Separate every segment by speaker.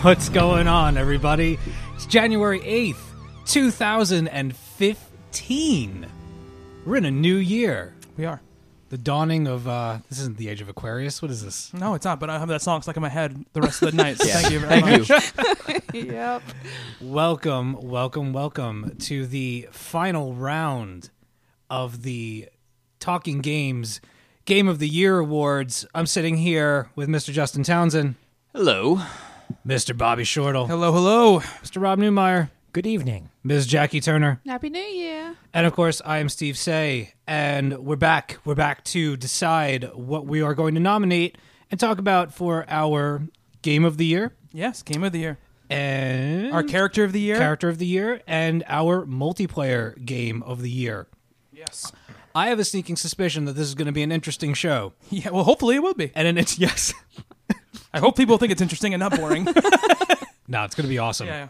Speaker 1: What's going on, everybody? It's January 8th, 2015. We're in a new year.
Speaker 2: We are.
Speaker 1: The dawning of, uh, this isn't the age of Aquarius. What is this?
Speaker 2: No, it's not. But I have that song stuck in my head the rest of the night. So
Speaker 3: Yeah.
Speaker 2: Thank you very
Speaker 3: Thank
Speaker 2: much.
Speaker 3: you.
Speaker 4: yep.
Speaker 1: Welcome, welcome, welcome to the final round of the Talking Games Game of the Year Awards. I'm sitting here with Mr. Justin Townsend,
Speaker 3: Hello.
Speaker 1: Mr. Bobby Shortle,
Speaker 2: Hello, hello.
Speaker 1: Mr. Rob Newmeyer,
Speaker 5: Good evening.
Speaker 1: Ms. Jackie Turner,
Speaker 4: Happy New Year.
Speaker 1: And of course, I am Steve Say, and we're back. We're back to decide what we are going to nominate and talk about for our game of the year
Speaker 2: Yes, game of the year.
Speaker 1: and
Speaker 3: Mm.
Speaker 2: Our character of the year.
Speaker 1: character of the year and our multiplayer game of the year.
Speaker 2: Yes.
Speaker 1: I have a sneaking suspicion that this is going to be an interesting show,
Speaker 2: Yeah. Well, hopefully it will be.
Speaker 1: and it's yes,
Speaker 2: I hope people think it's interesting and not boring. yeah,
Speaker 1: no, it's going to be awesome.
Speaker 2: yeah.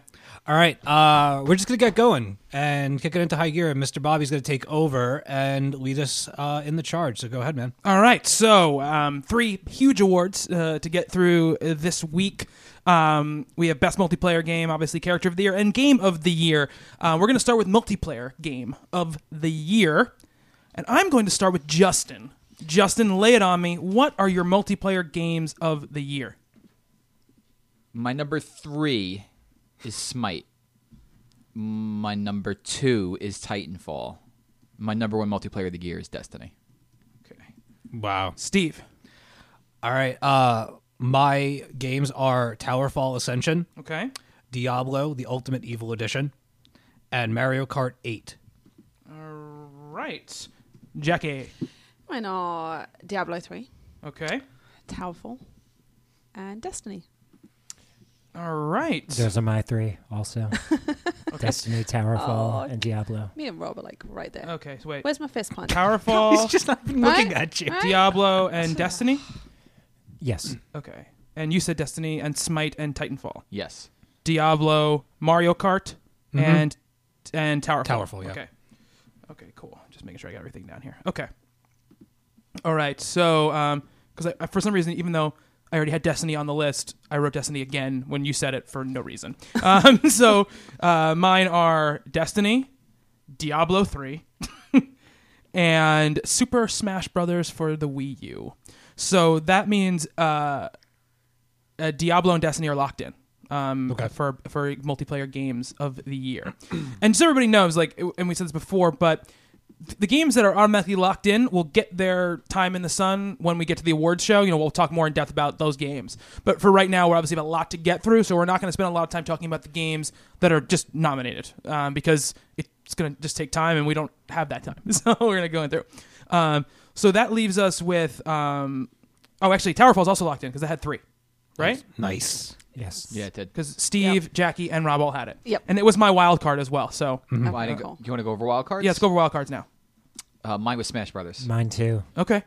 Speaker 1: All right, uh, we're just going to get going and kick it into high gear. And Mr. Bobby's going to take over and lead us uh, in the charge. So go ahead, man.
Speaker 2: All right. So um, three huge awards uh, to get through uh, this week. Um, we have best multiplayer game, obviously character of the year, and game of the year. Uh, we're going to start with multiplayer game of the year, and I'm going to start with Justin. Justin, lay it on me. What are your multiplayer games of the year?
Speaker 3: My number three is Smite. My number two is Titanfall. My number one multiplayer of the year is Destiny.
Speaker 2: Okay.
Speaker 1: Wow.
Speaker 2: Steve.
Speaker 1: All right. Uh, my games are Towerfall Ascension,
Speaker 2: Okay.
Speaker 1: Diablo: The Ultimate Evil Edition, and Mario Kart 8.
Speaker 2: Right. Jackie.
Speaker 4: Mine are Diablo 3,
Speaker 2: Okay.
Speaker 4: Towerfall, and Destiny.
Speaker 2: All right.
Speaker 5: Those are my three also Destiny,
Speaker 3: Oh,
Speaker 5: Towerfall, and Diablo.
Speaker 4: Me and Rob are like right there.
Speaker 2: Okay. So wait.
Speaker 4: Where's my fist punch?
Speaker 2: Towerfall,
Speaker 1: just not even
Speaker 4: looking Right? at you. Right?
Speaker 2: Diablo, and Destiny.
Speaker 5: Yes.
Speaker 2: Okay. And you said Destiny and Smite and Titanfall.
Speaker 3: Yes.
Speaker 2: Diablo, Mario Kart, and and Towerfall.
Speaker 1: Mm-hmm. Towerfall, yeah.
Speaker 2: Okay. Okay, cool. Just making sure I got everything down here. Okay. All right. So, um, because I, for some reason, even though I already had Destiny on the list, I wrote Destiny again when you said it for no reason. Um, so, uh, mine are Destiny, Diablo three, and Super Smash Brothers for the Wii U. So that means uh, uh, Diablo and Destiny are locked in um,
Speaker 1: Okay.
Speaker 2: for for multiplayer games of the year. and just so everybody knows, like, and we said this before, but th- the games that are automatically locked in will get their time in the sun when we get to the awards show. You know, we'll talk more in depth about those games. But for right now, we're obviously have a lot to get through, so we're not going to spend a lot of time talking about the games that are just nominated um, because it's going to just take time, and we don't have that time. So we're going to go in through. Um, so that leaves us with. Um, oh, actually, Towerfall's also locked in because I had three, right?
Speaker 1: Nice.
Speaker 5: Yes.
Speaker 3: Yeah, it did.
Speaker 2: Because Steve, Jackie, and Rob all had it.
Speaker 4: Yep.
Speaker 2: And it was my wild card as well. So
Speaker 4: Okay,
Speaker 3: Why didn't go,
Speaker 4: cool.
Speaker 3: you want to go over wild cards?
Speaker 2: yeah, let's go over wild cards now.
Speaker 3: Uh, mine was Smash Brothers.
Speaker 5: Mine too.
Speaker 2: Okay.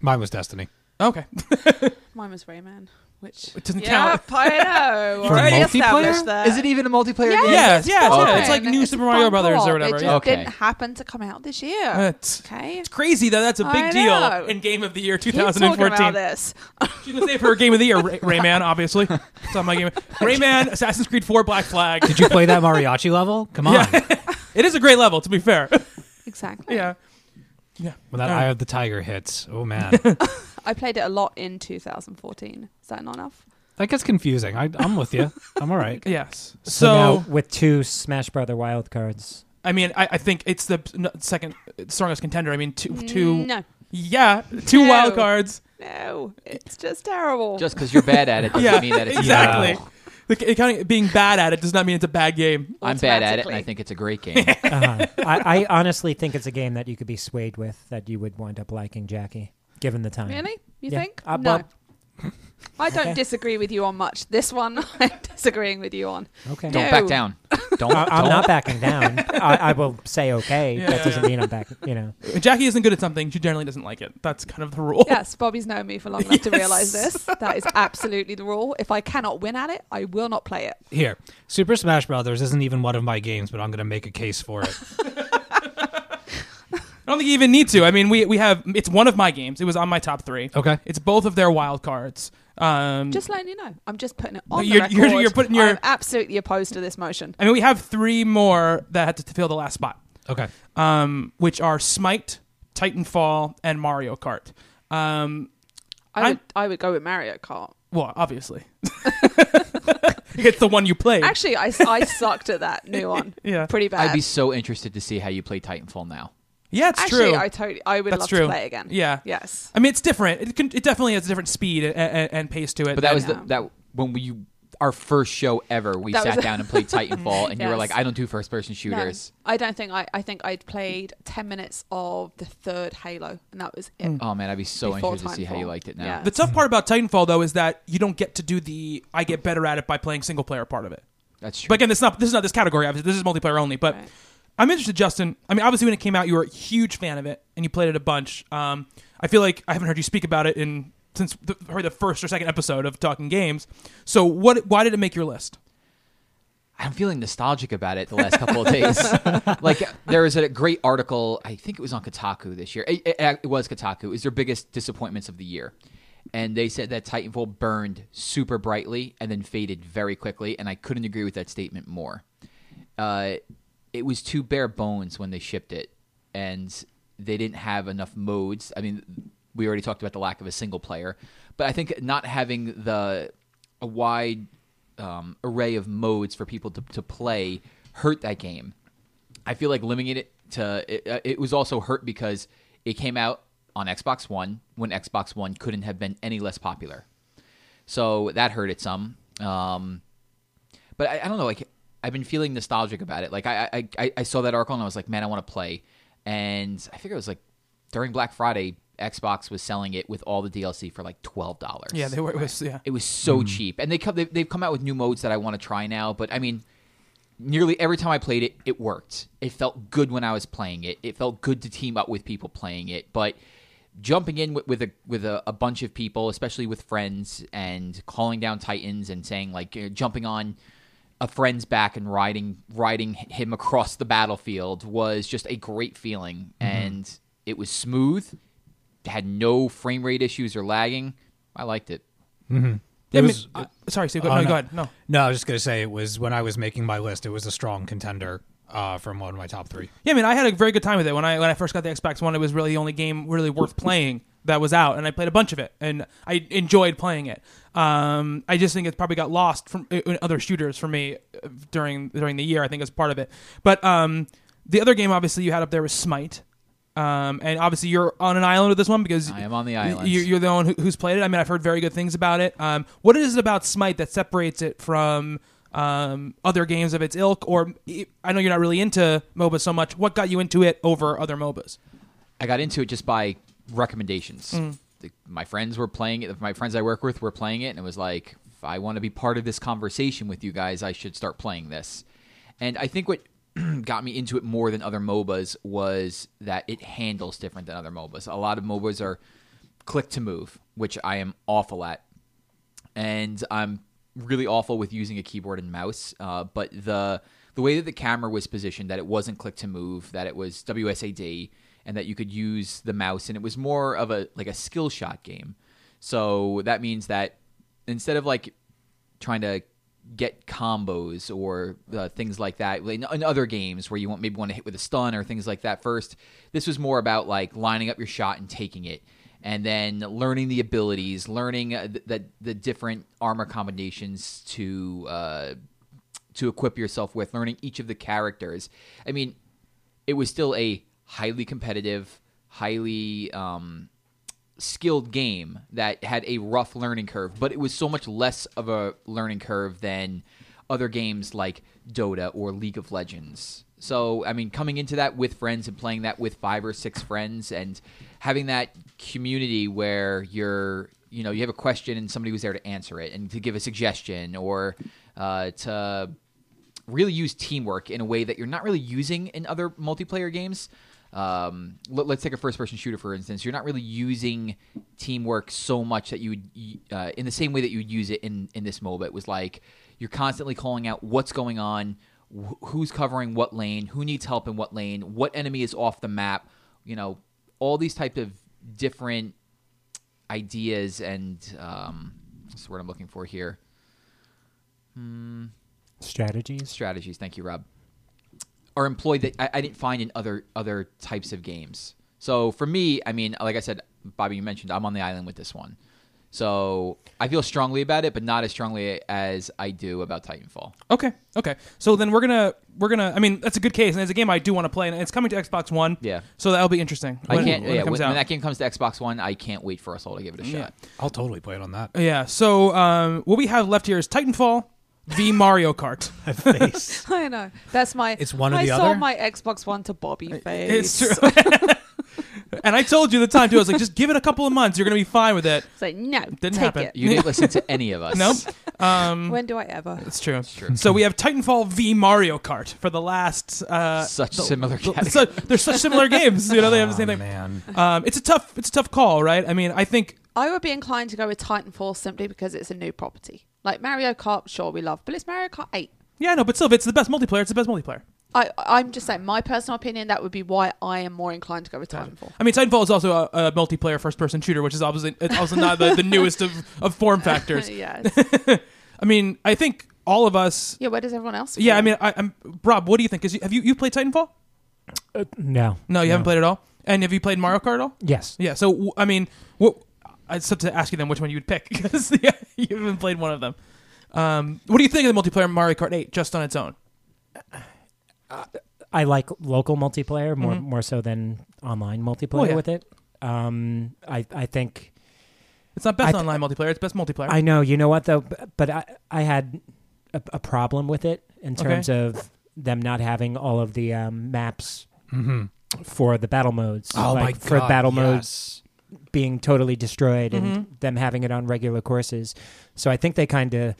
Speaker 1: Mine was Destiny.
Speaker 2: Okay.
Speaker 4: Mine was Rayman, which
Speaker 2: It doesn't
Speaker 4: yeah,
Speaker 2: count.
Speaker 4: I know. Already established that.
Speaker 3: Is it even a multiplayer game?
Speaker 2: Yes, yes,
Speaker 3: yes.
Speaker 4: fine.
Speaker 3: It's
Speaker 2: like new
Speaker 4: It's
Speaker 2: Super
Speaker 4: a
Speaker 2: Mario
Speaker 4: fun
Speaker 2: Brothers or
Speaker 4: co-op.
Speaker 2: whatever, Uh,
Speaker 4: It just
Speaker 3: yeah. Okay.
Speaker 4: didn't happen to come out this year.
Speaker 2: It's,
Speaker 4: okay.
Speaker 2: it's crazy though. That's a big
Speaker 4: I
Speaker 2: deal
Speaker 4: know.
Speaker 2: in Game of the Year
Speaker 4: Keep talking
Speaker 2: 2014.
Speaker 4: about this.
Speaker 2: She's gonna save her Game of the Year, Ray- Rayman. Obviously, it's on my game. Rayman, Assassin's Creed 4, Black Flag.
Speaker 1: Did you play that mariachi level? Come on.
Speaker 2: Yeah. it is a great level, to be fair.
Speaker 4: Exactly.
Speaker 2: yeah.
Speaker 1: When that
Speaker 2: All
Speaker 1: Eye
Speaker 2: right.
Speaker 1: of the Tiger hits, oh man,
Speaker 4: I played it a lot in 2014. Is that not enough?
Speaker 1: that gets confusing. I, I'm with you. I'm all right.
Speaker 2: Yes. So,
Speaker 5: So, now with two Smash Brother wild cards.
Speaker 2: I mean, I, I think it's the n- second strongest contender. I mean, two, two,
Speaker 4: No.
Speaker 2: yeah, two
Speaker 4: No.
Speaker 2: wild cards.
Speaker 4: No. It's just terrible.
Speaker 3: Just because you're bad at it doesn't
Speaker 2: Yeah,
Speaker 3: mean that it's
Speaker 2: exactly.
Speaker 3: bad.
Speaker 2: The c- counting being bad at it does not mean it's a bad game.
Speaker 3: I'm bad at it, and I
Speaker 4: Automatically.
Speaker 3: think it's a great game.
Speaker 5: Uh-huh. I, I honestly think it's a game that you could be swayed with, that you would wind up liking, Jackie, given the time.
Speaker 4: Really? You
Speaker 5: Yeah.
Speaker 4: think?
Speaker 5: Uh,
Speaker 4: no.
Speaker 5: well-
Speaker 4: I don't
Speaker 5: Okay.
Speaker 4: disagree with you on much. This one, I'm disagreeing with you on.
Speaker 5: Okay.
Speaker 3: don't
Speaker 4: No.
Speaker 3: back down. Don't.
Speaker 5: I, I'm
Speaker 3: don't.
Speaker 5: not backing down. I, I will say okay.
Speaker 2: Yeah,
Speaker 5: that
Speaker 2: yeah,
Speaker 5: doesn't
Speaker 2: yeah.
Speaker 5: mean I'm back. You know.
Speaker 2: When Jackie isn't good at something, she generally doesn't like it. That's kind of the rule.
Speaker 4: Yes, Bobby's known me for long enough to realize this. That is absolutely the rule. If I cannot win at it, I will not play it.
Speaker 1: Here, Super Smash Brothers isn't even one of my games, but I'm going to make a case for it.
Speaker 2: I don't don't think you even need to. I mean, we we have it's one of my games. It was on my top three.
Speaker 1: Okay.
Speaker 2: It's both of their wild cards. Um,
Speaker 4: Just letting you know, I'm just putting it on
Speaker 2: you're-
Speaker 4: the
Speaker 2: you're-
Speaker 4: record.
Speaker 2: you're putting your-
Speaker 4: I'm absolutely opposed to this motion.
Speaker 2: I mean, we have three more that had to fill the last spot.
Speaker 1: Okay.
Speaker 2: um, which are Smite, Titanfall, and Mario Kart. Um,
Speaker 4: I
Speaker 2: I'm-
Speaker 4: would, I would go with Mario Kart.
Speaker 2: well, obviously, it's the one you played.
Speaker 4: Actually, I, I sucked at that new one.
Speaker 2: Yeah.
Speaker 4: pretty bad.
Speaker 3: I'd be so interested to see how you play Titanfall now.
Speaker 2: yeah, it's
Speaker 4: Actually,
Speaker 2: true.
Speaker 4: I totally. I would
Speaker 2: That's
Speaker 4: love
Speaker 2: true.
Speaker 4: to play again.
Speaker 2: Yeah.
Speaker 4: Yes.
Speaker 2: I mean, it's different. It, can, it definitely has a different speed and, and, and pace to it.
Speaker 3: But that was
Speaker 2: And-
Speaker 3: the, that when we our first show ever. We
Speaker 4: um, That was-
Speaker 3: sat down and played Titanfall, and you were
Speaker 4: Yes.
Speaker 3: like, "I don't do first person
Speaker 4: No,
Speaker 3: shooters."
Speaker 4: I don't think I. I think I'd played ten minutes of the third Halo, and that was it.
Speaker 2: Hmm.
Speaker 3: Oh man, I'd be so
Speaker 4: Before
Speaker 3: interested to see how you
Speaker 4: Titanfall.
Speaker 3: liked it now.
Speaker 4: Yeah.
Speaker 2: the tough part about Titanfall though is that you don't get to do the I get better at it by playing single player part of it.
Speaker 3: That's true.
Speaker 2: But again, this is not this is not this category. Obviously, this is multiplayer only. But
Speaker 4: Right.
Speaker 2: I'm interested, Justin. I mean, obviously, when it came out, you were a huge fan of it, and you played it a bunch. Um, I feel like I haven't heard you speak about it in since the, or the first or second episode of Talking Games. So, what? Why did it make your list?
Speaker 3: I'm feeling nostalgic about it the last couple of days. like there was a great article, I think it was on Kotaku this year. It, it- it was Kotaku. It was their biggest disappointments of the year, and they said that Titanfall burned super brightly and then faded very quickly. And I couldn't agree with that statement more. Uh, it was too bare bones when they shipped it, and they didn't have enough modes. I mean, we already talked about the lack of a single player, but I think not having the a wide um, array of modes for people to, to play hurt that game. I feel like limiting it to it, uh, it was also hurt because it came out on Xbox One when Xbox One couldn't have been any less popular. So that hurt it some. Um, but I, I don't know. Like I've been feeling nostalgic about it. Like I, I- I I saw that article and I was like, man, I want to play. And I figure it was like during Black Friday, Xbox was selling it with all the DLC for like twelve dollars.
Speaker 2: Yeah, they were. It was, yeah,
Speaker 3: It was so cheap, and they come, they, they've come out with new modes that I want to try now. But I mean, nearly every time I played it, it worked. It felt good when I was playing it. It felt good to team up with people playing it. But jumping in with, with a with a, a bunch of people, especially with friends, and calling down Titans and saying like you know, jumping on a friend's back and riding riding him across the battlefield was just a great feeling, and it was smooth. Had no frame rate issues or lagging. I liked it.
Speaker 2: I mean,
Speaker 1: was-
Speaker 2: uh, sorry, Steve. Go,
Speaker 1: Oh,
Speaker 2: no,
Speaker 1: no.
Speaker 2: go ahead. No,
Speaker 1: No, I was just gonna say it was when I was making my list. It was a strong contender uh, from one of my top three.
Speaker 2: yeah. I mean, I had a very good time with it when I when I first got the Xbox One. It was really the only game really worth playing that was out, and I played a bunch of it, and I enjoyed playing it. Um, I just think it probably got lost from uh, in other shooters for me uh, during during the year. I think as part of it, but um, the other game obviously you had up there was Smite. Um, and obviously you're on an island with this one because
Speaker 3: I am on the island.
Speaker 2: You, you're the one who, who's played it. I mean, I've heard very good things about it. Um, what is it about Smite that separates it from um, other games of its ilk? Or I know you're not really into MOBA so much. What got you into it over other MOBAs?
Speaker 3: I got into it just by recommendations. The- my friends were playing it. My friends I work with were playing it, and it was like, if I want to be part of this conversation with you guys, I should start playing this. And I think what got me into it more than other MOBAs was that it handles different than other MOBAs. A lot of MOBAs are click to move, which I am awful at and I'm really awful with using a keyboard and mouse. Uh, but the the way that the camera was positioned, that it wasn't click to move, that it was WSAD, and that you could use the mouse, and it was more of a like a skill shot game. So that means that instead of like trying to get combos or uh, things like that in, in other games where you want maybe want to hit with a stun or things like that first this was more about like lining up your shot and taking it and then learning the abilities learning uh, th- that the different armor combinations to uh, to equip yourself with learning each of the characters i mean it was still a highly competitive highly um, skilled game that had a rough learning curve, but it was so much less of a learning curve than other games like Dota or League of Legends. So, I mean, coming into that with friends and playing that with five or six friends and having that community where you're, you know, you have a question and somebody was there to answer it and to give a suggestion or uh, to really use teamwork in a way that you're not really using in other multiplayer games. Um, let, us take a first-person shooter for instance. You're not really using teamwork so much that you would, y- uh, in the same way that you would use it in in this MOBA. It was like you're constantly calling out what's going on, wh- who's covering what lane, who needs help in what lane, what enemy is off the map you know, all these types of different ideas and um, what's the word I'm looking for here?
Speaker 5: Strategies.
Speaker 3: strategies. Thank you, Rob. Are employed that I, I didn't find in other other types of games. So for me, I mean, like I said, Bobby, you mentioned I'm on the island with this one, so I feel strongly about it, but not as strongly as I do about Titanfall.
Speaker 2: Okay, okay. So then we're gonna we're gonna. I mean, that's a good case, and it's a game I do want to play, and it's coming to Xbox One.
Speaker 3: Yeah.
Speaker 2: So that'll be interesting.
Speaker 3: I
Speaker 2: when-
Speaker 3: can't.
Speaker 2: when it
Speaker 3: yeah,
Speaker 2: comes
Speaker 3: when,
Speaker 2: out.
Speaker 3: when that game comes to Xbox One, I can't wait for us all to give it a shot.
Speaker 1: I'll totally play it on that.
Speaker 2: Uh, Yeah. So um, what we have left here is Titanfall v Mario Kart.
Speaker 1: Face.
Speaker 4: I know. That's my.
Speaker 1: It's one or
Speaker 4: I
Speaker 1: the
Speaker 4: sold
Speaker 1: other?
Speaker 4: my Xbox One to Bobby
Speaker 2: it's
Speaker 4: face.
Speaker 2: true. and I told you the time too. I was like, just give it a couple of months. You're gonna be fine with it.
Speaker 4: It's like no,
Speaker 2: Didn't
Speaker 4: take
Speaker 2: happen.
Speaker 4: it.
Speaker 3: You didn't listen to any of us.
Speaker 2: Nope. Um,
Speaker 4: When do I ever?
Speaker 2: it's true. It's
Speaker 3: true.
Speaker 2: So we have Titanfall v Mario Kart for the last. Uh,
Speaker 3: Such
Speaker 2: the-
Speaker 3: similar categories.
Speaker 2: So, there's such similar games, you know. They have the same thing.
Speaker 1: Oh, man.
Speaker 2: Um, it's a tough, it's a tough call, right? I mean, I think
Speaker 4: I would be inclined to go with Titanfall simply because it's a new property. Like Mario Kart, sure we love, but it's Mario Kart Eight.
Speaker 2: Yeah, no, but still, if it's the best multiplayer. It's the best multiplayer.
Speaker 4: I, I'm just saying, my personal opinion, that would be why I am more inclined to go with Titanfall.
Speaker 2: I mean, Titanfall is also a, a multiplayer first-person shooter, which is obviously it's also not the, the newest of, of form factors.
Speaker 4: yes.
Speaker 2: I mean, I think all of us.
Speaker 4: Yeah, where does everyone else?
Speaker 2: Yeah, I
Speaker 4: fall?
Speaker 2: mean, I, I'm Rob. What do you think? Is you, have you you played Titanfall?
Speaker 5: No.
Speaker 2: Uh, No, you haven't played at all. And have you played Mario Kart at all?
Speaker 5: Yes.
Speaker 2: Yeah. So w- I mean, what? I'd have to ask you then which one you would pick because yeah, you haven't played one of them. Um, what do you think of the multiplayer Mario Kart 8 just on its own?
Speaker 5: I like local multiplayer more
Speaker 3: Mm-hmm.
Speaker 5: more so than online multiplayer
Speaker 2: Oh, yeah.
Speaker 5: with it. Um, I I think
Speaker 2: It's not best
Speaker 5: I th-
Speaker 2: online multiplayer; it's best multiplayer.
Speaker 5: I know. You know what though? B- But I I had a, a problem with it in
Speaker 2: Okay.
Speaker 5: terms of them not having all of the um, maps for the battle modes.
Speaker 1: Oh
Speaker 5: Mm-hmm. like,
Speaker 1: my god.
Speaker 5: For battle
Speaker 1: yes.
Speaker 5: modes
Speaker 1: Mm-hmm.
Speaker 5: being totally destroyed and them having it on regular courses. So I think they kind of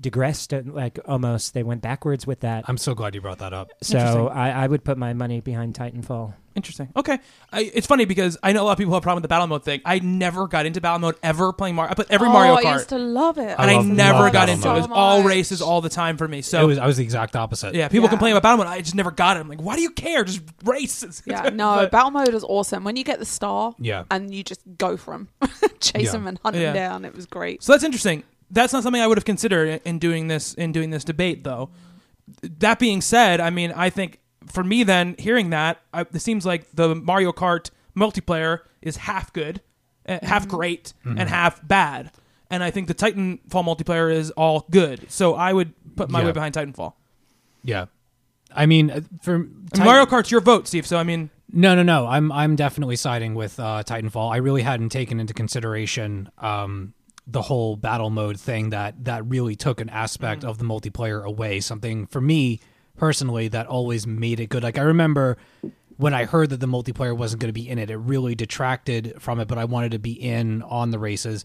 Speaker 5: digressed and like almost they went backwards with that.
Speaker 1: I'm so glad you brought that up.
Speaker 5: so
Speaker 2: Interesting.
Speaker 5: I, I would put my money behind Titanfall.
Speaker 2: Interesting. Okay, I, it's funny because I know a lot of people have a problem with the battle mode thing. I never got into battle mode ever playing Mario. I put every
Speaker 4: Oh,
Speaker 2: Mario
Speaker 4: I
Speaker 2: Kart,
Speaker 4: used to love it.
Speaker 2: and I,
Speaker 1: love-
Speaker 2: never
Speaker 1: love
Speaker 2: got
Speaker 1: battle
Speaker 2: into it.
Speaker 1: mode.
Speaker 2: It was all
Speaker 4: much.
Speaker 2: races all the time for me.
Speaker 1: it
Speaker 2: So
Speaker 1: was I was the exact opposite.
Speaker 2: yeah, people
Speaker 4: Yeah.
Speaker 2: complain about battle mode. I just never got it. I'm like, why do you care? Just races.
Speaker 4: Yeah, no,
Speaker 2: But-
Speaker 4: battle mode is awesome. When you get the star,
Speaker 1: Yeah.
Speaker 4: and you just go for him, chase
Speaker 1: Yeah.
Speaker 4: him and hunt
Speaker 2: Yeah.
Speaker 4: him down. It was great.
Speaker 2: so that's interesting. That's not something I would have considered in- in doing this in doing this debate, though. That being said, I mean, I think for me, then hearing that, I, it seems like the Mario Kart multiplayer is half good, uh, half great, and half bad. And I think the Titanfall multiplayer is all good. So I would put my
Speaker 1: Yeah.
Speaker 2: way behind Titanfall.
Speaker 1: Yeah. I mean, uh, for
Speaker 2: And Mario Kart's your vote, Steve. So I mean,
Speaker 1: No, no, no. I'm I'm definitely siding with uh, Titanfall. I really hadn't taken into consideration um, the whole battle mode thing that that really took an aspect of the multiplayer away. Something for me personally that always made it good. Like I remember when I heard that the multiplayer wasn't going to be in it, it really detracted from it. But I wanted to be in on the races.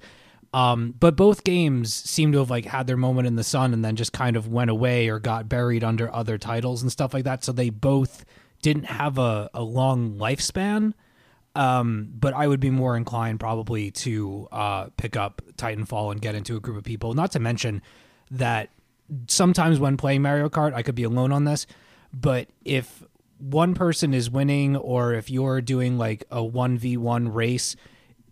Speaker 1: Um, but both games seem to have like had their moment in the sun and then just kind of went away or got buried under other titles and stuff like that. So they both didn't have a, a long lifespan. Um, but I would be more inclined probably to uh, pick up Titanfall and get into a group of people. Not to mention that sometimes when playing Mario Kart, I could be alone on this, but if one person is winning or if you're doing like a 1v1 race,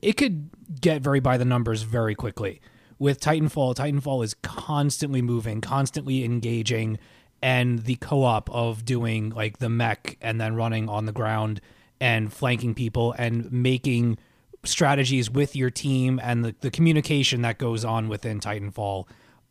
Speaker 1: it could get very by the numbers very quickly. With Titanfall, Titanfall is constantly moving, constantly engaging, and the co op of doing like the mech and then running on the ground and flanking people and making strategies with your team and the, the communication that goes on within Titanfall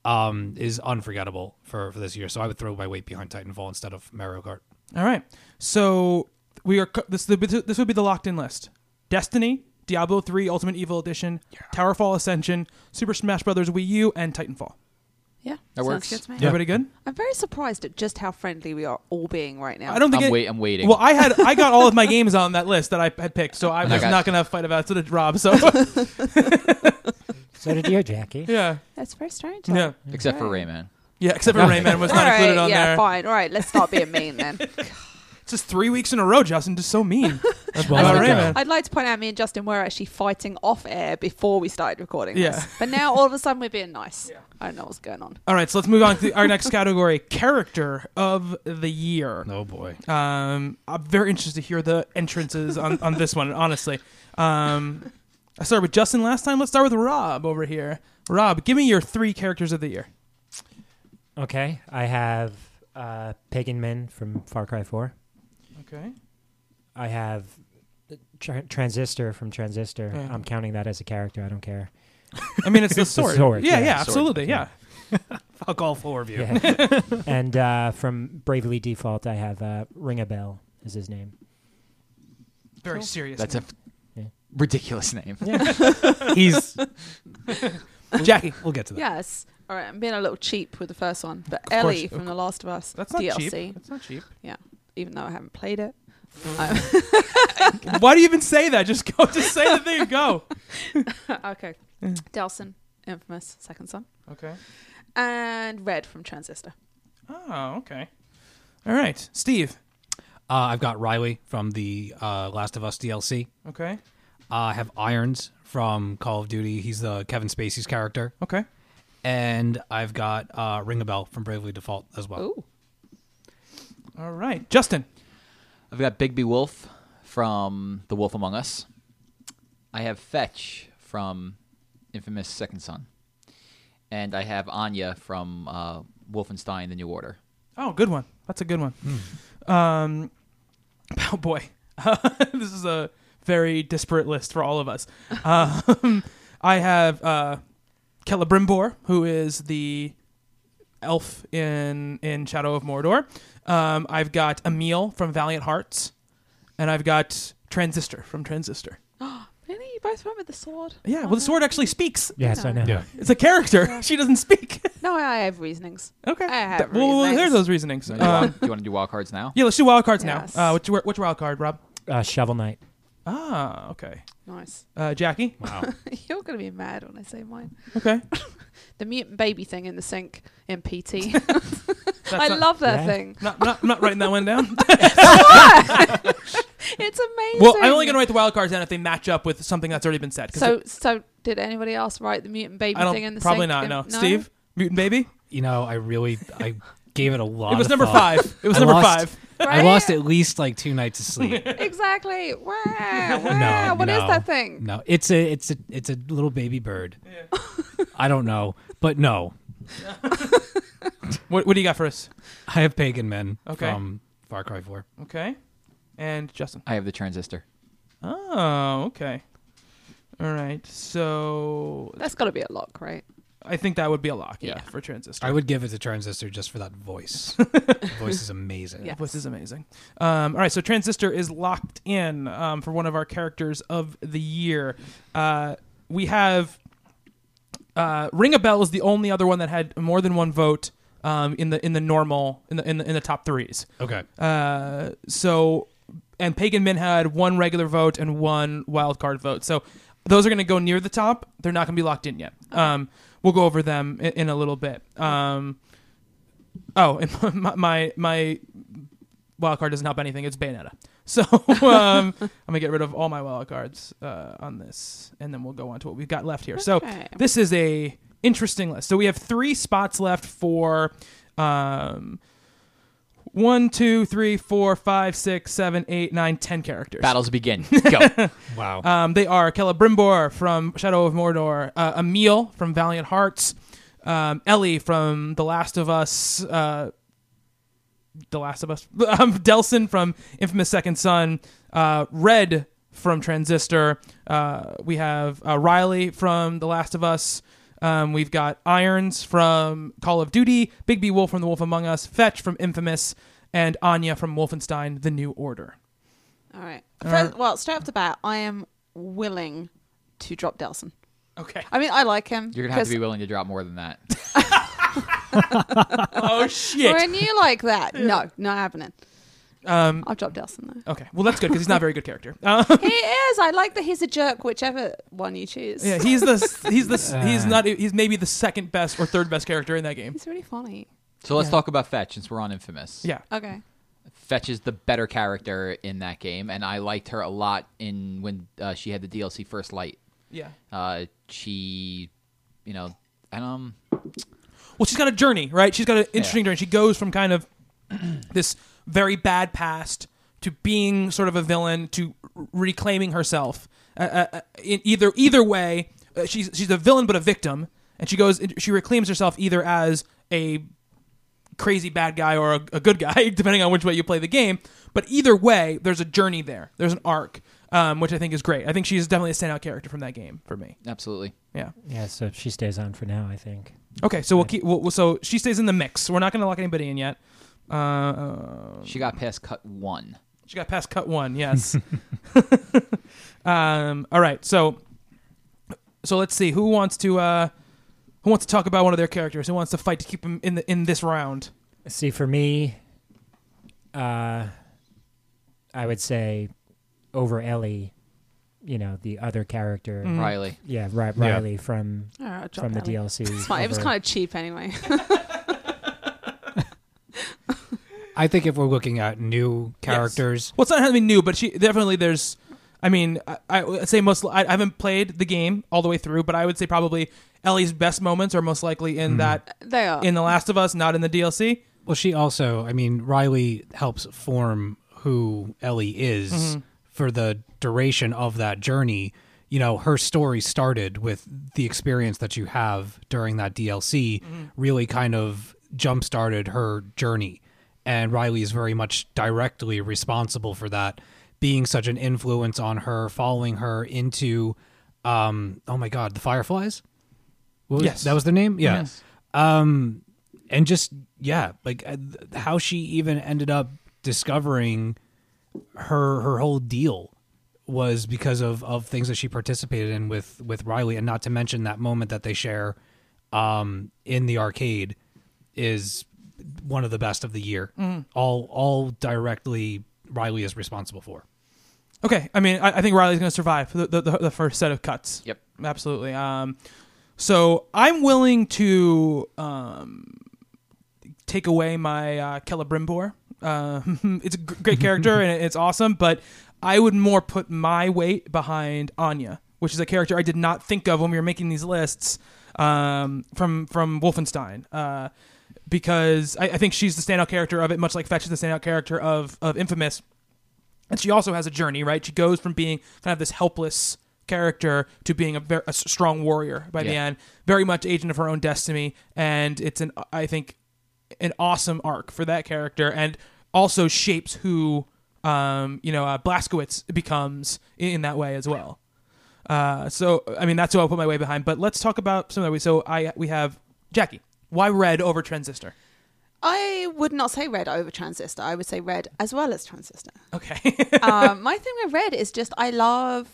Speaker 1: um, is unforgettable for, for this year. So I would throw my weight behind Titanfall instead of Mario Kart.
Speaker 2: all right. So we are. co- This this would be the locked in list: Destiny, Diablo three Ultimate Evil Edition, Towerfall Ascension, Super Smash Brothers Wii U, and Titanfall.
Speaker 4: Yeah,
Speaker 3: That
Speaker 4: sounds
Speaker 3: works.
Speaker 4: Good to me.
Speaker 1: Yeah.
Speaker 2: Everybody good?
Speaker 4: I'm very surprised at just how friendly we are all being right now.
Speaker 2: I don't think.
Speaker 3: I'm
Speaker 2: it-
Speaker 3: wait. I'm waiting.
Speaker 2: Well, I had I got all of my games on that list that I had picked, so I was
Speaker 3: got-
Speaker 2: not gonna fight about it. So did Rob. So
Speaker 5: So did you, Jackie?
Speaker 2: yeah,
Speaker 4: That's very strange.
Speaker 2: yeah,
Speaker 3: Except for Rayman.
Speaker 2: yeah. Except for Rayman was
Speaker 4: All
Speaker 2: not included
Speaker 4: right,
Speaker 2: on
Speaker 4: yeah,
Speaker 2: there.
Speaker 4: fine. All right, let's not be a mean then.
Speaker 2: It's just three weeks in a row, Justin. Just so mean.
Speaker 5: That's
Speaker 2: All right, man.
Speaker 4: I'd like to point out me and Justin were actually fighting off air before we started recording
Speaker 2: Yeah.
Speaker 4: this. But now all of a sudden we're being nice. I don't know what's going on.
Speaker 2: All right, so let's move on to our next category: character of the year.
Speaker 1: Oh boy.
Speaker 2: Um, I'm very interested to hear the entrances on, on this one. Honestly, um, I started with Justin last time. Let's start with Rob over here. Rob, give me your three characters of the year.
Speaker 5: Okay, I have uh, Pagan Men from Far Cry 4.
Speaker 2: Okay.
Speaker 5: I have tra- Transistor from Transistor.
Speaker 2: Yeah.
Speaker 5: I'm counting that as a character. I don't care.
Speaker 2: I mean, it's the sword.
Speaker 5: sword,
Speaker 2: yeah,
Speaker 5: yeah.
Speaker 2: yeah,
Speaker 5: Sword,
Speaker 2: absolutely. Yeah.
Speaker 1: Fuck all four of you.
Speaker 5: Yeah. and uh, from Bravely Default, I have uh, Ring a Bell is his name.
Speaker 2: Very
Speaker 4: Cool.
Speaker 2: serious.
Speaker 3: That's a f-
Speaker 5: Yeah.
Speaker 3: ridiculous name.
Speaker 1: He's.
Speaker 2: Jackie.
Speaker 1: We'll get to that.
Speaker 4: Yes. All right, I'm being a little cheap with the first one, but Ellie
Speaker 2: course, of
Speaker 4: from The Last of Us
Speaker 2: That's not
Speaker 4: DLC,
Speaker 2: cheap. That's not cheap.
Speaker 4: even though I haven't played it.
Speaker 2: Mm.
Speaker 4: Um,
Speaker 2: Why do you even say that? Just go. Just say the thing and go.
Speaker 4: okay,
Speaker 1: Mm.
Speaker 4: Delson, Infamous, Second Son,
Speaker 2: Okay.
Speaker 4: and Red from Transistor.
Speaker 2: Oh, okay. All right, Steve.
Speaker 1: Uh, I've got Riley from the uh, Last of Us DLC.
Speaker 2: Okay.
Speaker 1: Uh, I have Irons from Call of Duty. He's the Kevin Spacey's character.
Speaker 2: Okay.
Speaker 1: And I've got uh, Ring a Bell from Bravely Default as well.
Speaker 4: Ooh,
Speaker 2: All right, Justin.
Speaker 3: I've got Bigby Wolf from The Wolf Among Us. I have Fetch from Infamous Second Son. And I have Anya from uh, Wolfenstein The New Order.
Speaker 2: Oh, good one. That's a good one. Um, oh boy, this is a very disparate list for all of us. Um, I have uh, Celebrimbor, who is the elf in in Shadow of Mordor. Um, I've got Emil from Valiant Hearts, and I've got Transistor from Transistor.
Speaker 4: really? You both went with the sword?
Speaker 2: Yeah, well, the sword actually speaks.
Speaker 5: Yes, I know.
Speaker 1: Yeah.
Speaker 2: It's a character. She doesn't speak.
Speaker 4: No, I have reasonings.
Speaker 2: okay.
Speaker 4: I have
Speaker 2: well, well,
Speaker 4: reasonings.
Speaker 2: there's those reasonings.
Speaker 3: So,
Speaker 2: Um,
Speaker 3: do you want to do wild cards now?
Speaker 2: yeah, let's do wild cards
Speaker 4: Yes.
Speaker 2: now. Uh, which which wild card, Rob?
Speaker 5: Uh, Shovel Knight.
Speaker 2: Ah, okay.
Speaker 4: Nice.
Speaker 2: Uh, Jackie.
Speaker 1: Wow.
Speaker 4: You're gonna be mad when I say mine.
Speaker 2: Okay.
Speaker 4: The mutant baby thing in the sink in PT.
Speaker 2: That's
Speaker 4: I
Speaker 2: not,
Speaker 4: love that
Speaker 5: Yeah.
Speaker 4: thing.
Speaker 2: Not, not, not writing that one down.
Speaker 4: It's amazing.
Speaker 2: well, I'm only going to write the wild cards down if they match up with something that's already been said. 'cause
Speaker 4: So,
Speaker 2: it-
Speaker 4: so did anybody else write the mutant baby
Speaker 2: I don't.
Speaker 4: thing in the
Speaker 2: probably
Speaker 4: sink?
Speaker 2: not.
Speaker 4: in-
Speaker 2: No. Steve, mutant baby.
Speaker 1: You know, I really. I gave it a lot.
Speaker 2: It was
Speaker 1: of
Speaker 2: number
Speaker 1: thought.
Speaker 2: five. It was
Speaker 1: I
Speaker 2: number
Speaker 1: lost.
Speaker 2: five.
Speaker 1: I
Speaker 4: Right?
Speaker 1: lost at least like two nights of sleep.
Speaker 4: Exactly. Wow.
Speaker 1: No,
Speaker 4: wow. What is
Speaker 1: no,
Speaker 4: that thing?
Speaker 1: No, it's a it's a it's a little baby bird.
Speaker 2: Yeah.
Speaker 1: I don't know, but no,
Speaker 2: What, what do you got for us?
Speaker 1: I have pagan men
Speaker 2: Okay.
Speaker 1: from Far Cry Four.
Speaker 2: Okay. And Justin.
Speaker 3: I have the transistor.
Speaker 2: Oh, okay. All right. So
Speaker 4: That's got to be a lock, right?
Speaker 2: I think that would be a lock. Yeah,
Speaker 4: Yeah.
Speaker 2: for transistor.
Speaker 1: I would give it to Transistor just for that voice. voice is amazing.
Speaker 4: Yeah.
Speaker 2: This is amazing. Um, all right, so Transistor is locked in um, for one of our characters of the year. Uh, we have uh, Ring a Bell is the only other one that had more than one vote um, in the in the normal in the in the, in the top threes.
Speaker 1: Okay.
Speaker 2: Uh, so and Pagan Men had one regular vote and one wild card vote. So those are going to go near the top. They're not going to be locked in yet. Um, we'll go over them in, in a little bit. Um, oh, and my my, my wild card doesn't help anything. It's Bayonetta. So um, I'm gonna get rid of all my wild cards uh, on this, and then we'll go on to what we've got left here. So
Speaker 4: Okay.
Speaker 2: this is a interesting list. So we have three spots left for um, one, two, three, four, five, six, seven, eight, nine, ten characters.
Speaker 3: Battles begin. Go.
Speaker 1: Wow.
Speaker 2: Um, they are Celebrimbor from Shadow of Mordor, uh, Emil from Valiant Hearts, um, Ellie from The Last of Us, uh, The Last of Us, um, Delson from Infamous Second Son, uh, Red from Transistor. Uh, we have uh, Riley from The Last of Us. Um, we've got Irons from Call of Duty, Big B Wolf from The Wolf Among Us, Fetch from Infamous, and Anya from Wolfenstein: The New Order.
Speaker 4: All right.
Speaker 2: All
Speaker 4: First,
Speaker 2: right.
Speaker 4: Well, straight off the bat, I am willing to drop Delson.
Speaker 2: Okay.
Speaker 4: I mean, I like him.
Speaker 3: You're gonna have to
Speaker 4: 'cause
Speaker 3: be willing to drop more than that.
Speaker 2: Oh shit.
Speaker 4: When you like that, no, not happening.
Speaker 2: Um,
Speaker 4: I'll drop Delson though.
Speaker 2: Okay, well that's good because he's not a very good character. Uh,
Speaker 4: he is. I like that he's a jerk, whichever one you choose.
Speaker 2: yeah, he's the he's the he's not he's maybe the second best or third best character in that game.
Speaker 4: He's really funny.
Speaker 3: So let's
Speaker 2: Yeah.
Speaker 3: talk about Fetch since we're on Infamous.
Speaker 2: Yeah,
Speaker 4: Okay.
Speaker 3: Fetch is the better character in that game, and I liked her a lot in when uh, she had the DLC First Light.
Speaker 2: Yeah.
Speaker 3: Uh, she, you know, and um,
Speaker 2: Well, she's got a journey, right? She's got an interesting journey. She goes from kind of this very bad past to being sort of a villain to r- reclaiming herself. Uh, uh, uh, in either either way, uh, she's she's a villain but a victim, and she goes she reclaims herself either as a crazy bad guy or a, a good guy, depending on which way you play the game. But either way, there's a journey there. There's an arc, um, which I think is great. I think she's definitely a standout character from that game for me.
Speaker 3: absolutely.
Speaker 2: Yeah.
Speaker 5: Yeah, so she stays on for now, I think.
Speaker 2: Okay, so we'll keep. We'll, we'll- so she stays in the mix. We're not going to lock anybody in yet. Uh, Uh,
Speaker 3: She got past cut one.
Speaker 2: she got past cut one. Yes. um. All right. So. So let's see who wants to. Uh, who wants to talk about one of their characters? Who wants to fight to keep him in the in this round?
Speaker 5: See, for me, uh, I would say over Ellie, you know, the other character.
Speaker 4: Mm-hmm.
Speaker 3: Riley.
Speaker 5: Yeah, Ri-
Speaker 1: Yeah.
Speaker 5: Riley from
Speaker 4: Mm. All right, I'll drop
Speaker 5: from the
Speaker 4: Ellie.
Speaker 5: DLC.
Speaker 4: It's fine. It was
Speaker 5: over-
Speaker 4: kind of cheap anyway.
Speaker 1: I think if we're looking at new characters,
Speaker 2: Well, it's not having new, but she definitely there's. I mean, I, I would say most. I, I haven't played the game all the way through, but I would say probably Ellie's best moments are most likely in that
Speaker 4: they are.
Speaker 2: in The Last of Us, not in the DLC.
Speaker 1: well, she also, I mean, Riley helps form who Ellie is
Speaker 2: Mm-hmm.
Speaker 1: for the duration of that journey. You know, her story started with the experience that you have during that DLC,
Speaker 2: Mm-hmm.
Speaker 1: really kind of jump started her journey. And Riley is very much directly responsible for that, being such an influence on her, following her into, um, oh my God, the Fireflies? What was,
Speaker 2: Yes.
Speaker 1: That was their name? Yeah. Um, and just yeah, like uh, th- how she even ended up discovering her her whole deal was because of of things that she participated in with with Riley, and not to mention that moment that they share um in the arcade is one of the best of the year. All all directly Riley is responsible for.
Speaker 2: Okay, I mean, I, I think Riley's going to survive the, the, the first set of cuts.
Speaker 3: Yep.
Speaker 2: absolutely. Um, so I'm willing to um, take away my uh, Celebrimbor. Uh, it's a gr- great character and it's awesome, but I would more put my weight behind Anya, which is a character I did not think of when we were making these lists um, from from Wolfenstein. Uh, because I, I think she's the standout character of it, much like Fetch is the standout character of of Infamous and she also has a journey, right? She goes from being kind of this helpless character to being a, ver- a s- strong warrior by the
Speaker 3: Yeah.
Speaker 2: end, very much agent of her own destiny, and it's an I think an awesome arc for that character, and also shapes who um, you know uh, Blaskowitz becomes in, in that way as well. Uh, so I mean that's who I'll put my way behind. But let's talk about some of that. So I we have Jackie. Why red over transistor?
Speaker 4: I would not say red over transistor. I would say red as well as transistor.
Speaker 2: Okay.
Speaker 4: um, my thing with red is just I love,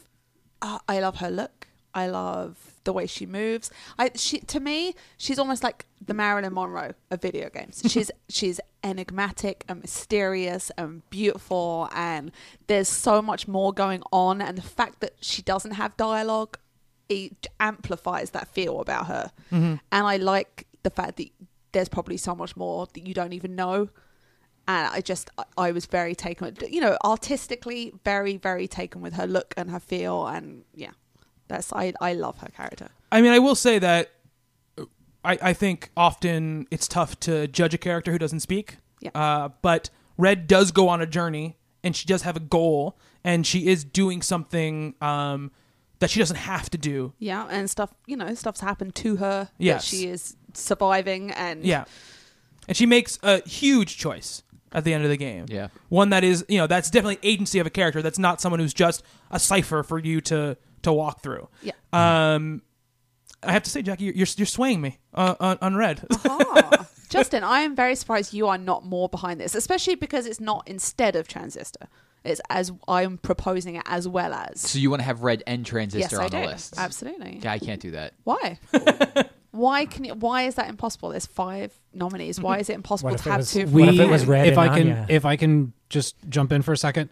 Speaker 4: uh, I love her look. I love the way she moves. I she to me she's almost like the Marilyn Monroe of video games. She's she's enigmatic and mysterious and beautiful, and there's so much more going on. And the fact that she doesn't have dialogue, it amplifies that feel about her. And I like the fact that there's probably so much more that you don't even know and I just I- I was very taken with you know artistically very very taken with her look and her feel and yeah that's I I love her character
Speaker 2: I mean, I will say that I, I think often it's tough to judge a character who doesn't speak.
Speaker 4: Yeah.
Speaker 2: Uh, but Red does go on a journey, and she does have a goal, and she is doing something um, that she doesn't have to do.
Speaker 4: yeah and stuff you know stuff's happened to her
Speaker 2: Yes.
Speaker 4: that she is surviving and
Speaker 2: Yeah. And she makes a huge choice at the end of the game.
Speaker 3: Yeah.
Speaker 2: One that is, you know, that's definitely agency of a character. That's not someone who's just a cipher for you to to walk through.
Speaker 4: yeah
Speaker 2: Um, I have to say, Jackie, you're you're, you're swaying me uh, on, on Red.
Speaker 4: Ah. Justin I am very surprised you are not more behind this especially because it's not instead of transistor it's as I'm proposing it as well as
Speaker 3: So you want to have red and transistor
Speaker 4: yes
Speaker 3: on
Speaker 4: I
Speaker 3: the
Speaker 4: do
Speaker 3: list?
Speaker 4: absolutely
Speaker 3: Yeah, I can't do that.
Speaker 4: why why can you, why is that impossible there's five nominees why is it impossible
Speaker 5: What if
Speaker 4: to
Speaker 5: it
Speaker 4: have
Speaker 5: was-
Speaker 4: two
Speaker 5: What if it was Red
Speaker 1: if
Speaker 5: and
Speaker 1: I can,
Speaker 5: Anya?
Speaker 1: if I can just jump in for a second.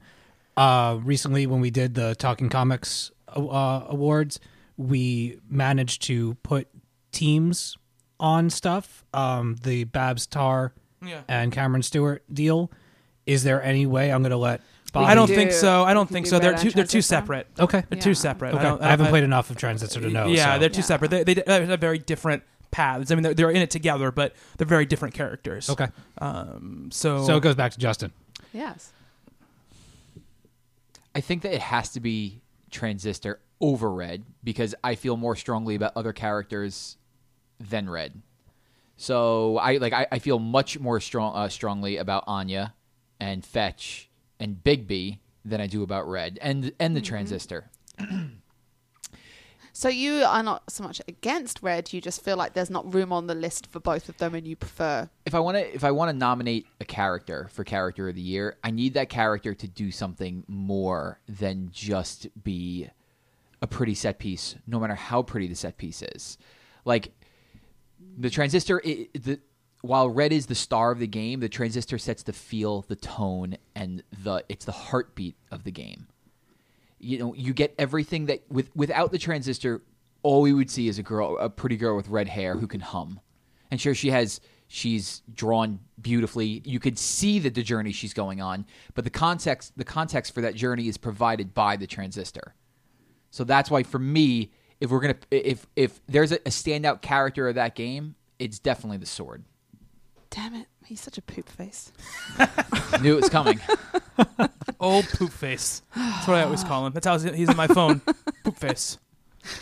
Speaker 1: Uh, recently, when we did the Talking Comics uh, awards, we managed to put teams on stuff. Um, the Babs Tar
Speaker 2: yeah.
Speaker 1: and Cameron Stewart deal Is there any way I'm going to let Bobby?
Speaker 2: I don't
Speaker 4: do-
Speaker 2: think so. I don't
Speaker 4: we
Speaker 2: think
Speaker 4: do
Speaker 2: so. They're
Speaker 4: Red
Speaker 2: two. They're
Speaker 4: Entrance
Speaker 2: two
Speaker 4: as well.
Speaker 2: separate.
Speaker 1: Okay.
Speaker 2: They're
Speaker 1: Okay.
Speaker 2: two
Speaker 4: Yeah.
Speaker 2: separate.
Speaker 1: I,
Speaker 2: I, don't,
Speaker 1: haven't
Speaker 2: I-
Speaker 1: played enough of Transistor to know.
Speaker 2: Yeah,
Speaker 1: so.
Speaker 2: they're two
Speaker 4: Yeah.
Speaker 2: separate. They, they, they have very different paths. I mean, they're, they're in it together, but they're very different characters.
Speaker 1: okay.
Speaker 2: Um. So.
Speaker 1: So it goes back to Justin.
Speaker 4: Yes.
Speaker 3: I think that it has to be Transistor over Red because I feel more strongly about other characters than Red. So I like I, I feel much more strong uh, strongly about Anya and Fetch and Bigby than I do about Red and and
Speaker 4: Mm-hmm.
Speaker 3: the Transistor.
Speaker 4: So you are not so much against red. You just feel like there's not room on the list for both of them, and you prefer.
Speaker 3: If I want to if I want to nominate a character for character of the year, I need that character to do something more than just be a pretty set piece, no matter how pretty the set piece is. Like the transistor i the while red is the star of the game the transistor sets the feel the tone and the it's the heartbeat of the game you know you get everything that with without the transistor all we would see is a girl a pretty girl with red hair who can hum and sure she has she's drawn beautifully you could see that the journey she's going on but the context the context for that journey is provided by the transistor so that's why for me, if we're gonna if if there's a, a standout character of that game, it's definitely the sword.
Speaker 4: Damn it, he's such a poop face.
Speaker 3: Knew it was coming.
Speaker 2: Old poop face. That's what I always call him. That's how he's he's in my phone. poop face.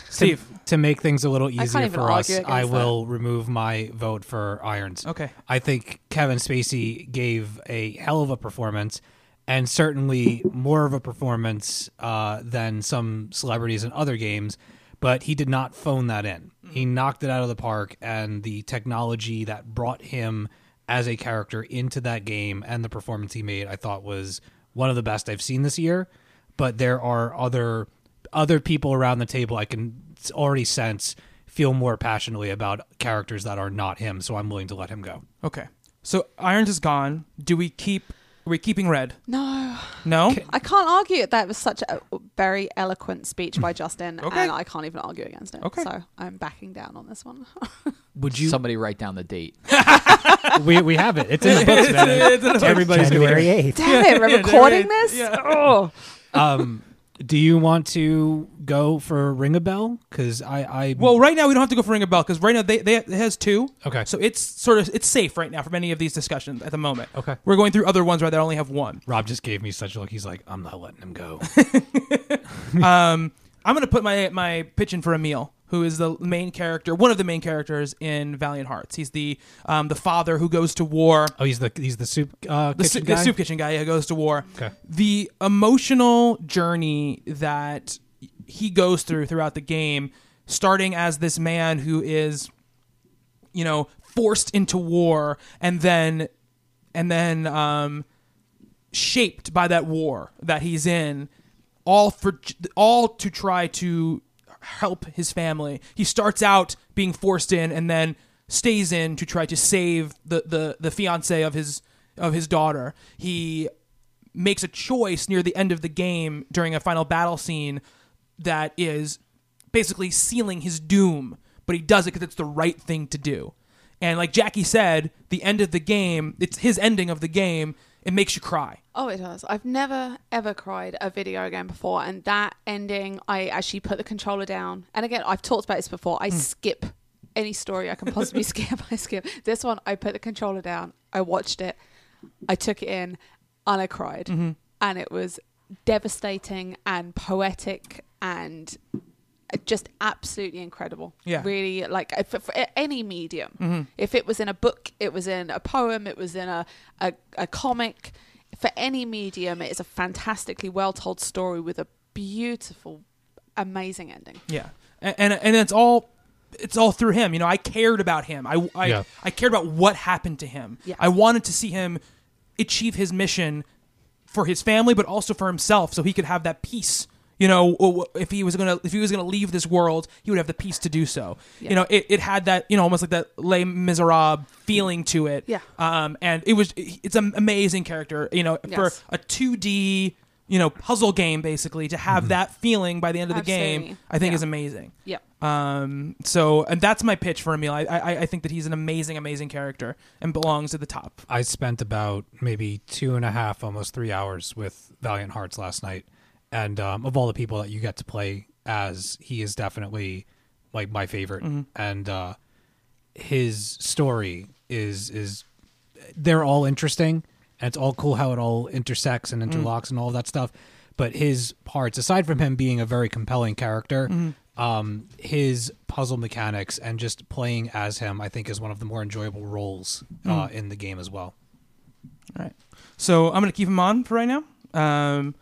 Speaker 2: Steve.
Speaker 1: To, to make things a little easier
Speaker 4: even
Speaker 1: for us,
Speaker 4: argue
Speaker 1: I
Speaker 4: against
Speaker 1: will remove my vote for Irons.
Speaker 2: Okay.
Speaker 1: I think Kevin Spacey gave a hell of a performance, and certainly more of a performance uh, than some celebrities in other games. But he did not phone that in. He knocked it out of the park, and the technology that brought him as a character into that game and the performance he made, I thought was one of the best I've seen this year. But there are other other people around the table I can already sense feel more passionately about characters that are not him, so I'm willing to let him go.
Speaker 2: Okay. So Irons is gone. Do we keep? Are we keeping red?
Speaker 4: No,
Speaker 2: No.
Speaker 4: I can't argue that. That was such a very eloquent speech by Justin,
Speaker 2: Okay.
Speaker 4: and I can't even argue against it.
Speaker 2: Okay.
Speaker 4: So I'm backing down on this one.
Speaker 1: Would you?
Speaker 3: Somebody write down the date.
Speaker 1: we we have it. It's in the books, man. Everybody's gonna
Speaker 5: January
Speaker 1: hear it.
Speaker 5: 8th.
Speaker 4: Damn it, we're
Speaker 2: yeah,
Speaker 4: recording
Speaker 2: yeah,
Speaker 4: this.
Speaker 2: yeah.
Speaker 4: Oh,
Speaker 1: Um, do you want to go for ring a bell? Because I I
Speaker 2: Well, right now we don't have to go for ring a bell because right now they, they it has two.
Speaker 1: Okay.
Speaker 2: So it's sort of it's safe right now from any of these discussions at the moment.
Speaker 1: Okay.
Speaker 2: We're going through other ones right that only have one.
Speaker 1: Rob just gave me such a look. He's like, I'm not letting him go.
Speaker 2: I'm gonna put my my pitch in for Emil, who is the main character, one of the main characters in Valiant Hearts. He's the um, the father who goes to war.
Speaker 1: Oh, he's the he's the soup uh,
Speaker 2: the,
Speaker 1: kitchen
Speaker 2: soup,
Speaker 1: guy.
Speaker 2: the soup kitchen guy who goes to war.
Speaker 1: Okay.
Speaker 2: The emotional journey that he goes through throughout the game, starting as this man who is, you know, forced into war, and then, and then, um, shaped by that war that he's in, all for all to try to help his family. He starts out being forced in, and then stays in to try to save the the the fiance of his of his daughter. He makes a choice near the end of the game during a final battle scene that is basically sealing his doom, but he does it because it's the right thing to do. And like Jackie said, the end of the game, it's his ending of the game, it makes you cry.
Speaker 4: oh, it does. I've never ever cried a video game before, and that ending, I actually put the controller down. And again, I've talked about this before. I skip any story I can possibly skip. I skip this one. I put the controller down. I watched it. I took it in, and I cried,
Speaker 2: Mm-hmm.
Speaker 4: and it was devastating and poetic and just absolutely incredible.
Speaker 2: Yeah. Mm-hmm.
Speaker 4: Really, like if, for any medium. If it was in a book, it was in a poem, it was in a, a, a comic. For any medium, it is a fantastically well told story with a beautiful, amazing ending.
Speaker 2: Yeah, and and, and it's all it's all through him. You know, I cared about him. I I,
Speaker 1: Yeah.
Speaker 2: I cared about what happened to him.
Speaker 4: Yeah.
Speaker 2: I wanted to see him achieve his mission for his family, but also for himself, so he could have that peace. You know, or wh- if he was gonna if he was gonna leave this world, he would have the peace to do so.
Speaker 4: Yeah.
Speaker 2: You know, it, it had that you know almost like that Les Miserables feeling to it.
Speaker 4: Yeah.
Speaker 2: Um, and it was it's an amazing character. You know, for
Speaker 4: Yes.
Speaker 2: a 2D you know puzzle game basically to have that feeling by the end of the game
Speaker 4: Absolutely.
Speaker 2: i think
Speaker 4: Yeah.
Speaker 2: is amazing
Speaker 4: Yep.
Speaker 2: um so and that's my pitch for emil I, I i think that he's an amazing amazing character and belongs at the top
Speaker 1: I spent about maybe two and a half, almost three hours with Valiant Hearts last night, and um, of all the people that you get to play as, he is definitely like my favorite,
Speaker 2: Mm-hmm.
Speaker 1: and uh, his story is is they're all interesting, and it's all cool how it all intersects and interlocks and all that stuff. But his parts, aside from him being a very compelling character, um, his puzzle mechanics and just playing as him, I think, is one of the more enjoyable roles uh, in the game as well.
Speaker 2: all right so i'm gonna keep him on for right now um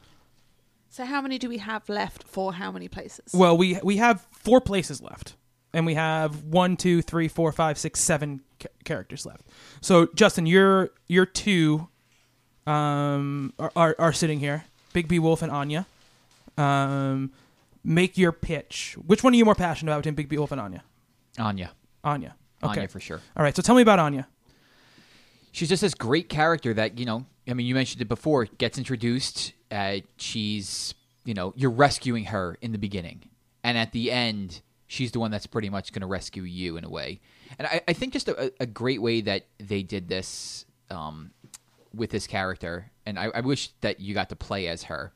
Speaker 4: So how many do we have left for how many places?
Speaker 2: well we we have four places left and we have one two three four five six seven ca- characters left so justin your your two um are, are are sitting here big b wolf and anya um make your pitch which one are you more passionate about between big b wolf and anya
Speaker 3: Anya.
Speaker 2: anya okay
Speaker 3: Anya for sure.
Speaker 2: all right so tell me about anya
Speaker 3: she's just this great character that you know i mean you mentioned it before gets introduced uh, she's you know you're rescuing her in the beginning and at the end she's the one that's pretty much going to rescue you in a way and i, I think just a, a great way that they did this um, with this character and I, I wish that you got to play as her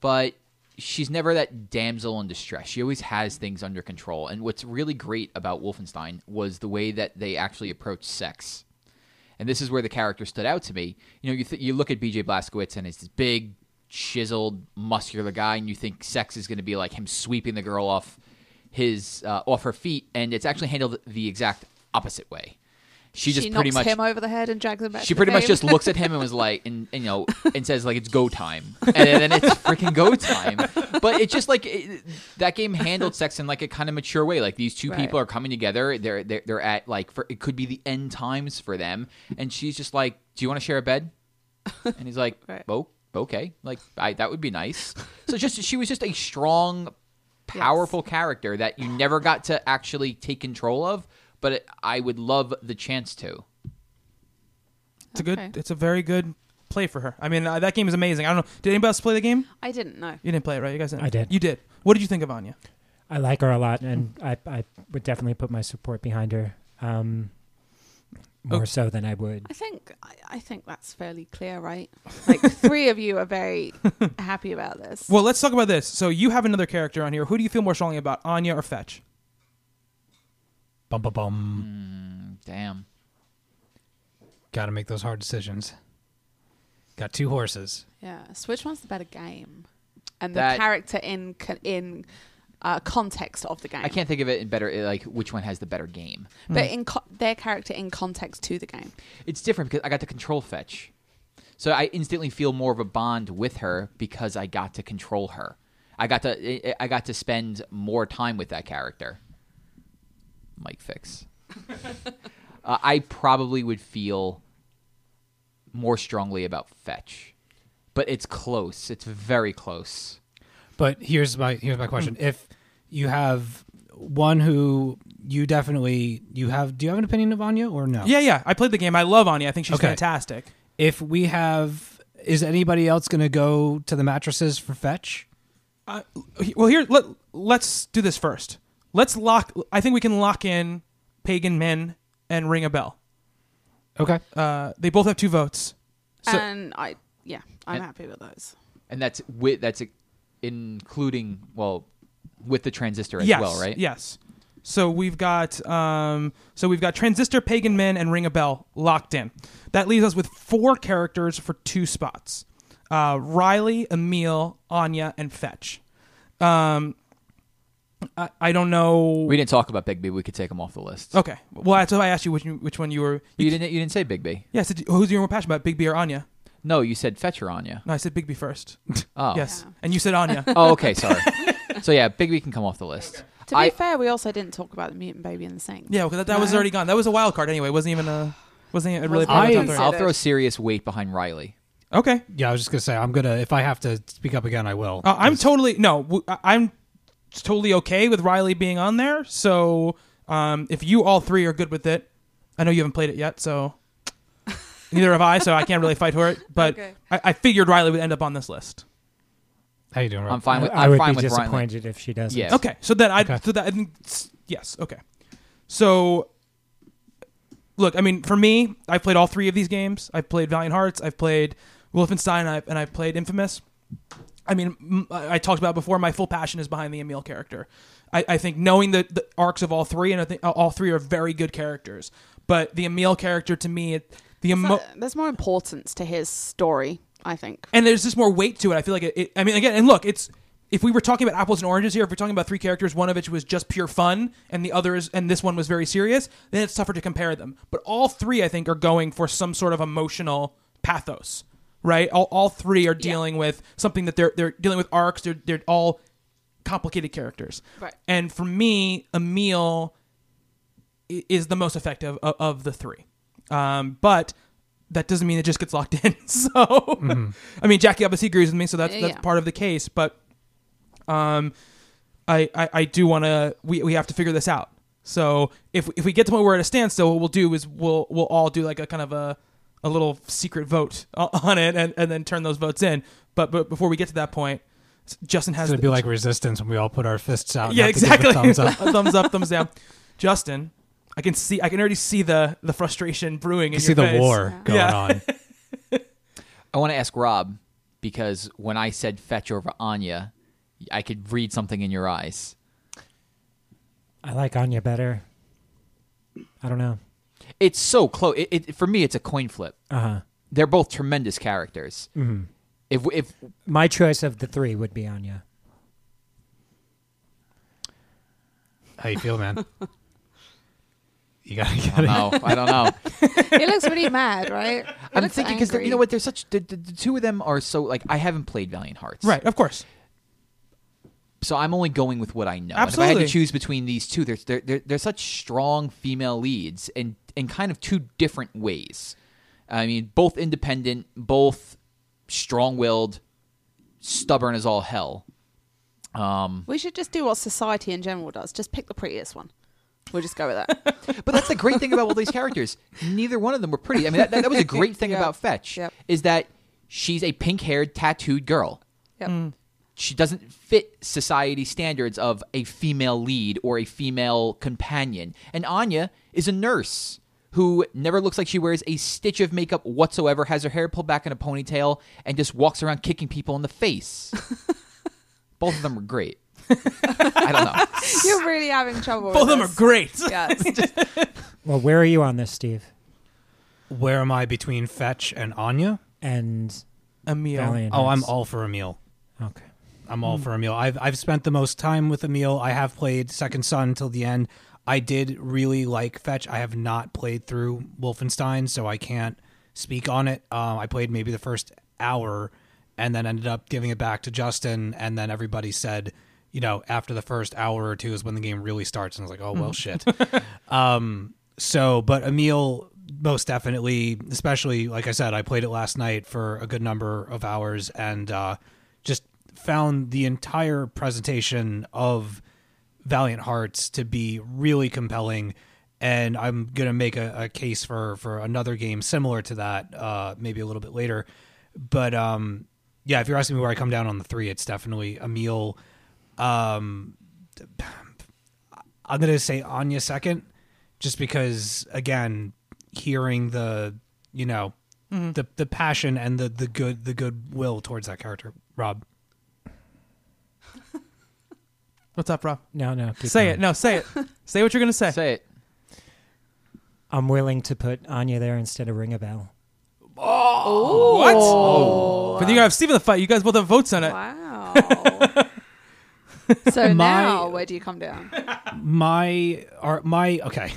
Speaker 3: but she's never that damsel in distress. She always has things under control. And what's really great about Wolfenstein was the way that they actually approached sex. And this is where the character stood out to me. You know, you th- you look at BJ Blazkowicz and it's this big, chiseled, muscular guy, and you think sex is going to be like him sweeping the girl off his uh, off her feet, and it's actually handled the exact opposite way. She just
Speaker 4: she
Speaker 3: pretty
Speaker 4: knocks
Speaker 3: much
Speaker 4: him over the head and drags him back.
Speaker 3: she
Speaker 4: to the
Speaker 3: pretty much
Speaker 4: game.
Speaker 3: just looks at him and was like, and, and, you know, and says like it's go time, and then it's freaking go time. But it's just like it, that game handled sex in like a kind of mature way. Like these two
Speaker 4: Right.
Speaker 3: people are coming together. They're they're, they're at like for, it could be the end times for them, and she's just like, "Do you want to share a bed?" And he's like,
Speaker 4: Right.
Speaker 3: "Oh, okay, like I, that would be nice." So just she was just a strong, powerful character that you never got to actually take control of, but it, I would love the chance to.
Speaker 2: it's a good
Speaker 4: Okay.
Speaker 2: it's a very good play for her i mean uh, that game is amazing i don't know did anybody else play the game
Speaker 4: I didn't know.
Speaker 2: you didn't play it right you guys didn't
Speaker 5: I did.
Speaker 2: you did what did you think of anya
Speaker 5: I like her a lot, and I,
Speaker 1: Mm-hmm.
Speaker 5: I would definitely put my support behind her um, more
Speaker 2: Okay.
Speaker 5: so than I would.
Speaker 4: I think I, I think that's fairly clear, right? Like three of you are very happy about this.
Speaker 2: Well, let's talk about this. So you have another character on here. Who do you feel more strongly about, Anya or Fetch?
Speaker 1: Bum bum bum.
Speaker 3: Damn.
Speaker 1: Got to make those hard decisions. Got two horses.
Speaker 4: Yeah. So which one's the better game? And
Speaker 3: That-
Speaker 4: the character in co- in uh, context of the game.
Speaker 3: I can't think of it in better eh, like which one has the better game.
Speaker 4: But in co- their character in context to the game.
Speaker 3: It's different because I got to control fetch. So I instantly feel more of a bond with her because I got to control her. I got to eh, I- I got to spend more time with that character. Mike fix. uh, I probably would feel more strongly about fetch. But it's close. It's very close.
Speaker 1: But here's my here's my question: If you have one who you definitely you have, do you have an opinion of Anya or
Speaker 3: Oh.
Speaker 1: no?
Speaker 2: Yeah, yeah. I played the game. I love Anya. I think she's
Speaker 1: Okay.
Speaker 2: fantastic.
Speaker 1: If we have, is anybody else going to go to the mattresses for fetch?
Speaker 2: Uh, well, here let let's do this first. Let's lock. I think we can lock in pagan men and ring a bell.
Speaker 1: Okay.
Speaker 2: Uh, they both have two votes. So-
Speaker 4: and I yeah, I'm
Speaker 3: And-
Speaker 4: happy with those.
Speaker 3: And that's with that's including well with the transistor as
Speaker 2: yes,
Speaker 3: well, right?
Speaker 2: Yes. So we've got um, so we've got transistor, pagan men, and ring a bell locked in. That leaves us with four characters for two spots: uh, Riley, Emil, Anya, and Fetch. Um, I, I don't know.
Speaker 3: We didn't talk about Big B. We could take him off the list.
Speaker 2: okay. Well, that's why I asked you which which one you were.
Speaker 3: You didn't. You didn't say Big B.
Speaker 2: Yes. did you- who's your more passionate about, Big B or Anya?
Speaker 3: No, you said Fetcher Anya.
Speaker 2: No, I said Big B first.
Speaker 3: Oh.
Speaker 2: Yes,
Speaker 4: Yeah.
Speaker 2: and you said Anya.
Speaker 3: Oh, okay. Sorry. so yeah, Big B can come off the list.
Speaker 4: To be
Speaker 3: I-
Speaker 4: fair, we also didn't talk about the mutant baby in the sink.
Speaker 2: yeah, because that, that was
Speaker 4: No.
Speaker 2: already gone. That was a wild card anyway. It wasn't even a wasn't even really.
Speaker 4: Wasn't
Speaker 2: part of the
Speaker 1: even
Speaker 2: top
Speaker 3: I'll
Speaker 4: Considered.
Speaker 3: throw serious weight behind Riley.
Speaker 2: three. Okay.
Speaker 1: Yeah, I was just gonna say I'm gonna if I have to speak up again, I will.
Speaker 2: Uh, I'm totally no. w- I- I'm totally okay with Riley being on there. So um, if you all three are good with it, I know you haven't played it yet, so neither have I. So I can't really fight for it. But
Speaker 4: Okay.
Speaker 2: I, I figured Riley would end up on this list.
Speaker 1: How you doing, Rob?
Speaker 3: I'm fine with.
Speaker 5: I
Speaker 3: I'm
Speaker 5: would
Speaker 3: fine
Speaker 5: be
Speaker 3: with Brian Lee.
Speaker 5: disappointed if she doesn't.
Speaker 3: Yeah.
Speaker 2: Okay, so then I
Speaker 1: Okay.
Speaker 2: so that I think s- yes, okay. So look, I mean, for me, I've played all three of these games. I've played Valiant Hearts, I've played Wolfenstein, I've, and I've played Infamous. I mean, m- I I talked about it before. My full passion is behind the Emil character. I, I think knowing the, the arcs of all three, and I think uh, all three are very good characters. But the Emil character, to me, it, the emo-
Speaker 4: So, there's more importance to his story, I think.
Speaker 2: and there's just more weight to it. I feel like it, it. I mean, again, and look, it's if we were talking about apples and oranges here, if we're talking about three characters, one of which was just pure fun, and the other is, and this one was very serious, then it's tougher to compare them. But all three, I think, are going for some sort of emotional pathos, right? All, all three are dealing with something that they're they're dealing with arcs. They're they're all complicated characters,
Speaker 4: Right.
Speaker 2: And for me, Emil i- is the most effective of, of the three. Um, but that doesn't mean it just gets locked in. So,
Speaker 1: Mm-hmm.
Speaker 2: I mean, Jackie obviously agrees with me, so that's
Speaker 4: Yeah,
Speaker 2: that's
Speaker 4: yeah.
Speaker 2: part of the case. But um, I I, I do want to we we have to figure this out. So if if we get to the point where we're at a standstill, what we'll do is we'll we'll all do like a kind of a a little secret vote o- on it, and, and then turn those votes in. But but before we get to that point, s- Justin has
Speaker 1: It's gonna
Speaker 2: the-
Speaker 1: be like resistance when we all put our fists out. and
Speaker 2: yeah,
Speaker 1: have to give a
Speaker 2: exactly.
Speaker 1: thumbs up.
Speaker 2: thumbs up, thumbs down. Justin, I can see, I can already see the the frustration brewing.
Speaker 1: You
Speaker 2: in
Speaker 1: see
Speaker 2: your
Speaker 1: the
Speaker 2: face.
Speaker 1: war going
Speaker 2: Yeah.
Speaker 1: on.
Speaker 3: I want to ask Rob because when I said fetch over Anya, I could read something in your eyes.
Speaker 5: I like Anya better. I don't know.
Speaker 3: It's so close. It, it, for me, it's a coin flip.
Speaker 5: Uh huh.
Speaker 3: They're both tremendous characters.
Speaker 5: Mm-hmm.
Speaker 3: If if
Speaker 5: My choice of the three would be Anya.
Speaker 1: How you feel, man? You gotta get it.
Speaker 3: no, I don't know.
Speaker 4: He looks really mad, right? He
Speaker 3: I'm
Speaker 4: looks
Speaker 3: thinking because you
Speaker 4: angry.
Speaker 3: know what? They're such the, the, the two of them are so like I haven't played Valiant Hearts,
Speaker 2: Right, of course.
Speaker 3: So I'm only going with what I know. And If I had
Speaker 2: Absolutely.
Speaker 3: to choose between these two, they're they're, they're, they're such strong female leads, and in kind of two different ways. I mean, both independent, both strong-willed, stubborn as all hell. Um,
Speaker 4: We should just do what society in general does. Just pick the prettiest one. We'll just go with that.
Speaker 3: But that's the great thing about all these characters. Neither one of them were pretty. I mean, that, that, that was a great thing
Speaker 4: Yeah.
Speaker 3: about Fetch
Speaker 4: Yep.
Speaker 3: is that she's a pink-haired, tattooed girl.
Speaker 4: Yep.
Speaker 2: Mm.
Speaker 3: She doesn't fit society standards of a female lead or a female companion. And Anya is a nurse who never looks like she wears a stitch of makeup whatsoever, has her hair pulled back in a ponytail, and just walks around kicking people in the face. Both of them are great. I don't know.
Speaker 4: You're really having trouble.
Speaker 2: Both of
Speaker 4: with
Speaker 2: them are great.
Speaker 4: this. Yes.
Speaker 5: Well, where are you on this, Steve?
Speaker 1: Where am I between Fetch and Anya?
Speaker 5: And
Speaker 2: Emil.
Speaker 5: Valiant
Speaker 1: Oh, I'm
Speaker 5: Hearts.
Speaker 1: all for Emil.
Speaker 5: Okay.
Speaker 1: I'm all for Emil. I've I've spent the most time with Emil. I have played Second Son till the end. I did really like Fetch. I have not played through Wolfenstein, so I can't speak on it. Um, I played maybe the first hour, and then ended up giving it back to Justin. And then everybody said, you know, after the first hour or two is when the game really starts. And I was like, oh well, shit. Um, so, but Emil, most definitely, especially like I said, I played it last night for a good number of hours and uh, just found the entire presentation of Valiant Hearts to be really compelling. And I'm gonna make a, a case for for another game similar to that, uh, maybe a little bit later. But um, yeah, if you're asking me where I come down on the three, it's definitely Emil. Um, I'm gonna say Anya second, just because again, hearing the you know the the passion and the the good the goodwill towards that character, Rob.
Speaker 2: What's up, Rob?
Speaker 5: No, no. keep
Speaker 2: say
Speaker 5: going.
Speaker 2: it. No, say it. say what you're gonna say.
Speaker 3: Say it.
Speaker 5: I'm willing to put Anya there instead of Ring a Bell.
Speaker 2: What? Oh.
Speaker 1: Oh.
Speaker 2: But then you have Steve in the fight. You guys both have votes on it.
Speaker 4: Wow. so now, where do you come down?
Speaker 1: My are my okay.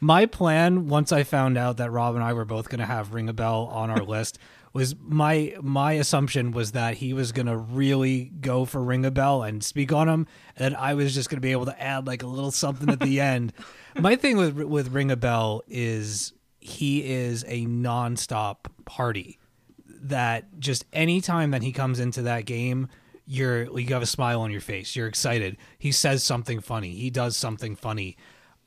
Speaker 1: my plan once I found out that Rob and I were both gonna have Ring a Bell on our list was my my assumption was that he was gonna really go for Ring a Bell and speak on him, and I was just gonna be able to add like a little something at the end. My thing with with Ring a Bell is he is a nonstop party that just any time that he comes into that game you're you have a smile on your face you're excited he says something funny he does something funny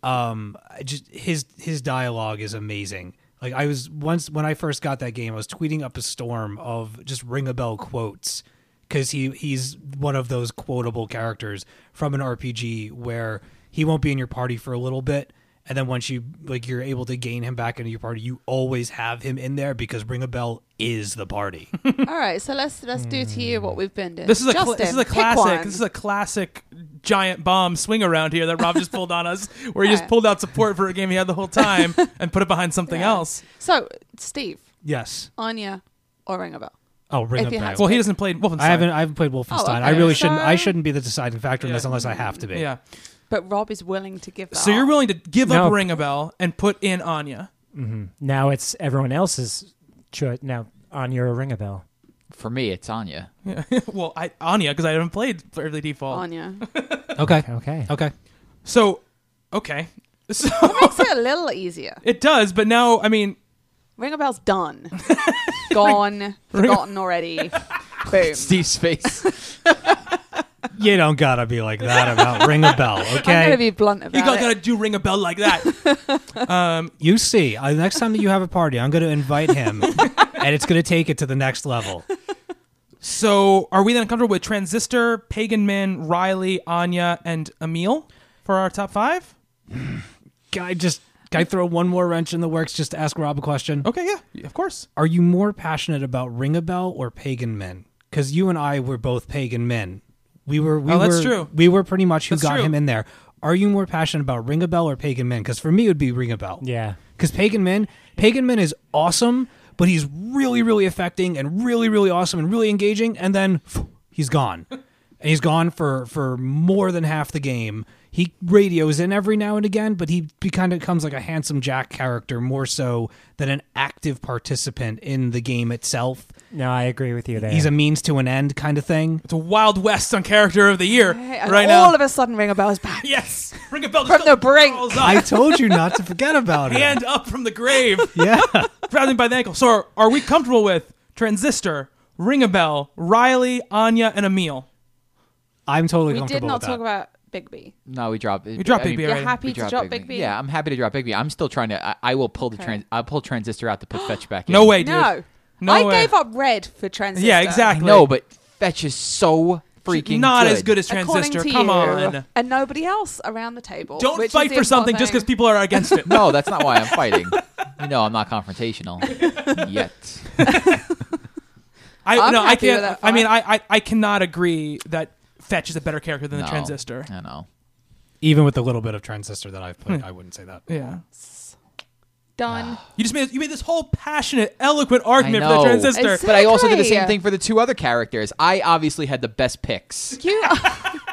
Speaker 1: um I just his his dialogue is amazing like i was once when i first got that game i was tweeting up a storm of just ring a bell quotes because he he's one of those quotable characters from an RPG where he won't be in your party for a little bit, and then once you like you're able to gain him back into your party, you always have him in there because Ring a Bell is the party.
Speaker 4: All right, so let's let's do to you what we've been doing.
Speaker 2: This is a cla-
Speaker 4: Justin,
Speaker 2: this is a
Speaker 4: pick
Speaker 2: classic
Speaker 4: one.
Speaker 2: this is a classic giant bomb swing around here that Rob just pulled on us, where he just
Speaker 4: Yeah.
Speaker 2: pulled out support for a game he had the whole time and put it behind something
Speaker 4: Yeah.
Speaker 2: else.
Speaker 4: So, Steve,
Speaker 1: yes.
Speaker 4: Anya, or Ring a Bell?
Speaker 1: Oh, Ring
Speaker 4: If
Speaker 1: a
Speaker 4: you
Speaker 1: Bell.
Speaker 4: have to-
Speaker 2: Well, he doesn't play Wolfenstein.
Speaker 1: I haven't I haven't played Wolfenstein. I
Speaker 4: Oh, okay.
Speaker 1: really shouldn't I
Speaker 4: So-
Speaker 1: shouldn't be the deciding factor in this
Speaker 2: Yeah.
Speaker 1: unless I have to be.
Speaker 2: Yeah.
Speaker 4: But Rob is willing to give. That
Speaker 2: So you're
Speaker 4: up.
Speaker 2: willing to give
Speaker 5: No.
Speaker 2: up Ring a Bell and put in Anya.
Speaker 5: Now it's everyone else's choice. Now on your ring a bell.
Speaker 3: For me, it's Anya.
Speaker 2: Yeah. well, I, Anya because I haven't played Bravely Default.
Speaker 4: Anya.
Speaker 1: Okay.
Speaker 5: Okay.
Speaker 1: Okay.
Speaker 2: So, okay. So
Speaker 4: Makes it a little easier.
Speaker 2: it does, but now I mean,
Speaker 4: Ring a Bell's done, gone, forgotten already. Boom.
Speaker 3: Steve's face.
Speaker 1: You don't gotta be like that about Ring a Bell,
Speaker 4: I'm
Speaker 1: okay?
Speaker 4: gonna be blunt about
Speaker 2: you got,
Speaker 4: it.
Speaker 2: gotta do Ring a Bell like that.
Speaker 1: you see, uh, the next time that you have a party, I'm gonna invite him, and it's gonna take it to the next level.
Speaker 2: so, are we then comfortable with Transistor, Pagan Man, Riley, Anya, and Emil for our top five?
Speaker 1: Can I just can I throw one more wrench in the works just to ask Rob a question?
Speaker 2: Okay, yeah, of course.
Speaker 1: Are you more passionate about Ring a Bell or Pagan Men? Because you and I were both Pagan Men. We were. We
Speaker 2: Oh, that's
Speaker 1: were,
Speaker 2: true.
Speaker 1: We were pretty much who
Speaker 2: That's
Speaker 1: got
Speaker 2: true.
Speaker 1: him in there. Are you more passionate about Ring a Bell or Pagan Men? Because for me, it would be Ring a Bell.
Speaker 5: Yeah.
Speaker 1: Because Pagan Men, Pagan Men is awesome, but he's really, really affecting and really, really awesome and really engaging, and then phew, he's gone. And he's gone for for more than half the game. He radios in every now and again, but he, he kind of becomes like a handsome Jack character more so than an active participant in the game itself.
Speaker 5: No, I agree with you there.
Speaker 1: He's a means to an end kind of thing.
Speaker 2: It's a Wild West on Character of the Year
Speaker 4: Okay, and
Speaker 2: right
Speaker 4: all
Speaker 2: now.
Speaker 4: of a sudden, Ring a Bell's back.
Speaker 2: yes, Ring a Bell
Speaker 4: From
Speaker 2: just
Speaker 4: the brink.
Speaker 2: crawls up,
Speaker 1: I told you not to forget about it.
Speaker 2: hand up from the grave,
Speaker 1: yeah.
Speaker 2: grabbing by the ankle. So, are, are we comfortable with Transistor, Ring a Bell, Riley, Anya, and Emil?
Speaker 1: I'm totally
Speaker 4: We did
Speaker 1: comfortable
Speaker 4: not
Speaker 1: with
Speaker 4: talk
Speaker 1: that.
Speaker 4: about Big B.
Speaker 3: No, we dropped. We
Speaker 2: dropped Big B,
Speaker 4: You're
Speaker 2: Right.
Speaker 4: happy to drop Big
Speaker 3: Big
Speaker 4: B?
Speaker 3: B. Yeah, I'm happy to drop Big B. I'm still trying to. I, I will pull the trans. I'll pull transistor out to put fetch back in.
Speaker 2: No way, dude.
Speaker 4: No.
Speaker 2: No
Speaker 4: I
Speaker 2: way.
Speaker 4: gave up red for transistor.
Speaker 2: Yeah, exactly.
Speaker 3: No, but fetch is so freaking
Speaker 2: not
Speaker 3: good.
Speaker 2: as good as
Speaker 4: According
Speaker 2: Transistor.
Speaker 4: to
Speaker 2: Come
Speaker 4: you,
Speaker 2: on.
Speaker 4: And nobody else around the table.
Speaker 2: Don't
Speaker 4: which
Speaker 2: fight
Speaker 4: is
Speaker 2: for something
Speaker 4: important
Speaker 2: just because
Speaker 4: thing.
Speaker 2: people are against it.
Speaker 3: No, that's not why I'm fighting. You know, I'm not confrontational yet.
Speaker 2: I
Speaker 4: I'm
Speaker 2: no, I
Speaker 4: happy
Speaker 2: can't.
Speaker 4: with that
Speaker 2: I mean,
Speaker 4: fight.
Speaker 2: I, I I cannot agree that Fetch is a better character than
Speaker 3: No,
Speaker 2: the Transistor.
Speaker 3: I know.
Speaker 1: Even with the little bit of Transistor that I've played, I wouldn't say that.
Speaker 2: Yeah,
Speaker 4: done.
Speaker 2: you just made you made this whole passionate, eloquent argument
Speaker 3: I
Speaker 2: for the
Speaker 3: know.
Speaker 2: Transistor.
Speaker 4: It's-
Speaker 3: But I also did the
Speaker 4: Exactly.
Speaker 3: same thing for the two other characters. I obviously had the best picks.
Speaker 4: You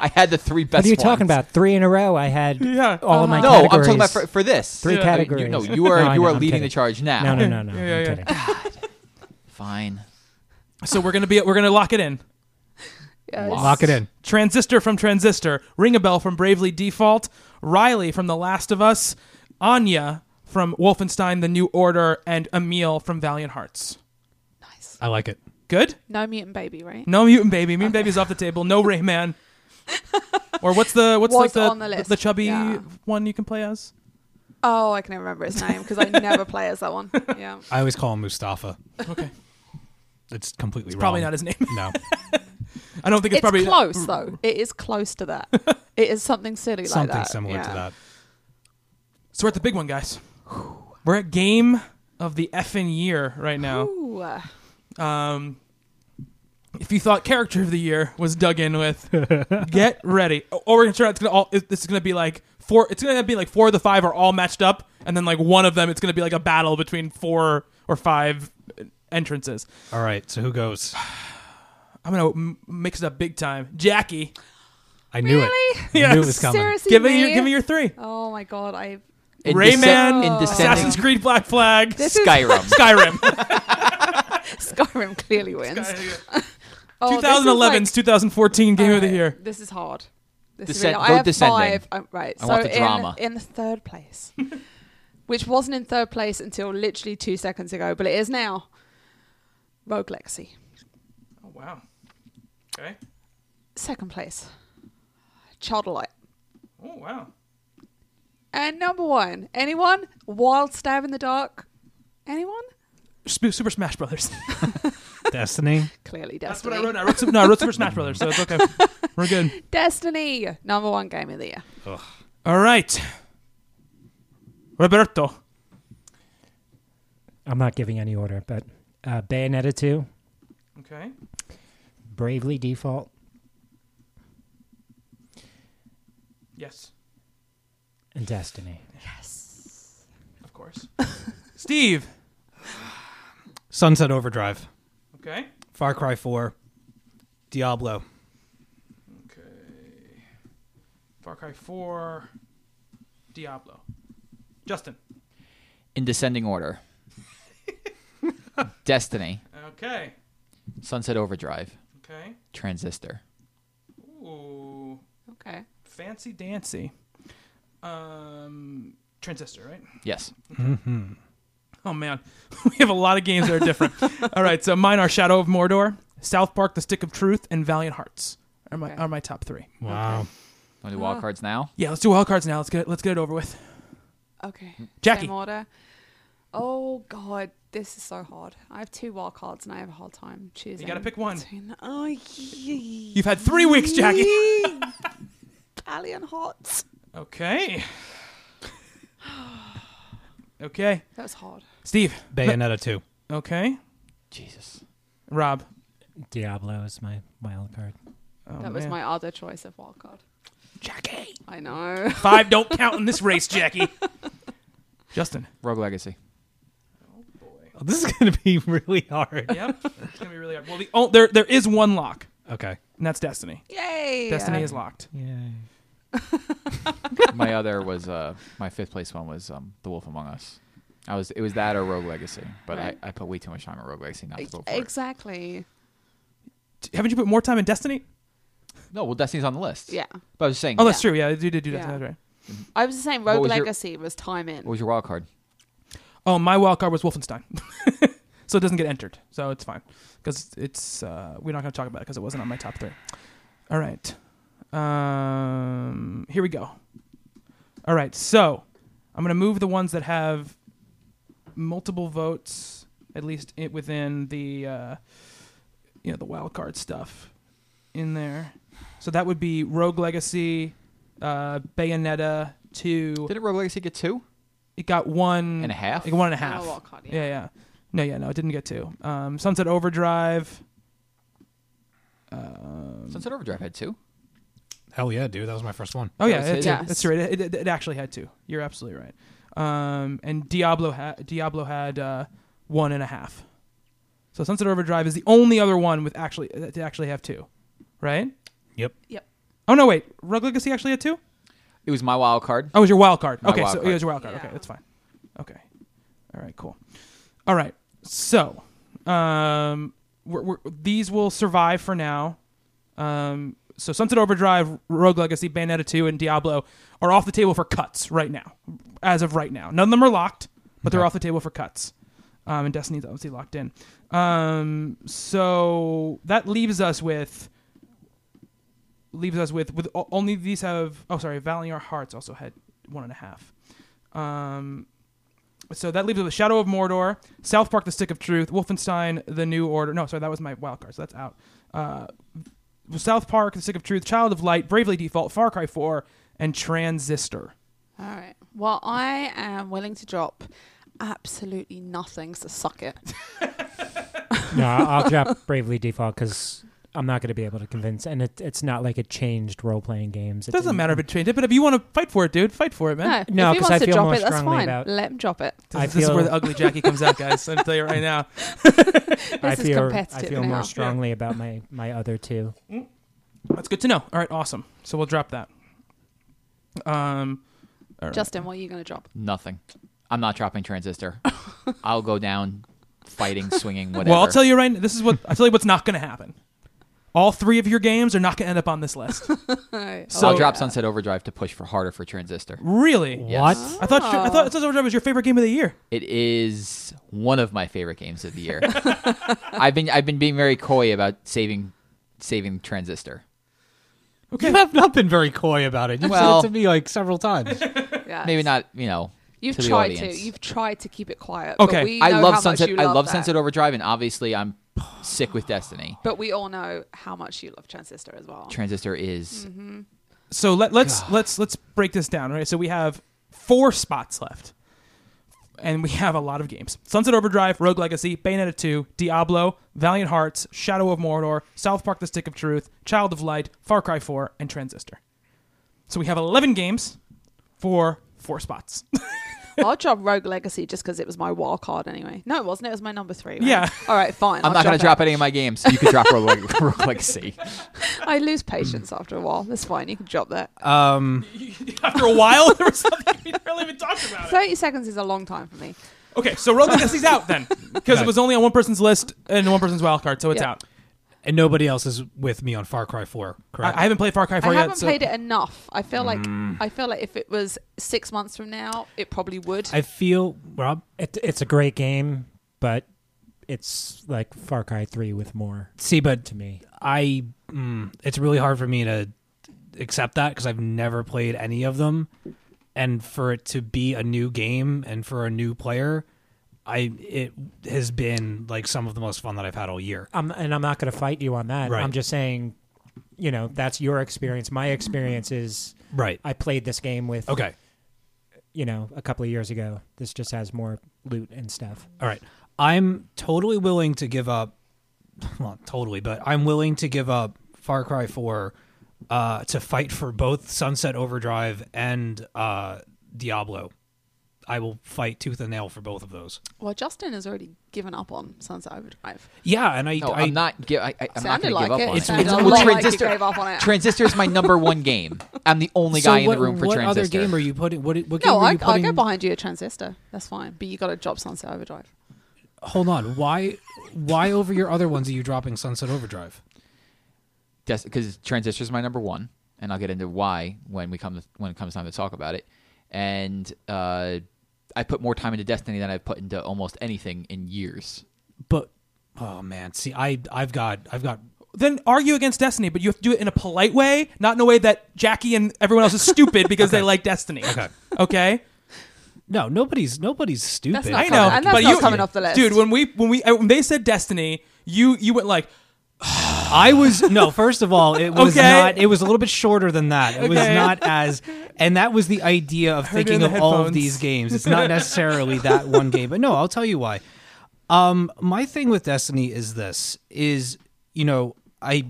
Speaker 3: I had the three best.
Speaker 5: what are you
Speaker 3: ones.
Speaker 5: talking about? Three in a row. I had
Speaker 2: Yeah.
Speaker 5: all of my
Speaker 3: No, I'm
Speaker 5: categories.
Speaker 3: talking about for, for this.
Speaker 5: three
Speaker 2: Yeah.
Speaker 3: I mean,
Speaker 5: categories.
Speaker 3: You, no, you are
Speaker 5: No, I
Speaker 3: you
Speaker 5: know,
Speaker 3: are
Speaker 5: I'm
Speaker 3: leading
Speaker 5: kidding.
Speaker 3: the charge now.
Speaker 5: No, no, no, no.
Speaker 2: Yeah,
Speaker 5: I'm
Speaker 2: yeah.
Speaker 5: kidding.
Speaker 3: Fine.
Speaker 2: so we're gonna be we're gonna lock it in.
Speaker 4: yes.
Speaker 1: Lock it in.
Speaker 2: Transistor from Transistor, Ring a Bell from Bravely Default, Riley from The Last of Us, Anya from Wolfenstein: The New Order, and Emil from Valiant Hearts.
Speaker 4: Nice.
Speaker 1: I like it.
Speaker 2: Good.
Speaker 4: No mutant baby, right?
Speaker 2: No mutant baby. Mutant baby's off the table. No Rayman. or what's the what's
Speaker 4: Was
Speaker 2: like the
Speaker 4: on the list,
Speaker 2: chubby
Speaker 4: yeah.
Speaker 2: one you can play as?
Speaker 4: Oh, I can never remember his name because I never play as that one. Yeah.
Speaker 1: I always call him Mustafa.
Speaker 2: Okay,
Speaker 1: It's completely wrong.
Speaker 2: probably not his name.
Speaker 1: No.
Speaker 2: I don't think it's,
Speaker 4: It's
Speaker 2: probably
Speaker 4: close though. It is close to that. It is something silly like
Speaker 1: Something
Speaker 4: that.
Speaker 1: similar to
Speaker 4: Yeah.
Speaker 1: that.
Speaker 2: So we're at the big one, guys. We're at game of the effing year right now.
Speaker 4: Ooh, uh,
Speaker 2: Um, if you thought character of the year was dug in with, get ready. Or we're gonna turn out it's gonna all. This is gonna be like four. It's gonna be like four of the five are all matched up, and then like one of them, it's gonna be like a battle between four or five entrances.
Speaker 1: All right, so who goes?
Speaker 2: I'm gonna m- mix it up big time. Jackie,
Speaker 1: I knew
Speaker 4: Really?
Speaker 1: it. I knew it was coming.
Speaker 4: seriously,
Speaker 2: give me your,
Speaker 4: me?
Speaker 2: give me your three.
Speaker 4: Oh my god, I
Speaker 3: In
Speaker 2: Rayman,
Speaker 3: descend- in
Speaker 4: Oh.
Speaker 3: descending
Speaker 2: Assassin's Creed Black Flag,
Speaker 4: This is-
Speaker 3: Skyrim.
Speaker 2: Skyrim,
Speaker 4: Skyrim clearly wins. Oh, this is
Speaker 2: 2011's 2014 Game of the
Speaker 4: Alright,
Speaker 2: Year.
Speaker 4: This is hard. This
Speaker 3: Descend-
Speaker 4: is really,
Speaker 3: vote
Speaker 4: I have
Speaker 3: descending.
Speaker 4: five. um, right.
Speaker 3: I
Speaker 4: so
Speaker 3: want the
Speaker 4: in,
Speaker 3: drama.
Speaker 4: in third place, which wasn't in third place until literally two seconds ago, but it is now. Rogue Legacy.
Speaker 2: Oh wow. Okay.
Speaker 4: Second place, Childlight.
Speaker 2: Oh wow.
Speaker 4: And number one, anyone? Wild Stab in the Dark. Anyone?
Speaker 2: Sp- Super Smash Brothers.
Speaker 1: Destiny.
Speaker 4: Clearly, Destiny.
Speaker 2: That's what I wrote. I wrote Super, no, I wrote Super Smash Brothers, so it's okay. We're good.
Speaker 4: Destiny, number one game of the year.
Speaker 2: All right, Roberto.
Speaker 5: I'm not giving any order, but uh, Bayonetta 2,
Speaker 2: Okay.
Speaker 5: Bravely Default,
Speaker 2: Yes,
Speaker 5: and Destiny.
Speaker 2: of course. Steve.
Speaker 1: Sunset Overdrive.
Speaker 2: Okay.
Speaker 1: Far Cry 4. Diablo.
Speaker 2: Okay. Far Cry 4. Diablo. Justin.
Speaker 3: in descending order. Destiny,
Speaker 2: Okay.
Speaker 3: Sunset Overdrive,
Speaker 2: Okay.
Speaker 3: Transistor.
Speaker 2: Ooh.
Speaker 4: Okay.
Speaker 2: Fancy dancy. Um. Transistor, right?
Speaker 3: Yes.
Speaker 2: Oh man, we have a lot of games that are different. All right, so mine are Shadow of Mordor, South Park: The Stick of Truth, and Valiant Hearts are my
Speaker 4: Okay.
Speaker 2: are my top three.
Speaker 1: Wow.
Speaker 3: Want to do wild cards now?
Speaker 2: Yeah, let's do wild cards now. Let's get it, let's get it over with.
Speaker 4: Okay.
Speaker 2: Jackie.
Speaker 4: Same order. Oh God, this is so hard. I have two wild cards and I have a hard time choosing.
Speaker 2: gotta pick one.
Speaker 4: between- Oh, yeah.
Speaker 2: You've had three weeks, Jackie.
Speaker 4: Italian hot.
Speaker 2: Okay. Okay,
Speaker 4: That was hard.
Speaker 2: Steve.
Speaker 1: Bayonetta 2.
Speaker 2: Okay,
Speaker 3: Jesus.
Speaker 2: Rob.
Speaker 5: Diablo is my wild card.
Speaker 2: Oh,
Speaker 4: that was
Speaker 2: man.
Speaker 4: my other choice of wild card.
Speaker 2: Jackie.
Speaker 4: I know.
Speaker 2: Five don't count in this race, Jackie. Justin.
Speaker 3: Rogue Legacy.
Speaker 1: This is going to be really hard.
Speaker 2: Yep. It's gonna be really hard. Well, the oh, there there is one lock,
Speaker 1: Okay.
Speaker 2: and that's Destiny.
Speaker 4: Yay.
Speaker 2: Destiny is locked.
Speaker 1: Yay.
Speaker 3: my other was uh, my fifth place one was um, The Wolf Among Us. I was it was that or Rogue Legacy, but
Speaker 4: Right.
Speaker 3: I, I put way too much time at Rogue Legacy not to vote for it.
Speaker 4: Exactly.
Speaker 2: Haven't you put more time in Destiny?
Speaker 3: No, well Destiny's on the list.
Speaker 4: Yeah.
Speaker 3: but I was just saying.
Speaker 2: Oh, that's
Speaker 4: Yeah.
Speaker 2: true. Yeah, you did do that.
Speaker 4: Yeah.
Speaker 2: That's right.
Speaker 4: I was the same.
Speaker 3: What
Speaker 4: Rogue
Speaker 3: was your-
Speaker 4: Legacy was time in.
Speaker 3: What was your wild card?
Speaker 2: Oh, my wild card was Wolfenstein, so it doesn't get entered. So it's fine because it's uh, we're not going to talk about it because it wasn't on my top three. All right, um, here we go. All right, so I'm going to move the ones that have multiple votes, at least it, within the uh, you know the wild card stuff in there. So that would be Rogue Legacy, uh, Bayonetta two.
Speaker 3: Did it Rogue Legacy get two
Speaker 2: It got one
Speaker 3: and a half?
Speaker 2: like one and a
Speaker 4: And
Speaker 2: half.
Speaker 4: a wild card,
Speaker 2: Yeah, yeah. No, yeah, no, it didn't get two. Um, Sunset Overdrive. Um,
Speaker 3: Sunset Overdrive had two.
Speaker 1: Hell yeah, dude. That was my first one.
Speaker 2: oh yeah,
Speaker 3: Yes,
Speaker 2: it,
Speaker 3: it
Speaker 2: yeah,
Speaker 4: is.
Speaker 2: that's right. It, it, it actually had two. You're absolutely right. Um, and Diablo had Diablo had uh, one and a half. So Sunset Overdrive is the only other one with actually that actually have two, right?
Speaker 1: Yep.
Speaker 4: Yep.
Speaker 2: Oh no, wait. Rogue Legacy actually had two.
Speaker 3: It was my wild card.
Speaker 2: Oh, it was your wild card.
Speaker 3: My
Speaker 2: okay,
Speaker 3: wild
Speaker 2: so
Speaker 3: card.
Speaker 2: it was your wild card. Okay,
Speaker 4: Yeah.
Speaker 2: that's fine. Okay. All right, cool. All right. So, um we're, we're, these will survive for now. Um so Sunset Overdrive, Rogue Legacy, Bayonetta 2 and Diablo are off the table for cuts right now. As of right now. None of them are locked, but they're
Speaker 1: Okay.
Speaker 2: off the table for cuts. Um and Destiny's obviously locked in. Um so that leaves us with leaves us with with o- only these have oh sorry valiant hearts also had one and a half um so that leaves us with shadow of mordor south park the stick of truth wolfenstein the new order no sorry that was my wild card so that's out uh south park the stick of truth child of light bravely default far cry 4 and transistor
Speaker 4: All right. Well, I am willing to drop absolutely nothing, so suck it.
Speaker 5: no, I'll drop Bravely Default because I'm not going to be able to convince. And it, it's not like it changed role playing games. It
Speaker 2: it doesn't
Speaker 5: didn't-
Speaker 2: matter if it changed it but if you want to fight for it dude fight for it man
Speaker 4: No,
Speaker 5: No,
Speaker 4: if he
Speaker 5: 'cause
Speaker 4: wants
Speaker 5: I
Speaker 4: to
Speaker 5: feel
Speaker 4: drop
Speaker 5: more
Speaker 4: it, that's
Speaker 5: strongly
Speaker 4: fine.
Speaker 5: about-
Speaker 4: Let him drop it.
Speaker 2: This,
Speaker 5: I
Speaker 2: this is where
Speaker 5: feel-
Speaker 2: the ugly Jackie comes out, guys. I tell you right now.
Speaker 5: I
Speaker 4: This is
Speaker 5: feel, I
Speaker 4: competitive
Speaker 5: feel
Speaker 4: now.
Speaker 5: more strongly about my, my other two.
Speaker 2: That's good to know. All right, awesome. So we'll drop that. Um, all right.
Speaker 4: Justin, what are you going to drop?
Speaker 3: Nothing. I'm not dropping Transistor. I'll go down fighting, swinging, whatever.
Speaker 2: Well, I'll tell you right. now, This is what I tell you. What's not going to happen? All three of your games are not going to end up on this list.
Speaker 4: Oh.
Speaker 2: So-
Speaker 3: I'll drop Sunset Overdrive to push for harder for Transistor.
Speaker 2: Really?
Speaker 3: Yes.
Speaker 1: What?
Speaker 2: I thought I
Speaker 4: Oh.
Speaker 2: thought Sunset Overdrive was your favorite game of the year.
Speaker 3: It is one of my favorite games of the year. I've been I've been being very coy about saving saving Transistor.
Speaker 1: You have not been very coy about it. You've
Speaker 3: Well-
Speaker 1: said it to me like several times.
Speaker 4: Yes.
Speaker 3: Maybe not, you know.
Speaker 4: You've
Speaker 3: to the
Speaker 4: tried
Speaker 3: audience.
Speaker 4: to. You've tried to keep it quiet.
Speaker 2: Okay.
Speaker 4: But we
Speaker 3: I
Speaker 4: know
Speaker 3: love
Speaker 4: how
Speaker 3: Sunset
Speaker 4: Much you
Speaker 3: I
Speaker 4: love
Speaker 3: love
Speaker 4: that.
Speaker 3: Sunset Overdrive and obviously I'm sick with Destiny.
Speaker 4: But we all know how much you love Transistor as well.
Speaker 3: Transistor is
Speaker 4: Mm-hmm.
Speaker 2: So let, let's let's let's break this down, right? So we have four spots left, and we have a lot of games: Sunset Overdrive, Rogue Legacy, Bayonetta 2, Diablo, Valiant Hearts, Shadow of Mordor, South Park: The Stick of Truth, Child of Light, Far Cry 4, and Transistor. So we have eleven games for four spots.
Speaker 4: I'll drop Rogue Legacy just because it was my wild card anyway. No, it wasn't. It was my number three. right?
Speaker 2: Yeah.
Speaker 4: All right, fine.
Speaker 3: I'm
Speaker 4: I'll
Speaker 3: not going to
Speaker 4: drop
Speaker 3: drop any of my games. so You can drop Rogue, Leg- Rogue Legacy.
Speaker 4: it. I lose patience after a while. That's fine. You can drop that.
Speaker 1: Um,
Speaker 2: After a while, there was something we barely even talked about. It.
Speaker 4: 30 seconds is a long time for me.
Speaker 2: Okay, so Rogue Legacy's out then because it
Speaker 1: Okay.
Speaker 2: was only on one person's list and one person's wild card, so it's
Speaker 4: Yeah.
Speaker 2: out.
Speaker 1: and nobody else is with me on Far Cry 4, correct?
Speaker 2: I, I haven't played Far Cry 4
Speaker 4: I
Speaker 2: yet.
Speaker 4: haven't
Speaker 2: so-
Speaker 4: played it enough. I feel like
Speaker 3: Mm.
Speaker 4: I feel like if it was six months from now, it probably would.
Speaker 1: I feel, Rob,
Speaker 5: It, it's a great game, but it's like Far Cry 3 with more
Speaker 1: see, but
Speaker 5: to me.
Speaker 1: I mm, it's really hard for me to accept that because I've never played any of them, and for it to be a new game and for a new player, I it has been like some of the most fun that I've had all year.
Speaker 5: I'm, and I'm not going to fight you on that.
Speaker 1: Right.
Speaker 5: I'm just saying, you know, that's your experience. My experience is
Speaker 1: Right.
Speaker 5: I played this game with,
Speaker 1: Okay.
Speaker 5: you know, a couple of years ago. This just has more loot and stuff.
Speaker 1: All right. I'm totally willing to give up. Well, not totally, but I'm willing to give up Far Cry 4 uh, to fight for both Sunset Overdrive and uh, Diablo. I will fight tooth and nail for both of those.
Speaker 4: well, Justin has already given up on Sunset Overdrive.
Speaker 1: Yeah, and I,
Speaker 3: No,
Speaker 1: I
Speaker 3: I, am not. Gi- I, I, I'm not
Speaker 4: Sounded
Speaker 3: going to
Speaker 4: like
Speaker 3: give up
Speaker 4: it.
Speaker 3: on
Speaker 4: It's-
Speaker 3: it.
Speaker 4: Sounded a lot like you
Speaker 3: Transistor.
Speaker 4: gave up on it.
Speaker 3: Transistor is my number one game. I'm the only
Speaker 1: So
Speaker 3: guy in
Speaker 1: what-
Speaker 3: the room for
Speaker 1: what other
Speaker 3: Transistor.
Speaker 1: game are you putting? What, what
Speaker 4: No,
Speaker 1: game are
Speaker 4: I,
Speaker 1: you putting?
Speaker 4: I'll go behind you at Transistor. That's fine. But you got to drop Sunset Overdrive.
Speaker 1: Hold on. Why? Why over your other ones are you dropping Sunset Overdrive?
Speaker 3: because transistor is my number one, and I'll get into why when we come when it comes time to talk about it. And uh, I put more time into Destiny than I've put into almost anything in years.
Speaker 1: But oh man, see, I I've got I've got
Speaker 2: then argue against Destiny, but you have to do it in a polite way, not in a way that Jackie and everyone else is stupid because they like Destiny.
Speaker 1: Okay.
Speaker 2: Okay.
Speaker 1: no nobody's nobody's stupid.
Speaker 4: That's
Speaker 2: I
Speaker 4: not
Speaker 2: know,
Speaker 4: coming- and that's
Speaker 2: but
Speaker 4: not
Speaker 2: you
Speaker 4: coming off the list.
Speaker 2: dude. When we when we uh, when they said Destiny, you you went like
Speaker 1: I was no. First of all, it was
Speaker 2: Okay.
Speaker 1: not. It was a little bit shorter than that. It was
Speaker 2: Okay.
Speaker 1: not as. And that was the idea of
Speaker 2: heard it in
Speaker 1: thinking
Speaker 2: the
Speaker 1: of all of
Speaker 2: headphones.
Speaker 1: these games. It's not necessarily that one game, but no, I'll tell you why. Um, my thing with Destiny is this: is you know I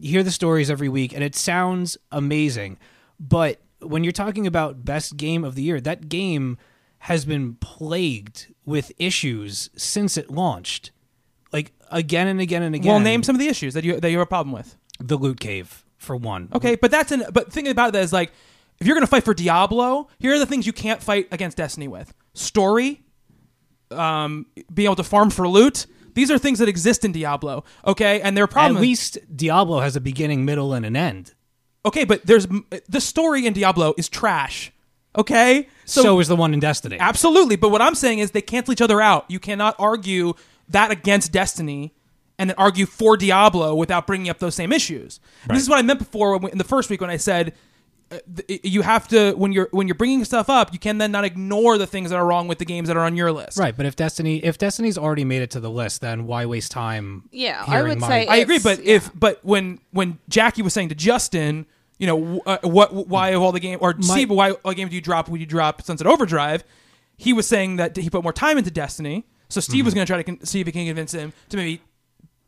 Speaker 1: hear the stories every week, and it sounds amazing, but when you're talking about best game of the year, that game has been plagued with issues since it launched, like again and again and again.
Speaker 2: well, name some of the issues that you that you have a problem with.
Speaker 1: the loot cave for one.
Speaker 2: Okay, but that's an but thinking about that is like if you're gonna fight for Diablo, here are the things you can't fight against Destiny with: story, um, being able to farm for loot. These are things that exist in Diablo. Okay, and they're
Speaker 1: At
Speaker 2: problems.
Speaker 1: least Diablo has a beginning, middle, and an end.
Speaker 2: Okay, but there's the story in Diablo is trash. Okay,
Speaker 1: So, is the one in Destiny.
Speaker 2: absolutely. But what I'm saying is they cancel each other out. You cannot argue that against Destiny and then argue for Diablo without bringing up those same issues. And This is what I meant before when we, in the first week when I said uh, th- you have to when you're when you're bringing stuff up, you can then not ignore the things that are wrong with the games that are on your list.
Speaker 1: right, but if Destiny, if Destiny's already made it to the list, then why waste time?
Speaker 4: Yeah, I
Speaker 1: hearing
Speaker 4: would
Speaker 1: my-
Speaker 4: say
Speaker 2: I agree,
Speaker 4: It's-
Speaker 2: but if but when when Jackie was saying to Justin, you know, wh- uh, what why of all the game or Steve, why all the game do you drop? Would you drop Sunset Overdrive? He was saying that he put more time into Destiny, so Steve was going to try to con- see if he can convince him to maybe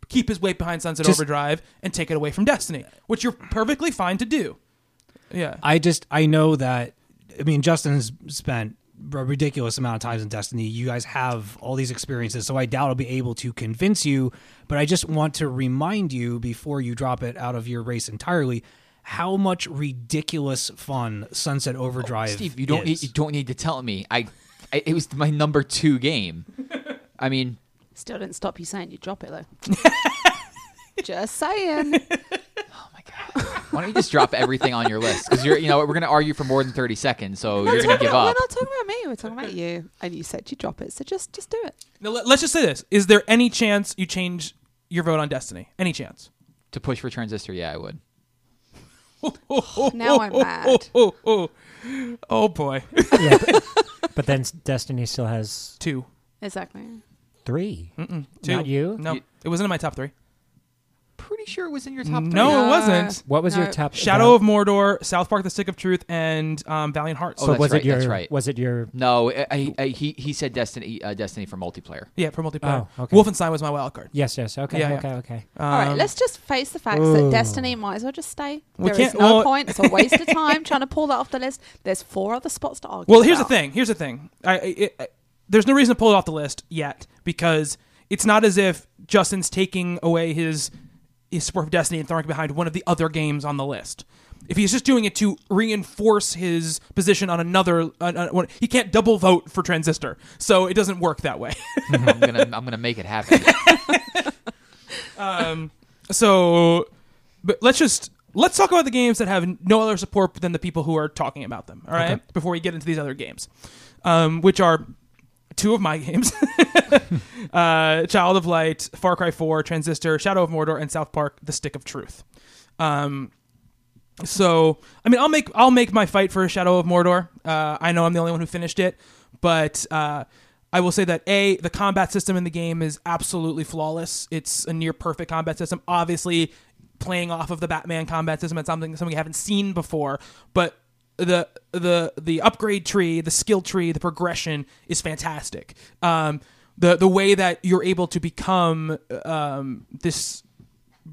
Speaker 2: keep his weight behind Sunset
Speaker 1: Just-
Speaker 2: Overdrive and take it away from Destiny, which you're perfectly fine to do. Yeah,
Speaker 1: I just I know that. I mean, Justin's spent a ridiculous amount of times in Destiny. You guys have all these experiences, so I doubt I'll be able to convince you. But I just want to remind you before you drop it out of your race entirely. How much ridiculous fun Sunset Overdrive
Speaker 3: Oh, Steve, you don't
Speaker 1: is.
Speaker 3: need, you don't need to tell me. I, I it was my number two game. I mean,
Speaker 4: Still didn't stop you saying you drop it though. Just saying.
Speaker 3: why don't you just drop everything on your list? Because you're you know what, we're going to argue for more than thirty seconds, so
Speaker 4: We're
Speaker 3: you're going
Speaker 4: not
Speaker 3: to give
Speaker 4: talking about-
Speaker 3: up.
Speaker 4: We're not talking about me. We're talking about you. And you said you drop it, so just just do it.
Speaker 2: now, let, us just say this: Is there any chance you change your vote on Destiny? Any chance?
Speaker 3: To push for Transistor, yeah, I would.
Speaker 4: Now I'm mad.
Speaker 2: Oh, oh, oh boy,
Speaker 5: Yeah, but, but then Destiny still has
Speaker 2: two.
Speaker 4: Exactly.
Speaker 5: three.
Speaker 2: Mm-mm. Two.
Speaker 5: Not you?
Speaker 2: No,
Speaker 3: You-
Speaker 2: it wasn't in my top three.
Speaker 3: Pretty sure it was in your top three.
Speaker 2: No, it wasn't.
Speaker 5: What was your
Speaker 4: No.
Speaker 5: top?
Speaker 2: Shadow of Mordor, South Park: The Stick of Truth, and um, Valiant Hearts.
Speaker 3: Oh,
Speaker 5: But
Speaker 3: that's
Speaker 5: was
Speaker 3: right,
Speaker 5: it your?
Speaker 3: that's right.
Speaker 5: Was it your?
Speaker 3: No, I, I, I, he he said Destiny uh, Destiny for multiplayer.
Speaker 2: yeah, for multiplayer.
Speaker 5: Oh, okay.
Speaker 2: Wolfenstein was my wild card.
Speaker 5: Yes, yes. Okay,
Speaker 2: Yeah, yeah.
Speaker 5: okay, okay.
Speaker 4: All right,
Speaker 2: Um,
Speaker 4: let's just face the facts
Speaker 5: Ooh.
Speaker 4: that Destiny might as well just stay.
Speaker 2: We
Speaker 4: There is
Speaker 2: can't-
Speaker 4: no
Speaker 2: well-
Speaker 4: point. It's a waste of time trying to pull that off the list. There's four other spots to argue.
Speaker 2: Well, here's the
Speaker 4: about.
Speaker 2: thing. Here's the thing. I, I, it, I, there's no reason to pull it off the list yet because it's not as if Justin's taking away his his support for Destiny and throwing it behind one of the other games on the list. If he's just doing it to reinforce his position on another, on- on one- he can't double vote for Transistor, so it doesn't work that way.
Speaker 3: I'm gonna I'm gonna make it happen.
Speaker 2: um, so, but let's just let's talk about the games that have no other support than the people who are talking about them. All right, before we get into these other games, um, which are two of my games: uh, Child of Light, Far Cry Four, Transistor, Shadow of Mordor, and South Park: The Stick of Truth. Um, so, I mean, I'll make I'll make my fight for Shadow of Mordor. Uh, I know I'm the only one who finished it, but uh, I will say that a the combat system in the game is absolutely flawless. It's a near perfect combat system. Obviously, playing off of the Batman combat system, it's something something we haven't seen before, but the the the upgrade tree, the skill tree, the progression is fantastic. Um, the the way that you're able to become um, this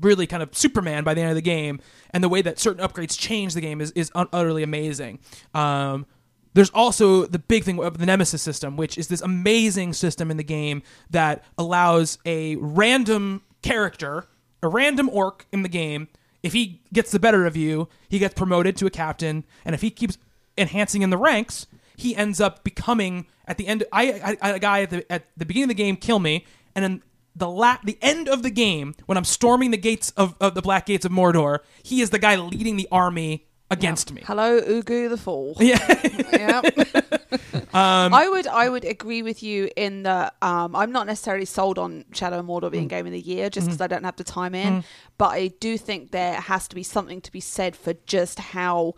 Speaker 2: really kind of Superman by the end of the game, and the way that certain upgrades change the game is is un- utterly amazing. Um, there's also the big thing of the Nemesis system, which is this amazing system in the game that allows a random character, a random orc in the game, if he gets the better of you, he gets promoted to a captain, and if he keeps enhancing in the ranks, he ends up becoming at the end. I, I, I a guy at the at the beginning of the game kill me, and then the la- the end of the game when I'm storming the gates of, of the black gates of Mordor, he is the guy leading the army against me.
Speaker 4: Hello, Ugu the Fool. Yeah. I would I would agree with you in that um, I'm not necessarily sold on Shadow and Mordor being game of the year just because I don't have the time in, but I do think there has to be something to be said for just how,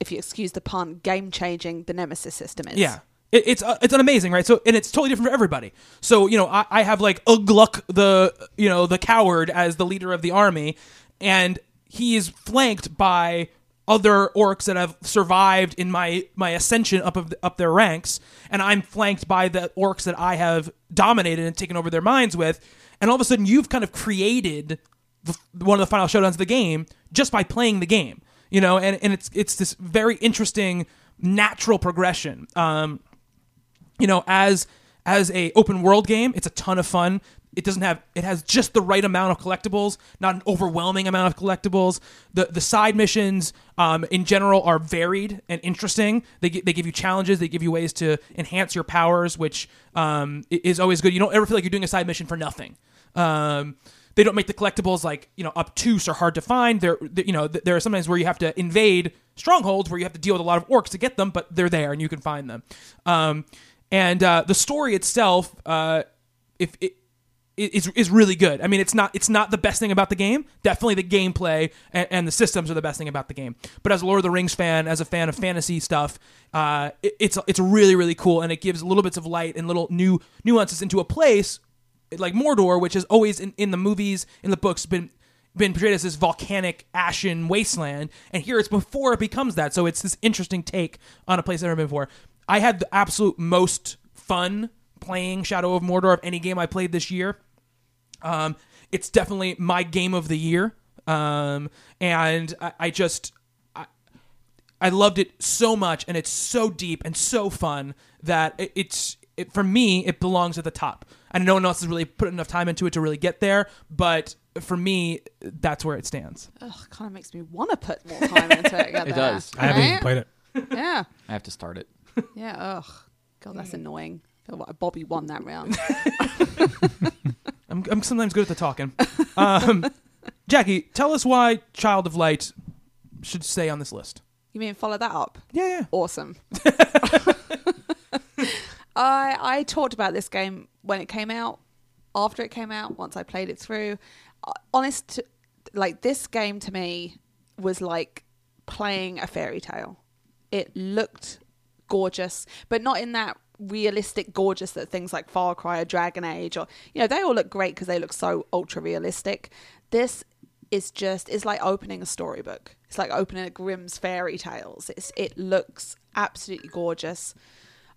Speaker 4: if you excuse the pun, game changing the Nemesis system is.
Speaker 2: Yeah. It, it's uh, it's an amazing, right? So and it's totally different for everybody. So you know, I, I have like Ugluck the you know the coward as the leader of the army, and he is flanked by other orcs that have survived in my my ascension up of up their ranks, and I'm flanked by the orcs that I have dominated and taken over their minds with, and all of a sudden you've kind of created the, one of the final showdowns of the game just by playing the game, you know, and and it's it's this very interesting natural progression. Um, you know, as as a open world game, it's a ton of fun. It doesn't have it has just the right amount of collectibles, not an overwhelming amount of collectibles. The the side missions um, in general are varied and interesting. They gi- they give you challenges, they give you ways to enhance your powers, which um, i- is always good. You don't ever feel like you're doing a side mission for nothing. Um, they don't make the collectibles like you know obtuse or hard to find. There, there- you know, th- there are sometimes where you have to invade strongholds where you have to deal with a lot of orcs to get them, but they're there and you can find them. Um, and uh, the story itself, uh, if it, it- is is really good. I mean, it's not it's not the best thing about the game. Definitely the gameplay and, and the systems are the best thing about the game. But as a Lord of the Rings fan, as a fan of fantasy stuff, uh, it- it's it's really really cool, and it gives little bits of light and little new nuances into a place like Mordor, which has always in, in the movies, in the books, been been portrayed as this volcanic ashen wasteland, and here it's before it becomes that. So it's this interesting take on a place I've never been before. I had the absolute most fun playing Shadow of Mordor of any game I played this year. Um, it's definitely my game of the year. Um, and I, I just, I, I loved it so much, and it's so deep and so fun that it, it's it, for me it belongs at the top. And no one else has really put enough time into it to really get there, but for me, that's where it stands.
Speaker 4: Ugh, kind of makes me want to put more time into it.
Speaker 3: It does.
Speaker 1: I haven't even
Speaker 4: Right?
Speaker 1: played it.
Speaker 4: Yeah.
Speaker 3: I have to start it.
Speaker 4: Yeah. Ugh. God, that's annoying. I feel like Bobby won that round.
Speaker 2: I'm, I'm sometimes good at the talking. Um, Jackie, tell us why Child of Light should stay on this list.
Speaker 4: You mean follow that up?
Speaker 2: Yeah, yeah.
Speaker 4: Awesome. I I talked about this game when it came out, after it came out, once I played it through. Uh, Honest, like this game to me was like playing a fairy tale. It looked gorgeous, but not in that realistic gorgeous that things like Far Cry or Dragon Age or you know they all look great because they look so ultra realistic. This is just it's like opening a storybook. It's like opening a Grimm's fairy tales. It's it looks absolutely gorgeous.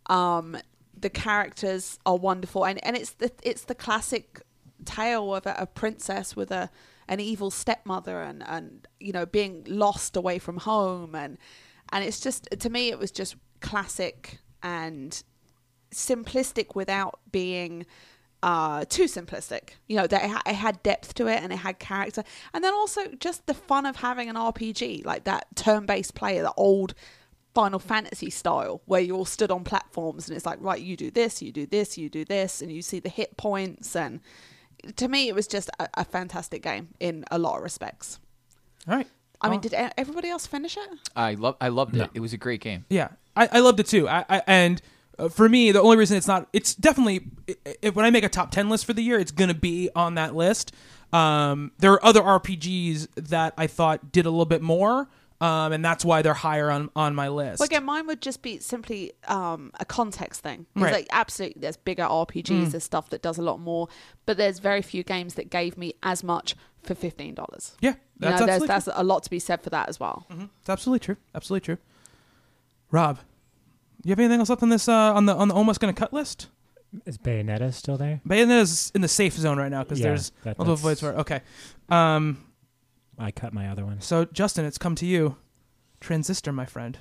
Speaker 4: Um, the characters are wonderful, and, and it's the it's the classic tale of a, a princess with a an evil stepmother, and and you know being lost away from home, and and it's just to me it was just classic and simplistic without being uh, too simplistic. You know, that it, ha- it had depth to it and it had character, and then also just the fun of having an RPG like that turn-based player, the old Final Fantasy style, where you all stood on platforms and it's like, right, you do this, you do this, you do this, and you see the hit points. And to me, it was just a, a fantastic game in a lot of respects.
Speaker 2: All right.
Speaker 4: I mean,
Speaker 2: Oh.
Speaker 4: did e- everybody else finish it?
Speaker 3: I love I loved it. It was a great game.
Speaker 2: Yeah, I, I loved it too. I, I and uh, for me, the only reason it's not it's definitely i i when I make a top ten list for the year, it's gonna be on that list. Um, there are other RPGs that I thought did a little bit more, um, and that's why they're higher on on my list.
Speaker 4: Well, again, mine would just be simply um, a context thing. It's
Speaker 2: Right. Mm.
Speaker 4: like absolutely, there's bigger RPGs, there's stuff that does a lot more, but there's very few games that gave me as much for fifteen dollars.
Speaker 2: yeah,
Speaker 4: You know,
Speaker 2: that's
Speaker 4: there's
Speaker 2: absolutely
Speaker 4: that's a lot to be said for that as well.
Speaker 2: true. It's absolutely true. Absolutely true. Rob, you have anything else left on this uh, on the on the almost gonna cut list?
Speaker 5: Is Bayonetta still there?
Speaker 2: Bayonetta's in the safe zone right now because
Speaker 5: Yeah,
Speaker 2: there's
Speaker 5: that-
Speaker 2: multiple
Speaker 5: that's-
Speaker 2: voids where okay. Um,
Speaker 5: I cut my other one.
Speaker 2: So, Justin, it's come to you. Transistor, my friend.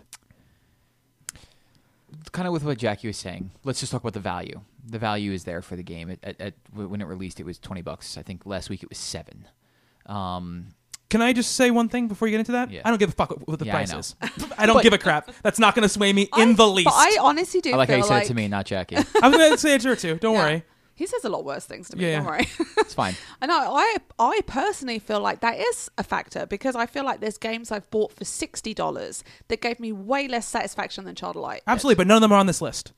Speaker 3: Kind of with what Jackie was saying. Let's just talk about the value. The value is there for the game. It, at, at, when it released, it was twenty bucks. I think last week it was seven. Um,
Speaker 2: Can I just say one thing before you get into that?
Speaker 3: Yeah.
Speaker 2: I don't give a fuck what the
Speaker 3: Yeah, I
Speaker 2: price is. I don't
Speaker 4: But-
Speaker 2: give a crap. That's not going to sway me in
Speaker 4: I-
Speaker 2: the least.
Speaker 4: but
Speaker 2: I,
Speaker 4: I honestly do
Speaker 3: I like how
Speaker 4: feel
Speaker 3: you said
Speaker 4: like
Speaker 3: it to me, not Jackie.
Speaker 2: was going to say it to her too. Don't
Speaker 4: Yeah.
Speaker 2: worry.
Speaker 4: He says a lot worse things to me.
Speaker 2: Yeah.
Speaker 4: Don't worry.
Speaker 3: it's fine.
Speaker 4: I know. I I personally feel like that is a factor because I feel like there's games I've bought for sixty dollars that gave me way less satisfaction than Child of Light. did.
Speaker 2: Absolutely, but none of them are on this list.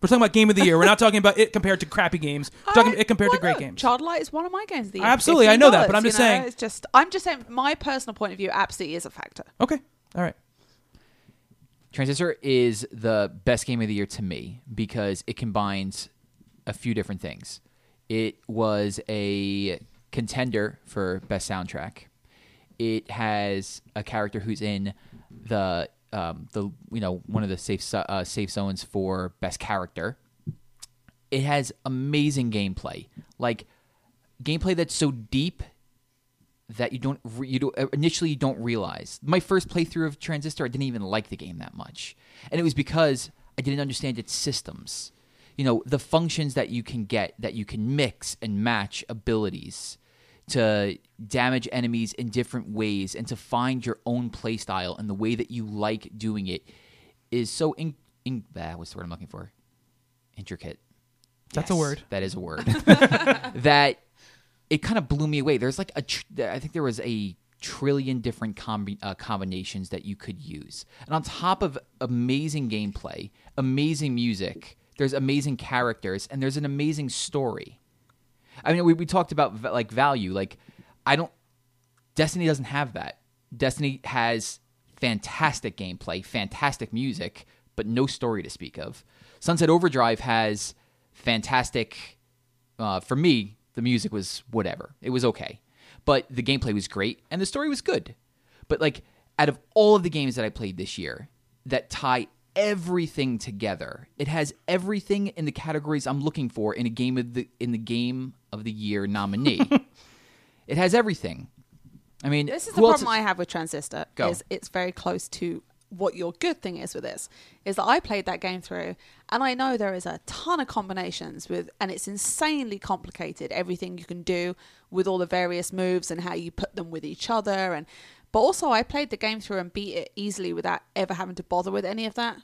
Speaker 2: We're talking about game of the year. We're not talking about it compared to crappy games. We're talking about it compared to
Speaker 4: why
Speaker 2: great
Speaker 4: not?
Speaker 2: games.
Speaker 4: Childlight is one of my games of the year.
Speaker 2: Absolutely, I know that, but I'm
Speaker 4: $15,
Speaker 2: just
Speaker 4: you know?
Speaker 2: saying-
Speaker 4: It's just, I'm just saying, my personal point of view absolutely is a factor.
Speaker 2: Okay. All right.
Speaker 3: Transistor is the best game of the year to me because it combines a few different things. It was a contender for best soundtrack. It has a character who's in the um, the you know one of the safe zo- uh, safe zones for best character. It has amazing gameplay, like gameplay that's so deep that you don't re- you do, initially you don't realize. My first playthrough of Transistor, I didn't even like the game that much, and it was because I didn't understand its systems. You know, the functions that you can get that you can mix and match abilities to damage enemies in different ways and to find your own playstyle and the way that you like doing it is so in, in ah, what's the word I'm looking for? Intricate.
Speaker 2: That's a word.
Speaker 3: That is a word. that it kind of blew me away. There's like a, tr- I think there was a trillion different combi- uh, combinations that you could use, and on top of amazing gameplay, amazing music, there's amazing characters, and there's an amazing story. I mean, we, we talked about v- like value. Like, I don't. Destiny doesn't have that. Destiny has fantastic gameplay, fantastic music, but no story to speak of. Sunset Overdrive has fantastic. Uh, for me, the music was whatever. It was okay, but the gameplay was great and the story was good. But like, out of all of the games that I played this year that tie everything together, it has everything in the categories I'm looking for in a game of the in the game of the year nominee. It has everything. I mean,
Speaker 4: This is
Speaker 3: who
Speaker 4: the
Speaker 3: else
Speaker 4: problem I have with Transistor.
Speaker 3: Go.
Speaker 4: Is it's very close to what your good thing is with this. Is that I played that game through, and I know there is a ton of combinations with, and it's insanely complicated. Everything you can do with all the various moves and how you put them with each other, and but also I played the game through and beat it easily without ever having to bother with any of that.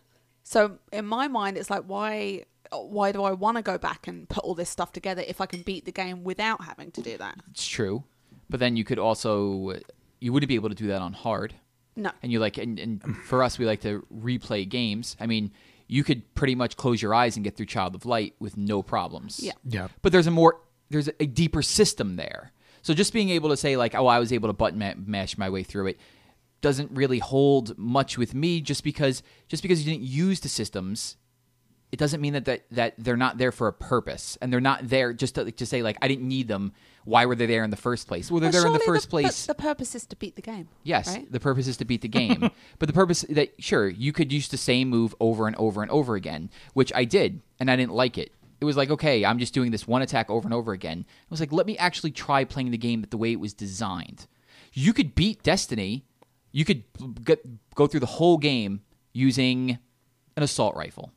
Speaker 4: So in my mind, it's like why. Why do I want to go back and put all this stuff together if I can beat the game without having to do that?
Speaker 3: It's true, but then you could also you wouldn't be able to do that on hard.
Speaker 4: No.
Speaker 3: And you like, and, and for us, we like to replay games. I mean, you could pretty much close your eyes and get through Child of Light with no problems.
Speaker 4: Yeah.
Speaker 1: Yeah.
Speaker 3: But there's a more there's a deeper system there. So just being able to say like, oh, I was able to button ma- mash my way through it doesn't really hold much with me just because just because you didn't use the systems it doesn't mean that, that that they're not there for a purpose and they're not there just to, to say like I didn't need them. Why were they there in the first place? Well, they're there in the first place.
Speaker 4: The purpose is to beat the game.
Speaker 3: Yes,
Speaker 4: Right?
Speaker 3: the purpose is to beat the game. but the purpose that sure, you could use the same move over and over and over again, which I did, and I didn't like it. It was like, okay, I'm just doing this one attack over and over again. I was like, let me actually try playing the game the way it was designed. You could beat Destiny. You could mm, get, go through the whole game using an assault rifle.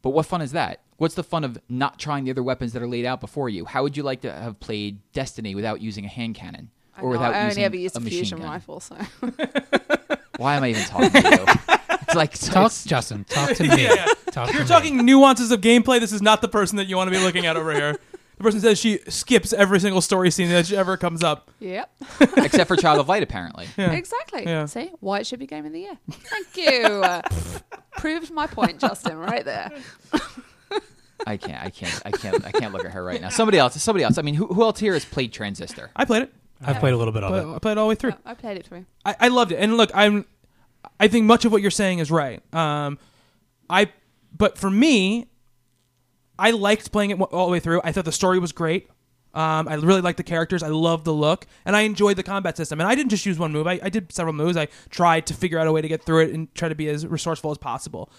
Speaker 3: But what fun is that? What's the fun of not trying the other weapons that are laid out before you? How would you like to have played Destiny without using a hand cannon
Speaker 4: I
Speaker 3: or
Speaker 4: know,
Speaker 3: without
Speaker 4: I only
Speaker 3: using
Speaker 4: ever used
Speaker 3: a
Speaker 4: a
Speaker 3: machine
Speaker 4: fusion
Speaker 3: gun?
Speaker 4: rifle, so
Speaker 3: Why am I even talking to you? It's like so
Speaker 1: Talk,
Speaker 3: it's-
Speaker 1: Justin. Talk to me. Talk to
Speaker 2: You're
Speaker 1: me.
Speaker 2: talking nuances of gameplay. This is not the person that you want to be looking at over here. The person says she skips every single story scene that ever comes up.
Speaker 4: yep,
Speaker 3: except for Child of Light, apparently.
Speaker 4: exactly.
Speaker 2: Yeah.
Speaker 4: See why it should be game of the year. Thank you. Proved my point, Justin, right there.
Speaker 3: I can't. I can't. I can't. I can't look at her right now. Somebody else. Somebody else. I mean, who, who else here has played Transistor?
Speaker 2: I played it.
Speaker 1: I've played a little bit of
Speaker 2: I
Speaker 1: it.
Speaker 2: played it all the way through.
Speaker 4: I played it through.
Speaker 2: I, I loved it. And look, I'm I think much of what you're saying is right. Um, I but for me, I liked playing it all the way through. I thought the story was great. Um, I really liked the characters. I loved the look, and I enjoyed the combat system. And I didn't just use one move. I, I did several moves. I tried to figure out a way to get through it and try to be as resourceful as possible.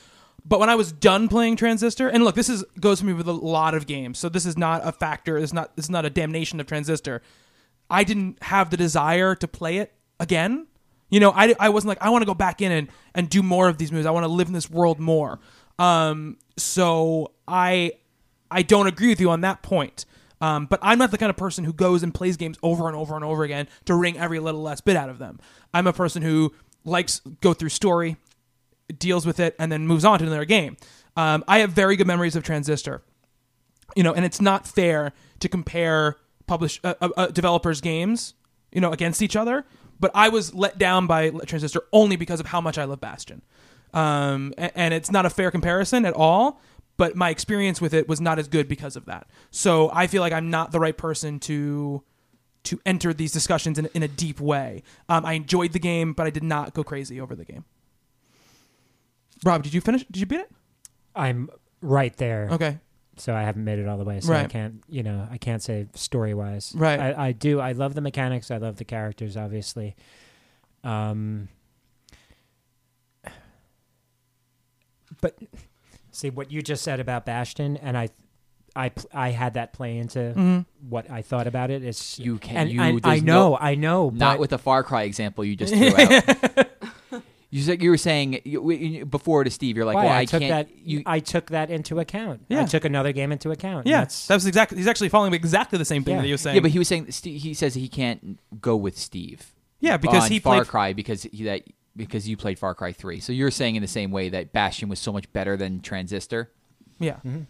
Speaker 2: But when I was done playing Transistor, and look, this is goes for me with a lot of games. So this is not a factor. It's not. It's not a damnation of Transistor. I didn't have the desire to play it again. You know, I, I wasn't like, I want to go back in and, and do more of these movies. I want to live in this world more. Um, so I I don't agree with you on that point. Um, but I'm not the kind of person who goes and plays games over and over and over again to wring every little last bit out of them. I'm a person who likes go through story, deals with it, and then moves on to another game. Um, I have very good memories of Transistor you know, and it's not fair to compare publish uh, uh, uh, developers' games, you know, against each other. But I was let down by Transistor only because of how much I love Bastion, um, a- and, it's not a fair comparison at all. But my experience with it was not as good because of that. So I feel like I'm not the right person to to enter these discussions in, in a deep way. Um, I enjoyed the game, but I did not go crazy over the game. Rob, did you finish? Did you beat it?
Speaker 5: I'm right there.
Speaker 2: Okay.
Speaker 5: so I haven't made it all the way. So I
Speaker 2: Right.
Speaker 5: can't, you know, I can't say story wise.
Speaker 2: Right.
Speaker 5: I, I do. I love the mechanics. I love the characters, obviously. Um, but see what you just said about Bastion, and I, I, pl- I had that play into
Speaker 2: Mm-hmm.
Speaker 5: what I thought about it. It's
Speaker 3: You can-
Speaker 5: And
Speaker 3: you-
Speaker 5: I, I
Speaker 3: there's
Speaker 5: know.
Speaker 3: no-
Speaker 5: I know.
Speaker 3: Not
Speaker 5: but
Speaker 3: with the Far Cry example you just threw out. You said you were saying you- you- before to Steve. You're like,
Speaker 5: why
Speaker 3: well,
Speaker 5: I,
Speaker 3: I
Speaker 5: took
Speaker 3: can't.
Speaker 5: that.
Speaker 3: you,
Speaker 5: I took that into account. I
Speaker 2: Yeah.
Speaker 5: took another game into account. and
Speaker 2: Yeah,
Speaker 5: that's-
Speaker 2: that was exactly. He's actually following exactly the same thing
Speaker 5: Yeah.
Speaker 2: that you were saying.
Speaker 3: yeah, but he was saying Ste- he says he can't go with Steve.
Speaker 2: Yeah, because
Speaker 3: on
Speaker 2: he
Speaker 3: Far
Speaker 2: played-
Speaker 3: Cry because he, that because you played Far Cry three. So you're saying in the same way that Bastion was so much better than Transistor.
Speaker 2: Yeah.
Speaker 3: Mm-hmm.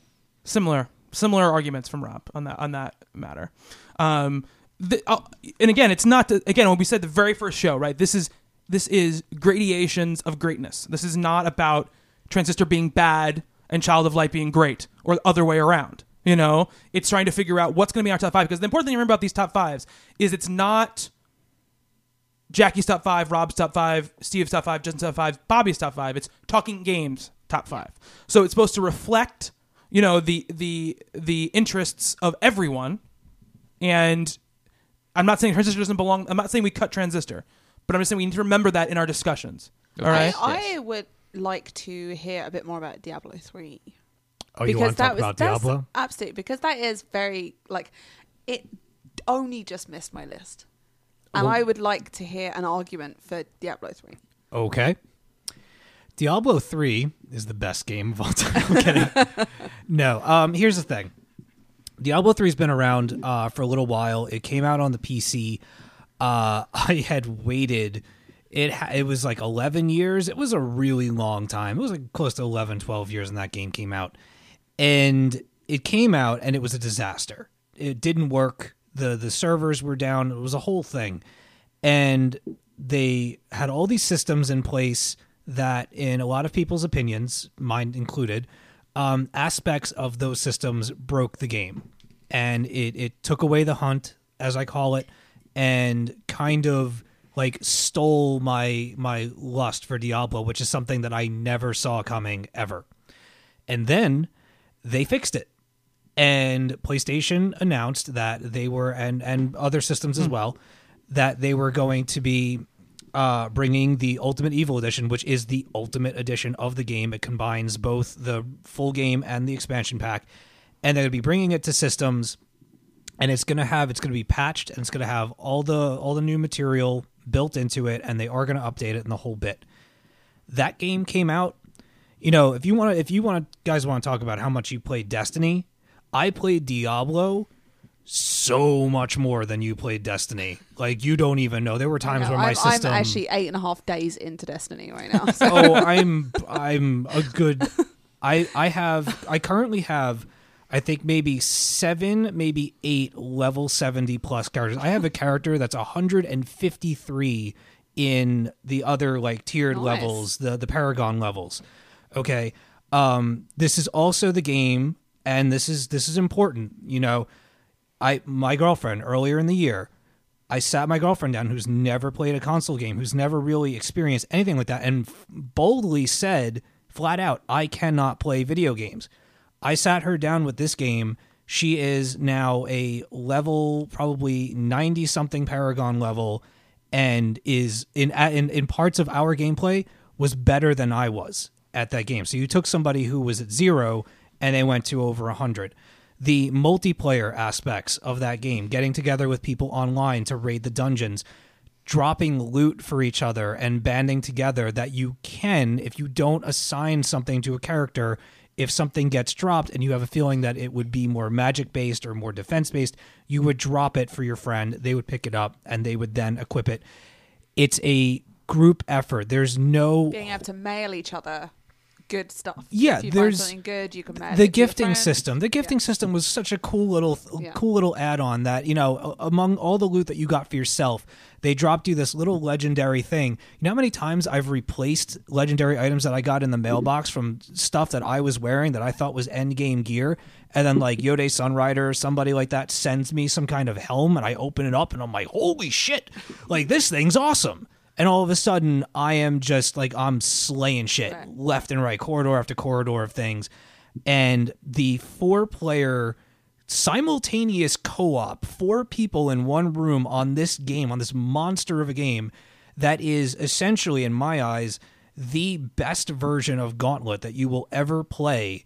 Speaker 2: Similar similar arguments from Rob on that on that matter. Um the, I'll- and again, it's not to, again what we said the very first show, right? This is this is gradations of greatness. This is not about transistor being bad and child of light being great or the other way around. You know, it's trying to figure out what's going to be our top five because the important thing to remember about these top fives is it's not Jackie's top five, Rob's top five, Steve's top five, Justin's top five, Bobby's top five. It's talking games top five. So it's supposed to reflect, you know, the the the interests of everyone. And I'm not saying transistor doesn't belong. I'm not saying we cut transistor, but I'm just saying we need to remember that in our discussions. All
Speaker 3: Okay.
Speaker 2: right.
Speaker 3: Yes,
Speaker 4: I,
Speaker 3: yes.
Speaker 4: I would like to hear a bit more about Diablo three.
Speaker 1: Oh, you want to talk about
Speaker 4: that's-
Speaker 1: Diablo?
Speaker 4: Absolutely, because that is very like it only just missed my list, and I would like to hear an argument for Diablo three.
Speaker 1: Okay. Diablo 3 is the best game of all time. I'm kidding. no, um, here's the thing Diablo 3 has been around uh, for a little while. It came out on the PC. Uh, I had waited. It, ha- it was like 11 years. It was a really long time. It was like close to 11, 12 years when that game came out. And it came out and it was a disaster. It didn't work. The, the servers were down. It was a whole thing and they had all these systems in place that in a lot of people's opinions mine included um, aspects of those systems broke the game and it, it took away the hunt as i call it and kind of like stole my my lust for diablo which is something that i never saw coming ever And then they fixed it. And PlayStation announced that they were, and, and other systems as well, that they were going to be uh, bringing the Ultimate Evil Edition, which is the ultimate edition of the game. It combines both the full game and the expansion pack. And they're going to be bringing it to systems and it's going to have it's going to be patched and it's going to have all the all the new material built into it and they are going to update it and the whole bit that game came out you know if you want to if you want to guys want to talk about how much you played destiny i played diablo so much more than you played destiny like you don't even know there were times
Speaker 4: No,
Speaker 1: where my
Speaker 4: I'm,
Speaker 1: system
Speaker 4: I'm actually eight and a half days into Destiny right now. So
Speaker 1: oh i'm i'm a good i i have i currently have i think maybe seven maybe eight level 70 plus characters i have a character that's 153 in the other like tiered
Speaker 4: Nice.
Speaker 1: levels the the paragon levels okay um this is also the game and this is this is important you know I my girlfriend earlier in the year, I sat my girlfriend down who's never played a console game, who's never really experienced anything like that, and f- boldly said flat out, "I cannot play video games." I sat her down with this game. She is now a level probably 90 something paragon level and is in, in in parts of our gameplay was better than I was at that game. So you took somebody who was at 0 and they went to over 100 the multiplayer aspects of that game, getting together with people online to raid the dungeons, dropping loot for each other, and banding together that you can, if you don't assign something to a character, if something gets dropped and you have a feeling that it would be more magic based or more defense based, you would drop it for your friend. They would pick it up and they would then equip it. It's a group effort. There's no
Speaker 4: being able to mail each other good stuff.
Speaker 1: Yeah,
Speaker 4: if you
Speaker 1: there's-
Speaker 4: find something good, you can mail it to
Speaker 1: the
Speaker 4: your
Speaker 1: gifting
Speaker 4: friend.
Speaker 1: system the gifting system was such a cool little
Speaker 4: Yeah.
Speaker 1: cool little add-on that you know a- among all the loot that you got for yourself they dropped you this little legendary thing you know how many times i've replaced legendary items that i got in the mailbox from stuff that i was wearing that i thought was end game gear and then like yode sunrider or somebody like that sends me some kind of helm and i open it up and i'm like holy shit like this thing's awesome and all of a sudden i am just like i'm slaying shit
Speaker 4: Right.
Speaker 1: left and right corridor after corridor of things and the four player simultaneous co-op four people in one room on this game on this monster of a game that is essentially in my eyes the best version of gauntlet that you will ever play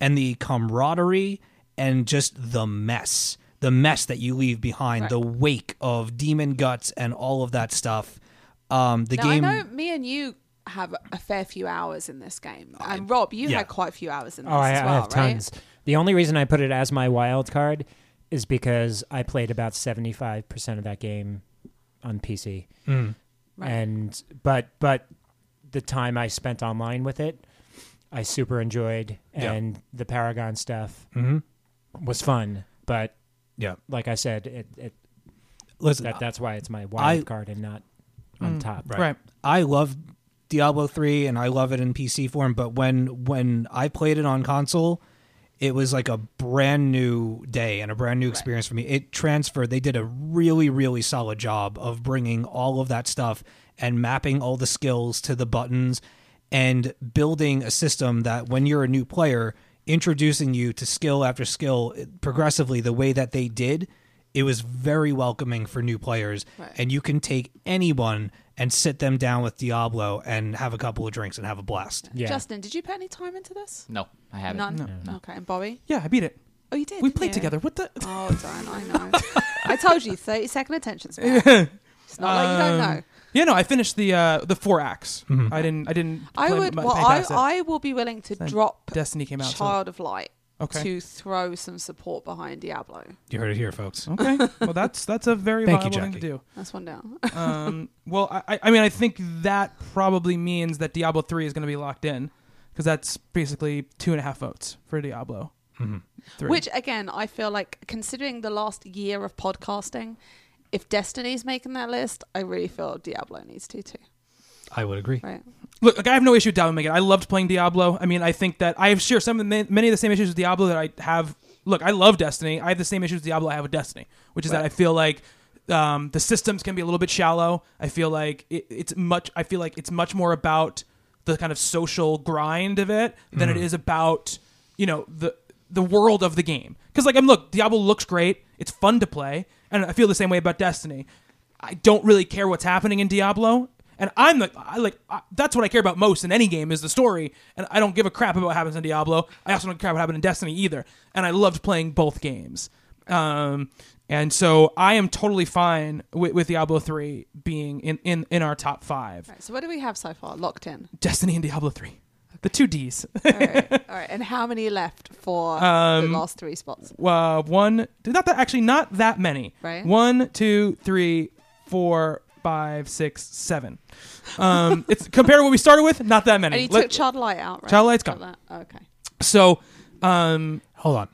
Speaker 1: and the camaraderie and just the mess the mess that you leave behind the wake of demon guts and all of that stuff um the
Speaker 4: Now
Speaker 1: game
Speaker 4: I know me and you have a fair few hours in this game, and Rob, you
Speaker 1: yeah.
Speaker 4: had quite a few hours in this
Speaker 5: Oh, I,
Speaker 4: as well,
Speaker 5: I have
Speaker 4: right?
Speaker 5: tons. The only reason I put it as my wild card is because I played about seventy five percent of that game on PC,
Speaker 4: Right.
Speaker 5: and but but the time I spent online with it, I super enjoyed,
Speaker 1: Yeah.
Speaker 5: and the Paragon stuff was fun. But
Speaker 1: yeah
Speaker 5: like I said, it, it
Speaker 1: listen
Speaker 5: that that's why it's my
Speaker 1: Uh, I-
Speaker 5: wild card and not on top.
Speaker 1: Right.
Speaker 2: Right.
Speaker 1: I love Diablo 3 and I love it in PC form, but when when I played it on console, it was like a brand new day and a brand new experience for me. It transferred. They did a really really solid job of bringing all of that stuff and mapping all the skills to the buttons and building a system that when you're a new player introducing you to skill after skill eh, progressively the way that they did it was very welcoming for new players
Speaker 4: Right.
Speaker 1: and you can take anyone and sit them down with diablo and have a couple of drinks and have a blast
Speaker 5: Yeah.
Speaker 4: Justin, did you put any time into this?
Speaker 3: No, I haven't.
Speaker 4: None. Okay, and Bobby,
Speaker 2: Yeah, I beat it.
Speaker 4: oh, you did.
Speaker 2: We
Speaker 4: didn't
Speaker 2: played
Speaker 4: you?
Speaker 2: together. What the?
Speaker 4: Oh, darn, I know. I told you, 30 second attention span. It's not like you don't
Speaker 2: Um,
Speaker 4: know.
Speaker 2: Yeah, no, I finished the uh, the four acts.
Speaker 1: Mm-hmm.
Speaker 2: I didn't. I didn't.
Speaker 4: I
Speaker 2: play
Speaker 4: would,
Speaker 2: my-
Speaker 4: well,
Speaker 2: pay
Speaker 4: I,
Speaker 2: past it.
Speaker 4: I will be willing to
Speaker 2: Then
Speaker 4: drop
Speaker 2: Destiny came out. so-
Speaker 4: Child of Light
Speaker 2: okay.
Speaker 4: to throw some support behind Diablo.
Speaker 1: you heard it here folks
Speaker 2: okay. Well, that's that's a very
Speaker 1: Thank you,
Speaker 2: viable thing to
Speaker 1: Jackie.
Speaker 2: do.
Speaker 4: That's one down.
Speaker 2: Um, well, I, I- I mean, I think that probably means that Diablo three is going to be locked in because that's basically two and a half votes for Diablo. Three.
Speaker 4: Which, again, I feel like considering the last year of podcasting, if Destiny's making that list, I really feel Diablo needs to too.
Speaker 1: i would agree
Speaker 4: Right?
Speaker 2: look, like I have no issue with Diablo making. it. I loved playing Diablo. I mean, I think that I have share some of the, many of the same issues with Diablo that I have. Look, I love Destiny. I have the same issues with Diablo I have with Destiny, which is that I feel like um, the systems can be a little bit shallow. I feel like it, it's much. I feel like it's much more about the kind of social grind of it than it is about you know the the world of the game. Because like I'm look, Diablo looks great. It's fun to play, and I feel the same way about Destiny. I don't really care what's happening in Diablo. And I'm the I like I, that's what I care about most in any game is the story, and I don't give a crap about what happens in Diablo. I also don't care what happened in Destiny either. And I loved playing both games, um, and so I am totally fine with, with Diablo three being in, in in our top five.
Speaker 4: Right, so what do we have so far locked in?
Speaker 2: Destiny and Diablo three, the two Ds.
Speaker 4: All right, all right. And how many left for
Speaker 2: Um,
Speaker 4: the last three spots?
Speaker 2: uh, one, not that actually, not that many.
Speaker 4: Right.
Speaker 2: One, two, three, four, five, six, seven. Um, it's compared to what we started with. Not that many.
Speaker 4: And you
Speaker 2: Let-
Speaker 4: took Child Light out, right?
Speaker 2: Child Light's gone.
Speaker 4: Light- Okay.
Speaker 2: so, um,
Speaker 1: Hold on.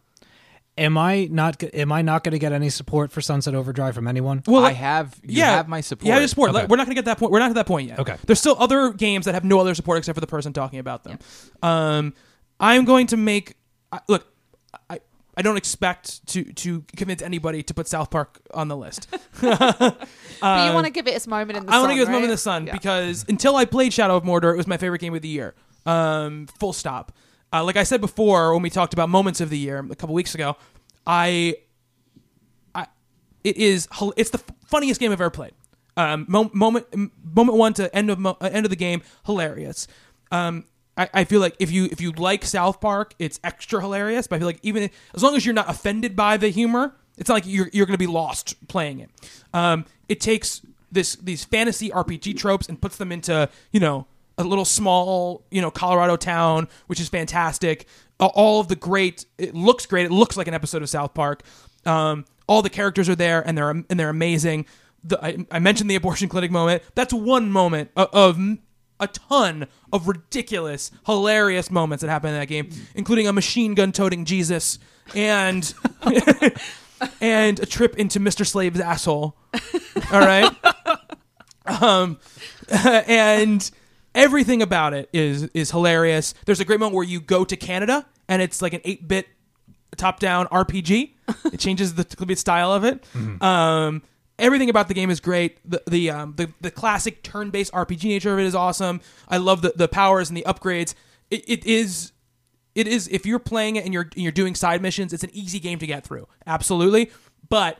Speaker 1: Am I not? g- Am I not going to get any support for Sunset Overdrive from anyone?
Speaker 2: well,
Speaker 3: I have you
Speaker 2: yeah,
Speaker 3: have my support.
Speaker 2: Yeah, I have your support.
Speaker 1: Okay.
Speaker 2: Let- We're not going to get that point. We're not at that point yet.
Speaker 1: Okay.
Speaker 2: There's still other games that have no other support except for the person talking about them. Um, I'm going to make. I, look, I I don't expect to to convince anybody to put South Park on the list.
Speaker 4: but you want to give it its moment in
Speaker 2: Um,
Speaker 4: the
Speaker 2: I
Speaker 4: sun.
Speaker 2: want to give this
Speaker 4: right?
Speaker 2: moment in the sun
Speaker 4: Yeah.
Speaker 2: because until I played Shadow of Mordor, it was my favorite game of the year. Um, full stop. Uh, like I said before, when we talked about moments of the year a couple weeks ago, I, I, it is hel- it's the f- funniest game I've ever played. Um, mo- moment m- moment one to end of mo- uh, end of the game, hilarious. Um, I, I feel like if you if you like South Park, it's extra hilarious. But I feel like even if, as long as you're not offended by the humor, it's not like you're you're going to be lost playing it. Um, it takes this these fantasy RPG tropes and puts them into you know a little small you know Colorado town, which is fantastic. A- All of the great it looks great. It looks like an episode of South Park. Um, all the characters are there and they're and they're amazing. The, I, I mentioned the abortion clinic moment. That's one moment of, of m- a ton of ridiculous, hilarious moments that happen in that game, including a machine gun toting Jesus and and a trip into Mr. Slave's asshole. All right. um, and everything about it is is hilarious. There's a great moment where you go to Canada and it's like an eight bit top down RPG. It changes the little bit style of it. Um, everything about the game is great. The the um, the, the classic turn based RPG nature of it is awesome. I love the the powers and the upgrades. It, it is it is if you're playing it and you're and you're doing side missions, it's an easy game to get through. Absolutely, but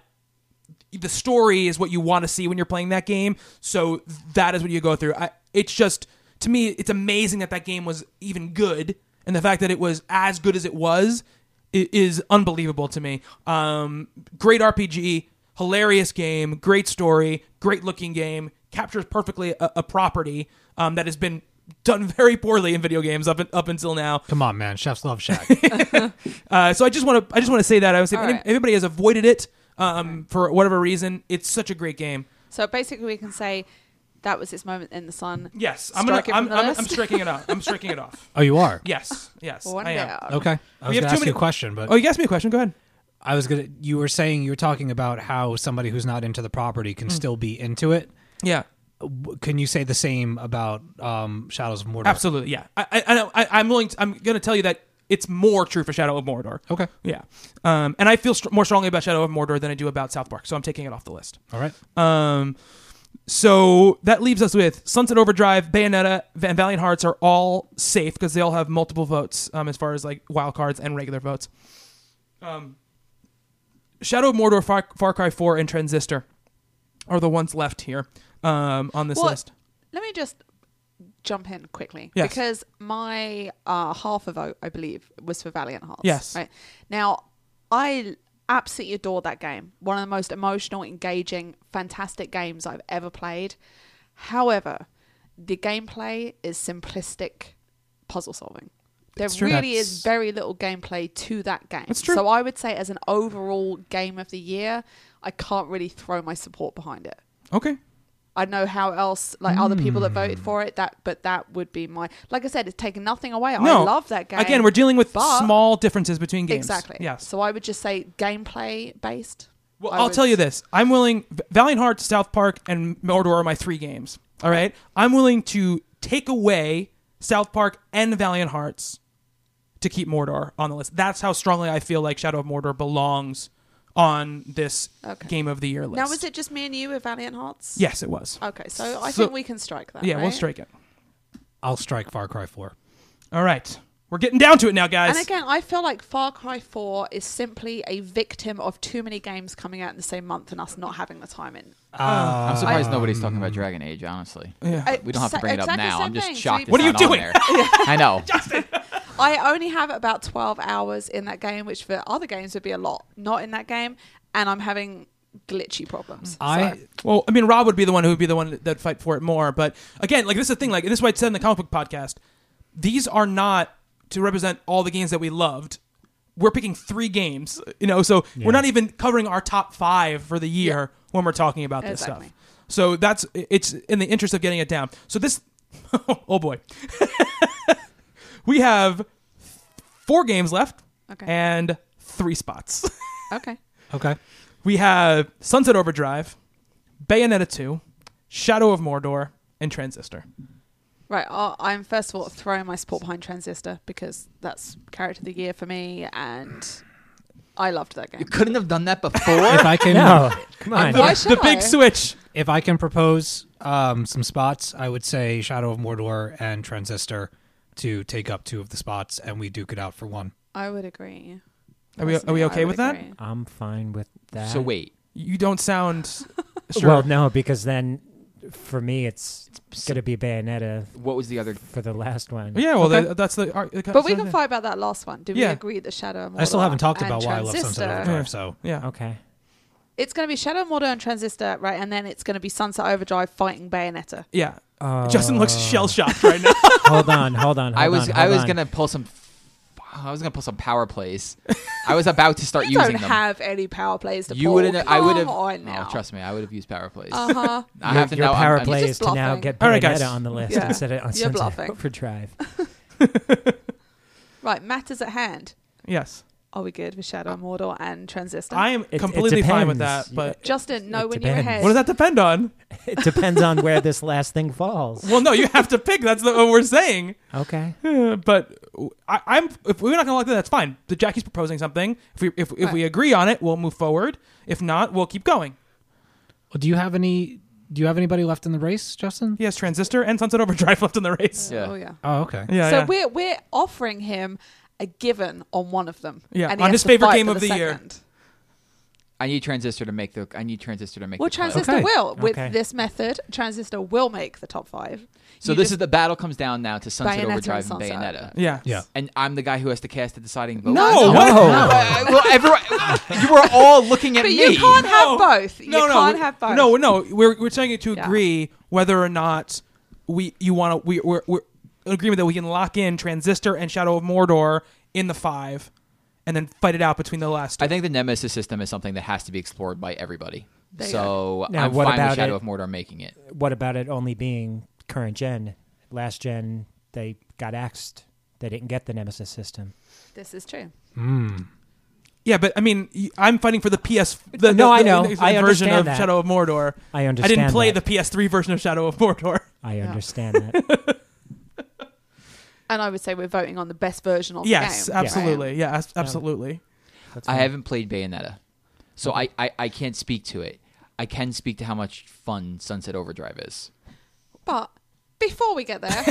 Speaker 2: the story is what you want to see when you're playing that game. So that is what you go through. I, it's just to me, it's amazing that that game was even good, and the fact that it was as good as it was i- is unbelievable to me. Um, great RPG, hilarious game, great story, great looking game, captures perfectly a, a property um, that has been done very poorly in video games up up until now.
Speaker 1: Come on, man. Chef's love shack.
Speaker 2: Uh, so I just want to I just want to say that I was if
Speaker 4: All
Speaker 2: any-
Speaker 4: right.
Speaker 2: everybody has avoided it um, for whatever reason, it's such a great game.
Speaker 4: So basically, we can say that was its moment in the sun.
Speaker 2: Yes, I'm
Speaker 4: Strike
Speaker 2: gonna.
Speaker 4: it
Speaker 2: I'm,
Speaker 4: from the
Speaker 2: I'm, I'm
Speaker 4: list?
Speaker 2: striking it off. I'm striking it off.
Speaker 1: oh, you are.
Speaker 2: Yes, yes,
Speaker 4: One
Speaker 2: I am.
Speaker 4: down.
Speaker 1: Okay. I was going
Speaker 2: have
Speaker 1: to
Speaker 2: too
Speaker 1: ask
Speaker 2: many-
Speaker 1: you a question, but
Speaker 2: Oh, you asked me a question. Go ahead.
Speaker 1: I was gonna. You were saying you were talking about how somebody who's not into the property
Speaker 2: Mm.
Speaker 1: can still be into it.
Speaker 2: Yeah,
Speaker 1: W- Can you say the same about um, Shadows of Mordor?
Speaker 2: absolutely. Yeah, I, I, I, know- I I'm willing. To, I'm gonna tell you that it's more true for Shadow of Mordor.
Speaker 1: Okay.
Speaker 2: Yeah, um, and I feel str- more strongly about Shadow of Mordor than I do about South Park, so I'm taking it off the list.
Speaker 1: All right.
Speaker 2: Um, so that leaves us with Sunset Overdrive, Bayonetta, and Valiant Hearts are all safe because they all have multiple votes um, as far as like wild cards and regular votes. Um, Shadow of Mordor, Far, Far Cry 4, and Transistor are the ones left here um, on this
Speaker 4: Well,
Speaker 2: list.
Speaker 4: Let me just jump in quickly
Speaker 2: Yes.
Speaker 4: because my uh, half a vote, I believe, was for Valiant Hearts.
Speaker 2: Yes.
Speaker 4: Right now, I absolutely adore that game. One of the most emotional, engaging, fantastic games I've ever played. However, the gameplay is simplistic puzzle solving. There
Speaker 2: It's true.
Speaker 4: really
Speaker 2: That's-
Speaker 4: is very little gameplay to that game.
Speaker 2: That's true.
Speaker 4: So I would say, as an overall game of the year, I can't really throw my support behind it.
Speaker 2: Okay.
Speaker 4: I know how else like other people that voted
Speaker 3: Hmm.
Speaker 4: for it that but that would be my like I said it's taken nothing away.
Speaker 2: No.
Speaker 4: I love that game.
Speaker 2: Again, we're dealing with
Speaker 4: but-
Speaker 2: small differences between games.
Speaker 4: exactly.
Speaker 2: Yes.
Speaker 4: So I would just say gameplay based.
Speaker 2: Well,
Speaker 4: I
Speaker 2: I'll
Speaker 4: would-
Speaker 2: tell you this: I'm willing. Valiant Hearts, South Park, and Mordor are my three games. All right, I'm willing to take away South Park and Valiant Hearts to keep Mordor on the list. That's how strongly I feel like Shadow of Mordor belongs on this
Speaker 4: Okay.
Speaker 2: Game of the Year list.
Speaker 4: Now is it just me and you with Valiant Hearts?
Speaker 2: Yes, it was.
Speaker 4: Okay, so I
Speaker 2: So-
Speaker 4: think we can strike that.
Speaker 2: yeah, we'll
Speaker 4: right?
Speaker 2: strike it.
Speaker 1: I'll strike Far Cry 4.
Speaker 2: All right. We're getting down to it now, guys.
Speaker 4: And again, I feel like Far Cry 4 is simply a victim of too many games coming out in the same month and us not having the time in.
Speaker 3: I'm
Speaker 2: Um,
Speaker 3: surprised nobody's talking about Dragon Age, honestly.
Speaker 4: I-
Speaker 3: Uh, We don't have to
Speaker 4: Uh, sa-
Speaker 3: bring it up
Speaker 4: exactly
Speaker 3: now.
Speaker 4: same
Speaker 3: I'm just
Speaker 4: thing. So
Speaker 3: shocked.
Speaker 4: you-
Speaker 2: What are you
Speaker 3: it's not on
Speaker 2: doing?
Speaker 3: there. I know.
Speaker 4: I only have about 12 hours in that game, which for other games would be a lot. Not in that game. And I'm having glitchy problems.
Speaker 1: I
Speaker 4: So-
Speaker 2: Well, I mean, Rob would be the one who would be the one that'd fight for it more. But again, like this is the thing. Like this is why I said in the comic book podcast, these are not to represent all the games that we loved. We're picking three games, you know, so we're not even covering our top five for the year when we're talking about this
Speaker 4: Exactly.
Speaker 2: stuff. So that's it's in the interest of getting it down. So this, oh boy, we have four games left
Speaker 4: Okay.
Speaker 2: and three spots.
Speaker 4: okay.
Speaker 1: okay.
Speaker 2: We have Sunset Overdrive, Bayonetta 2, Shadow of Mordor, and Transistor.
Speaker 4: Right. I I'm first of all throwing my support behind Transistor because that's character of the year for me. And I loved that
Speaker 3: You
Speaker 4: game.
Speaker 3: couldn't have done that before.
Speaker 1: If I can
Speaker 5: No, come on.
Speaker 4: Why
Speaker 2: the
Speaker 4: should
Speaker 2: big
Speaker 4: I?
Speaker 2: switch.
Speaker 1: if I can propose um, some spots, I would say Shadow of Mordor and Transistor to take up two of the spots, and we duke it out for one.
Speaker 4: I would agree.
Speaker 2: Are we- are we
Speaker 4: Personally, I
Speaker 2: okay
Speaker 4: would
Speaker 2: with that?
Speaker 4: agree.
Speaker 5: I'm fine with that.
Speaker 3: so wait.
Speaker 2: You don't sound sure.
Speaker 5: Well, no, because then for me it's going to be Bayonetta
Speaker 3: What was the other?
Speaker 5: for the last one.
Speaker 2: Oh, yeah, well,
Speaker 1: Okay.
Speaker 2: that, that's the. ar- the
Speaker 4: But we
Speaker 2: so-
Speaker 4: can fight about that last one. Did
Speaker 2: Yeah.
Speaker 4: we agree that Shadow and
Speaker 1: I still
Speaker 4: Mordor
Speaker 1: haven't talked
Speaker 4: and
Speaker 1: about why I love
Speaker 4: Transistor-
Speaker 1: Sunset Overdrive, so
Speaker 2: Yeah.
Speaker 5: Okay.
Speaker 4: It's going to be Shadow and Mordor and Transistor, right? And then it's going to be Sunset Overdrive fighting Bayonetta.
Speaker 2: Yeah.
Speaker 5: Uh,
Speaker 2: Justin looks shell shocked right now.
Speaker 5: hold on, hold on.
Speaker 3: I
Speaker 5: hold
Speaker 3: was
Speaker 5: on,
Speaker 3: I
Speaker 5: hold
Speaker 3: was
Speaker 5: on.
Speaker 3: gonna pull some. I was gonna pull some power plays. I was about to start
Speaker 4: You
Speaker 3: using
Speaker 4: don't
Speaker 3: them.
Speaker 4: have any power plays to
Speaker 3: you
Speaker 4: pull.
Speaker 3: wouldn't. I would have.
Speaker 4: Come on now.
Speaker 3: Oh, trust me, I would have used power plays.
Speaker 4: Uh-huh.
Speaker 3: I
Speaker 5: your,
Speaker 3: have to
Speaker 5: your
Speaker 3: now. I'm-
Speaker 5: power
Speaker 3: I'm-
Speaker 5: play
Speaker 4: just
Speaker 5: is to now
Speaker 4: bluffing.
Speaker 5: get
Speaker 2: All right, guys.
Speaker 5: Bayonetta on the list
Speaker 4: Yeah.
Speaker 5: instead of on
Speaker 4: You're
Speaker 5: Sunset
Speaker 4: bluffing.
Speaker 5: Overdrive.
Speaker 4: right, matters at hand.
Speaker 2: yes.
Speaker 4: Are we good with Shadow and Mordor and Transistor?
Speaker 2: I am
Speaker 5: it
Speaker 2: completely fine with
Speaker 5: depends.
Speaker 2: that, but.
Speaker 4: Justin,
Speaker 5: It
Speaker 4: know when you're
Speaker 5: depends.
Speaker 4: ahead.
Speaker 2: What does that depend on?
Speaker 5: It depends on where this last thing falls.
Speaker 2: Well, no, you have to pick. That's the, what we're saying.
Speaker 5: Okay.
Speaker 2: Uh, but I, I'm if we're not gonna like that, that's fine. But Jackie's proposing something. If we if, if we
Speaker 4: Right.
Speaker 2: agree on it, we'll move forward. If not, we'll keep going.
Speaker 1: Well, do you have any? Do you have anybody left in the race, Justin?
Speaker 2: He has Transistor and Sunset Overdrive left in the race.
Speaker 3: Yeah.
Speaker 4: Oh, yeah.
Speaker 1: Oh, okay.
Speaker 2: Yeah,
Speaker 4: so
Speaker 2: yeah.
Speaker 4: we're we're offering him a given on one of them.
Speaker 2: Yeah,
Speaker 4: and he
Speaker 2: on
Speaker 4: has
Speaker 2: his
Speaker 4: to
Speaker 2: favorite
Speaker 4: fight
Speaker 2: game
Speaker 4: for
Speaker 2: of the year.
Speaker 4: second.
Speaker 3: I need transistor to make the. I need transistor to make.
Speaker 4: Well,
Speaker 3: the play.
Speaker 4: transistor
Speaker 1: Okay.
Speaker 4: will with
Speaker 5: Okay.
Speaker 4: this method. Transistor will make the top five.
Speaker 3: So
Speaker 4: You
Speaker 3: this
Speaker 4: just-
Speaker 3: is the battle comes down now to Sunset
Speaker 4: Bayonetta and
Speaker 3: Overdrive and,
Speaker 4: Sunset
Speaker 3: Bayonetta,
Speaker 4: Overdrive.
Speaker 2: yeah.
Speaker 1: Yeah.
Speaker 3: and I'm the guy who has to cast the deciding vote.
Speaker 2: No,
Speaker 4: No.
Speaker 2: what?
Speaker 3: Uh, well, everyone, you were all looking at
Speaker 4: But
Speaker 3: me.
Speaker 4: you can't
Speaker 2: No.
Speaker 4: have both. You
Speaker 2: No, no,
Speaker 4: can't
Speaker 2: we-
Speaker 4: have both.
Speaker 2: No, no. We're we're telling you to
Speaker 4: Yeah.
Speaker 2: agree whether or not we you want to we we're, we're in agreement that we can lock in Transistor and Shadow of Mordor in the five, and then fight it out between the last. Two.
Speaker 3: I think the Nemesis system is something that has to be explored by everybody.
Speaker 4: There you
Speaker 3: so
Speaker 5: Now,
Speaker 3: I'm
Speaker 5: what
Speaker 3: fine
Speaker 5: about
Speaker 3: with Shadow
Speaker 5: it-
Speaker 3: of Mordor making it.
Speaker 5: What about it only being current gen? Last gen, they got axed. They didn't get the Nemesis system.
Speaker 4: This is true.
Speaker 1: Hmm.
Speaker 2: Yeah, but I mean, y- I'm fighting for the PS. The,
Speaker 5: No,
Speaker 2: the-
Speaker 5: I
Speaker 2: the-
Speaker 5: know.
Speaker 2: the
Speaker 5: I
Speaker 2: version
Speaker 5: understand
Speaker 2: of
Speaker 5: that.
Speaker 2: Shadow of Mordor.
Speaker 5: I
Speaker 2: I
Speaker 5: understand.
Speaker 2: didn't play
Speaker 5: that.
Speaker 2: the PS3 version of Shadow of Mordor.
Speaker 5: I
Speaker 4: Yeah.
Speaker 5: understand that.
Speaker 4: And I would say we're voting on the best version of
Speaker 2: yes,
Speaker 4: the game.
Speaker 2: absolutely. Yeah, as- absolutely.
Speaker 5: That's
Speaker 3: I
Speaker 5: fine.
Speaker 3: haven't played Bayonetta, so I, I, I can't speak to it. I can speak to how much fun Sunset Overdrive is.
Speaker 4: But before we get there,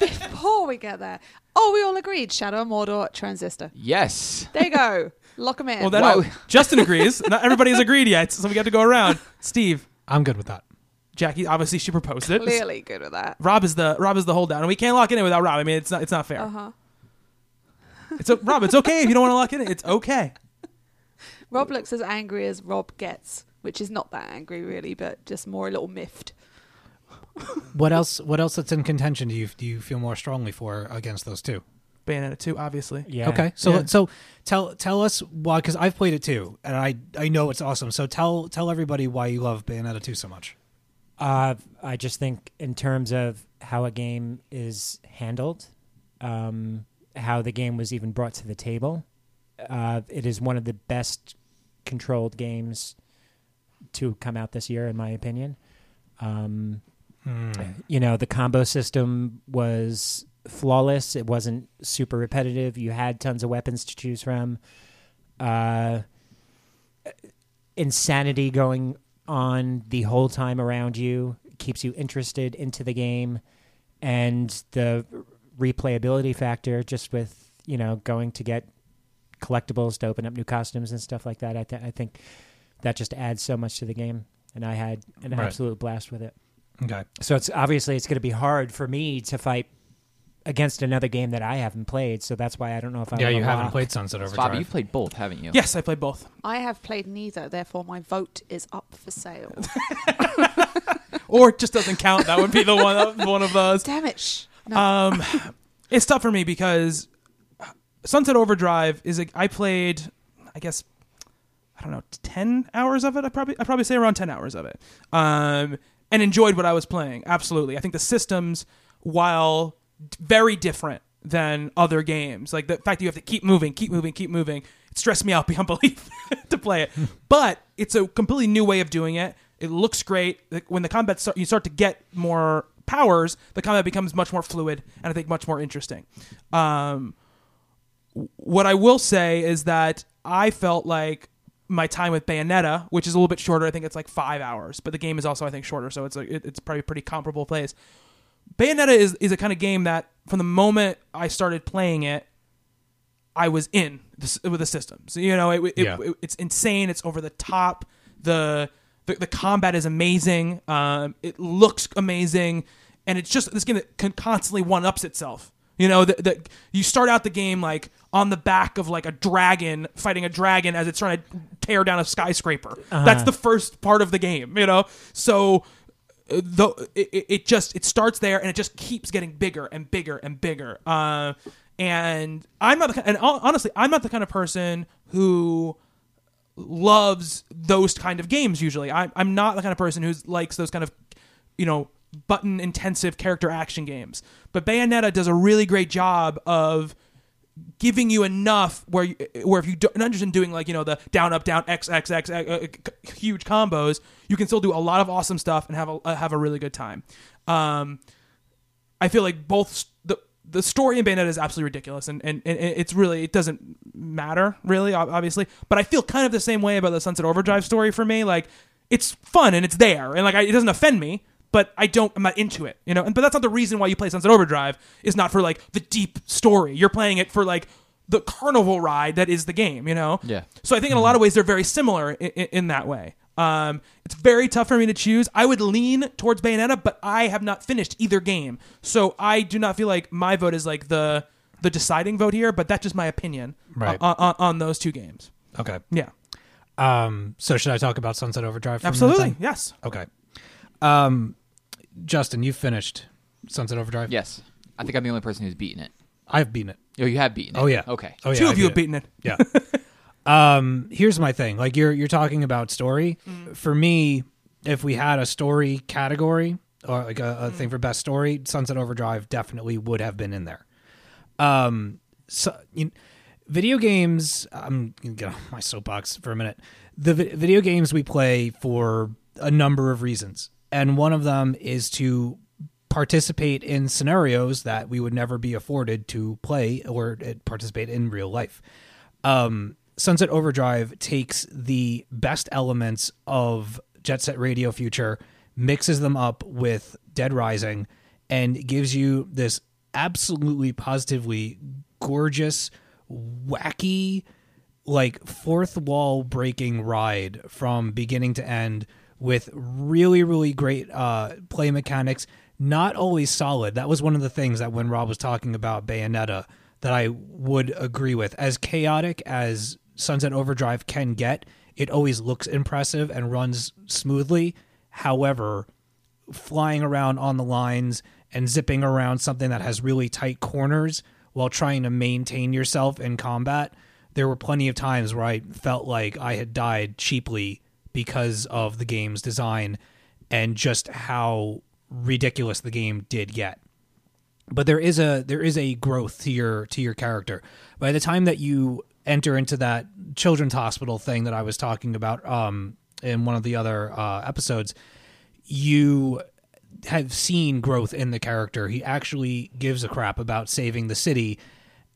Speaker 4: before we get there, oh, we all agreed Shadow and Mordor Transistor.
Speaker 3: Yes.
Speaker 4: There you go. Lock them in.
Speaker 2: Well, then
Speaker 3: Why
Speaker 2: I'll-
Speaker 3: would-
Speaker 2: Justin agrees. Not everybody has agreed yet, so we got to go around. Steve,
Speaker 1: I'm good with that.
Speaker 2: Jackie, obviously she proposed it.
Speaker 4: Clearly good with that.
Speaker 2: Rob is the Rob is the holdout, and we can't lock in it without Rob. I mean, it's not it's not fair.
Speaker 4: Uh huh.
Speaker 2: It's o- Rob. It's okay if you don't want to lock in it. It's okay.
Speaker 4: Rob looks as angry as Rob gets, which is not that angry really, but just more a little miffed.
Speaker 1: What else? What else that's in contention? Do you do you feel more strongly for against those two?
Speaker 2: Bayonetta two, obviously.
Speaker 5: Yeah.
Speaker 1: Okay. So
Speaker 2: Yeah.
Speaker 1: so tell tell us why because I've played it too and I I know it's awesome. So tell tell everybody why you love Bayonetta two so much.
Speaker 5: Uh, I just think in terms of how a game is handled, um, how the game was even brought to the table, uh, it is one of the best controlled games to come out this year, in my opinion. Um, You know, the combo system was flawless. It wasn't super repetitive. You had tons of weapons to choose from. Uh, insanity going on the whole time around you keeps you interested into the game and the replayability factor just with you know going to get collectibles to open up new costumes and stuff like that. I, th- I think that just adds so much to the game, and I had an
Speaker 1: Right.
Speaker 5: absolute blast with it.
Speaker 1: Okay.
Speaker 5: So it's obviously it's going to be hard for me to fight against another game that I haven't played. So that's why I don't know if I
Speaker 1: Yeah,
Speaker 5: wanna
Speaker 1: you haven't
Speaker 5: lock-
Speaker 1: played Sunset Overdrive.
Speaker 3: Bobby, you played both, haven't you?
Speaker 2: Yes, I played both.
Speaker 4: I have played neither, therefore my vote is up for sale.
Speaker 2: Or it just doesn't count. That would be the one of, one of those.
Speaker 4: Damn it! Shh. No.
Speaker 2: Um, it's tough for me because Sunset Overdrive is like I played, I guess, I don't know, ten hours of it. I probably I probably say around ten hours of it, um, and enjoyed what I was playing. Absolutely, I think the systems, while d- very different than other games, like the fact that you have to keep moving, keep moving, keep moving, it stressed me out beyond belief to play it. but it's a completely new way of doing it. It looks great Like, when the combat start, you start to get more powers. The combat becomes much more fluid and I think much more interesting. Um, what I will say is that I felt like my time with Bayonetta, which is a little bit shorter, I think it's like five hours, but the game is also I think shorter, so it's like it, it's probably a pretty comparable place. Bayonetta is is a kind of game that from the moment I started playing it, I was in the, s- with the systems. You know, it, it,
Speaker 1: Yeah.
Speaker 2: it- it's insane. It's over the top. The the, the combat is amazing. Um, it looks amazing, and it's just this game that can constantly one ups itself. You know, that that you start out the game like on the back of like a dragon fighting a dragon as it's trying to tear down a skyscraper. That's the first part of the game. You know, so though it, it- it just it starts there and it just keeps getting bigger and bigger and bigger uh, and i'm not the, ki- and hon- honestly i'm not the kind of person who loves those kind of games usually I, i'm not the kind of person who likes those kind of you know button intensive character action games but bayonetta does a really great job of giving you enough where you, where if you do, not just in doing like you know the down up down x x x, x uh, c- huge combos, you can still do a lot of awesome stuff and have a uh, have a really good time. Um, I feel like both s- the the story in Bayonetta is absolutely ridiculous, and, and, and it's really it doesn't matter really, ob- obviously. But I feel kind of the same way about the Sunset Overdrive story for me. Like it's fun and it's there, and like I, it doesn't offend me, but I don't I'm not into it, you know. And but that's not the reason why you play Sunset Overdrive is not for like the deep story. You're playing it for like the carnival ride that is the game, you know.
Speaker 3: Yeah.
Speaker 2: So I think in a lot of ways they're very similar in, in, in that way. Um, it's very tough for me to choose. I would lean towards Bayonetta, but I have not finished either game, so I do not feel like my vote is like the the deciding vote here. But that's just my opinion
Speaker 1: Right.
Speaker 2: on, on, on those two games.
Speaker 1: Okay.
Speaker 2: Yeah,
Speaker 1: Um, so should I talk about Sunset Overdrive? For a minute
Speaker 2: absolutely.
Speaker 1: then?
Speaker 2: Yes.
Speaker 1: Okay. Um, Justin, you finished Sunset Overdrive.
Speaker 3: Yes. I think I'm the only person who's beaten it.
Speaker 1: I've beaten it.
Speaker 3: Oh, you have beaten it.
Speaker 1: Oh yeah.
Speaker 3: Okay.
Speaker 1: Oh yeah.
Speaker 2: two
Speaker 1: I
Speaker 2: of you
Speaker 1: beat
Speaker 2: have beaten it.
Speaker 1: Yeah. um, here's my thing. Like you're you're talking about story. For me, if we had a story category or like a, a thing for best story, Sunset Overdrive definitely would have been in there. Um, so you, video games. I'm gonna get off my soapbox for a minute. The vi- video games we play for a number of reasons, and one of them is to participate in scenarios that we would never be afforded to play or uh, participate in real life um, Sunset Overdrive takes the best elements of Jet Set Radio Future, mixes them up with Dead Rising, and gives you this absolutely positively gorgeous, wacky, like fourth wall breaking ride from beginning to end with really really great uh play mechanics not always solid that was one of the things that when rob was talking about bayonetta that i would agree with as chaotic as sunset overdrive can get it always looks impressive and runs smoothly however flying around on the lines and zipping around something that has really tight corners while trying to maintain yourself in combat. There were plenty of times where I felt like I had died cheaply because of the game's design and just how ridiculous the game did get but there is a there is a growth to your to your character by the time that you enter into that children's hospital thing that i was talking about um in one of the other uh episodes you have seen growth in the character he actually gives a crap about saving the city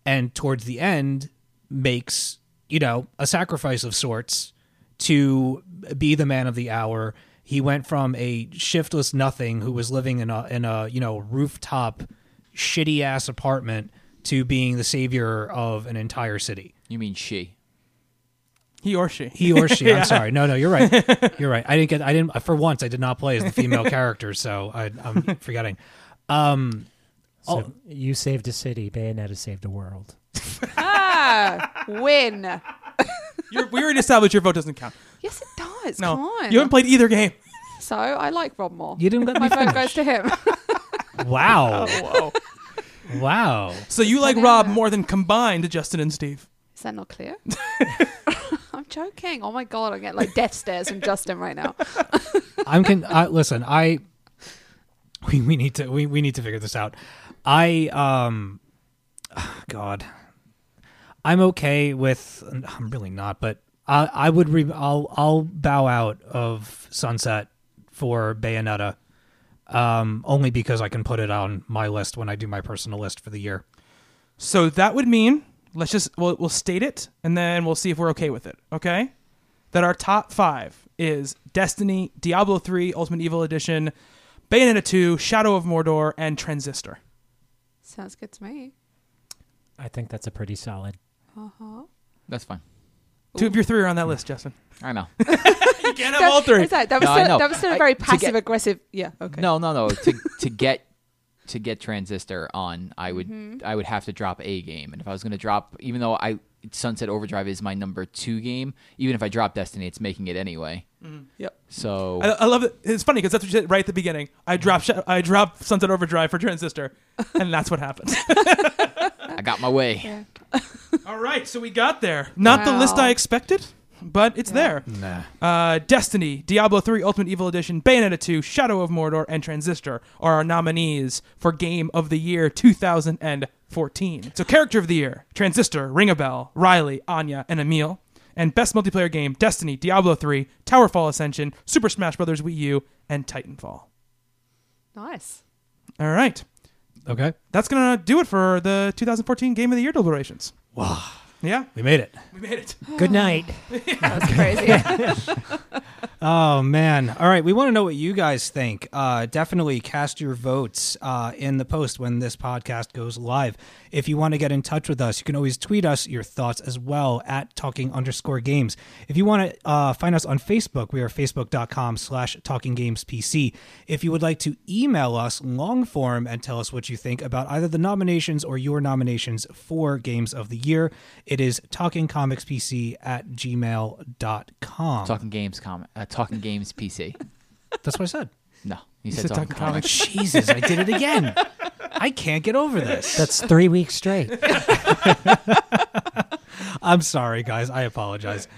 Speaker 1: and towards the end makes you know a sacrifice of sorts to be the man of the hour. He went from a shiftless nothing who was living in a in a you know rooftop shitty ass apartment to being the savior of an entire city.
Speaker 3: You mean she?
Speaker 2: He or she.
Speaker 1: He or she. I'm sorry. No, no, you're right. You're right. I didn't get. I didn't. For once, I did not play as the female character, so I, I'm forgetting.
Speaker 5: So Oh, you saved a city. Bayonetta saved a world.
Speaker 4: Ah, win.
Speaker 2: You're, we already established your vote doesn't count.
Speaker 4: Yes, it does.
Speaker 2: No,
Speaker 4: Come on.
Speaker 2: you haven't played either game.
Speaker 4: so I like Rob Moore.
Speaker 1: You didn't let me
Speaker 4: My vote
Speaker 1: finish.
Speaker 4: goes to him.
Speaker 1: Wow. Wow.
Speaker 2: So you like Rob more than combined Justin and Steve.
Speaker 4: Is that not clear? I'm joking. Oh my god, I get like death stares from Justin right now.
Speaker 1: I'm can uh, listen. I we, we need to we, we need to figure this out. I um God, I'm okay with. I'm really not, but I I would re, I'll I'll bow out of Sunset for Bayonetta, um only because I can put it on my list when I do my personal list for the year.
Speaker 2: So that would mean let's just we'll, we'll state it and then we'll see if we're okay with it. Okay, that our top five is Destiny, Diablo three, Ultimate Evil Edition, Bayonetta two, Shadow of Mordor, and Transistor.
Speaker 4: Sounds good to me.
Speaker 5: I think that's a pretty solid.
Speaker 3: That's fine.
Speaker 2: Two of your three are on that list, Justin.
Speaker 3: I know.
Speaker 2: You can't have
Speaker 4: That-
Speaker 2: all three.
Speaker 4: is That, that was
Speaker 3: No, I know.
Speaker 4: still, that was still
Speaker 3: I-
Speaker 4: a very
Speaker 3: to get-
Speaker 4: passive aggressive. Yeah. Okay.
Speaker 3: No, no, no. to to get to get transistor on, I would I would have to drop a game, and if I was going to drop, even though I Sunset Overdrive is my number two game, even if I drop Destiny, it's making it anyway.
Speaker 4: Yep.
Speaker 3: So
Speaker 2: I, I love it. It's funny because that's what you said right at the beginning. I dropped Sha- I dropped Sunset Overdrive for Transistor, and that's what happened.
Speaker 3: I got my way.
Speaker 2: All right, so we got there. Not the list
Speaker 4: Wow.
Speaker 2: I expected, but it's there.
Speaker 1: Nah.
Speaker 2: Uh, Destiny, Diablo 3 Ultimate Evil Edition, Bayonetta 2, Shadow of Mordor, and Transistor are our nominees for Game of the Year 2014. So, Character of the Year Transistor, Ring a Bell, Riley, Anya, and Emil. And Best Multiplayer Game Destiny, Diablo 3, Towerfall Ascension, Super Smash Bros. Wii U, and Titanfall.
Speaker 4: Nice.
Speaker 2: All right,
Speaker 1: Okay,
Speaker 2: that's going to do it for the 2014 Game of the Year deliberations. Wow. Yeah,
Speaker 1: we made it.
Speaker 2: we made it.
Speaker 5: Good night.
Speaker 4: That was crazy.
Speaker 1: Oh man! All right, we want to know what you guys think. Uh, definitely cast your votes uh, in the post when this podcast goes live. If you want to get in touch with us, you can always tweet us your thoughts as well at talking underscore games. If you want to uh, find us on Facebook, we are facebook.com slash talking games PC. If you would like to email us long form and tell us what you think about either the nominations or your nominations for games of the year, it is talkingcomicspc at gmail.com.
Speaker 3: Talking games, com- uh, talking games, PC.
Speaker 1: That's what I said.
Speaker 3: No, you
Speaker 2: said
Speaker 3: said talking
Speaker 2: talking
Speaker 3: comics.
Speaker 1: Jesus, I did it again. I can't get over this.
Speaker 5: That's three weeks straight.
Speaker 1: I'm sorry, guys. I apologize.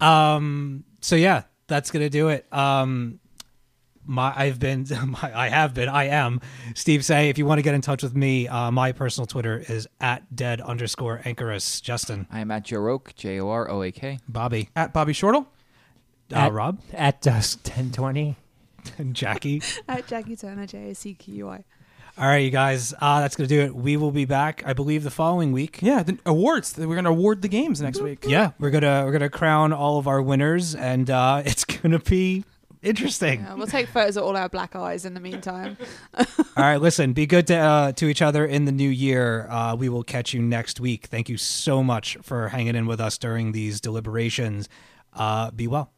Speaker 1: Um, so yeah, that's gonna do it. Um, my I've been my, I have been I am Steve Say. If you want to get in touch with me, uh, my personal Twitter is at dead underscore anchorus. Justin,
Speaker 3: I am at Joroak, J O R O A K.
Speaker 1: Bobby,
Speaker 2: At Bobby Shortle.
Speaker 1: uh, Rob,
Speaker 5: At dusk 1020.
Speaker 1: and Jackie.
Speaker 4: At Uh, Jackie Turner, J A C Q U I.
Speaker 1: All right, you guys. Uh, that's gonna do it. We will be back, I believe, the following week.
Speaker 2: Yeah, the awards. We're going to award the games next week.
Speaker 1: Yeah, we're gonna we're gonna crown all of our winners, and uh, it's gonna be interesting.
Speaker 4: Yeah, Uh, we'll take photos of all our black eyes in the meantime.
Speaker 1: All right, listen, be good to uh, to each other in the new year. Uh, we will catch you next week. Thank you so much for hanging in with us during these deliberations. Uh, be well.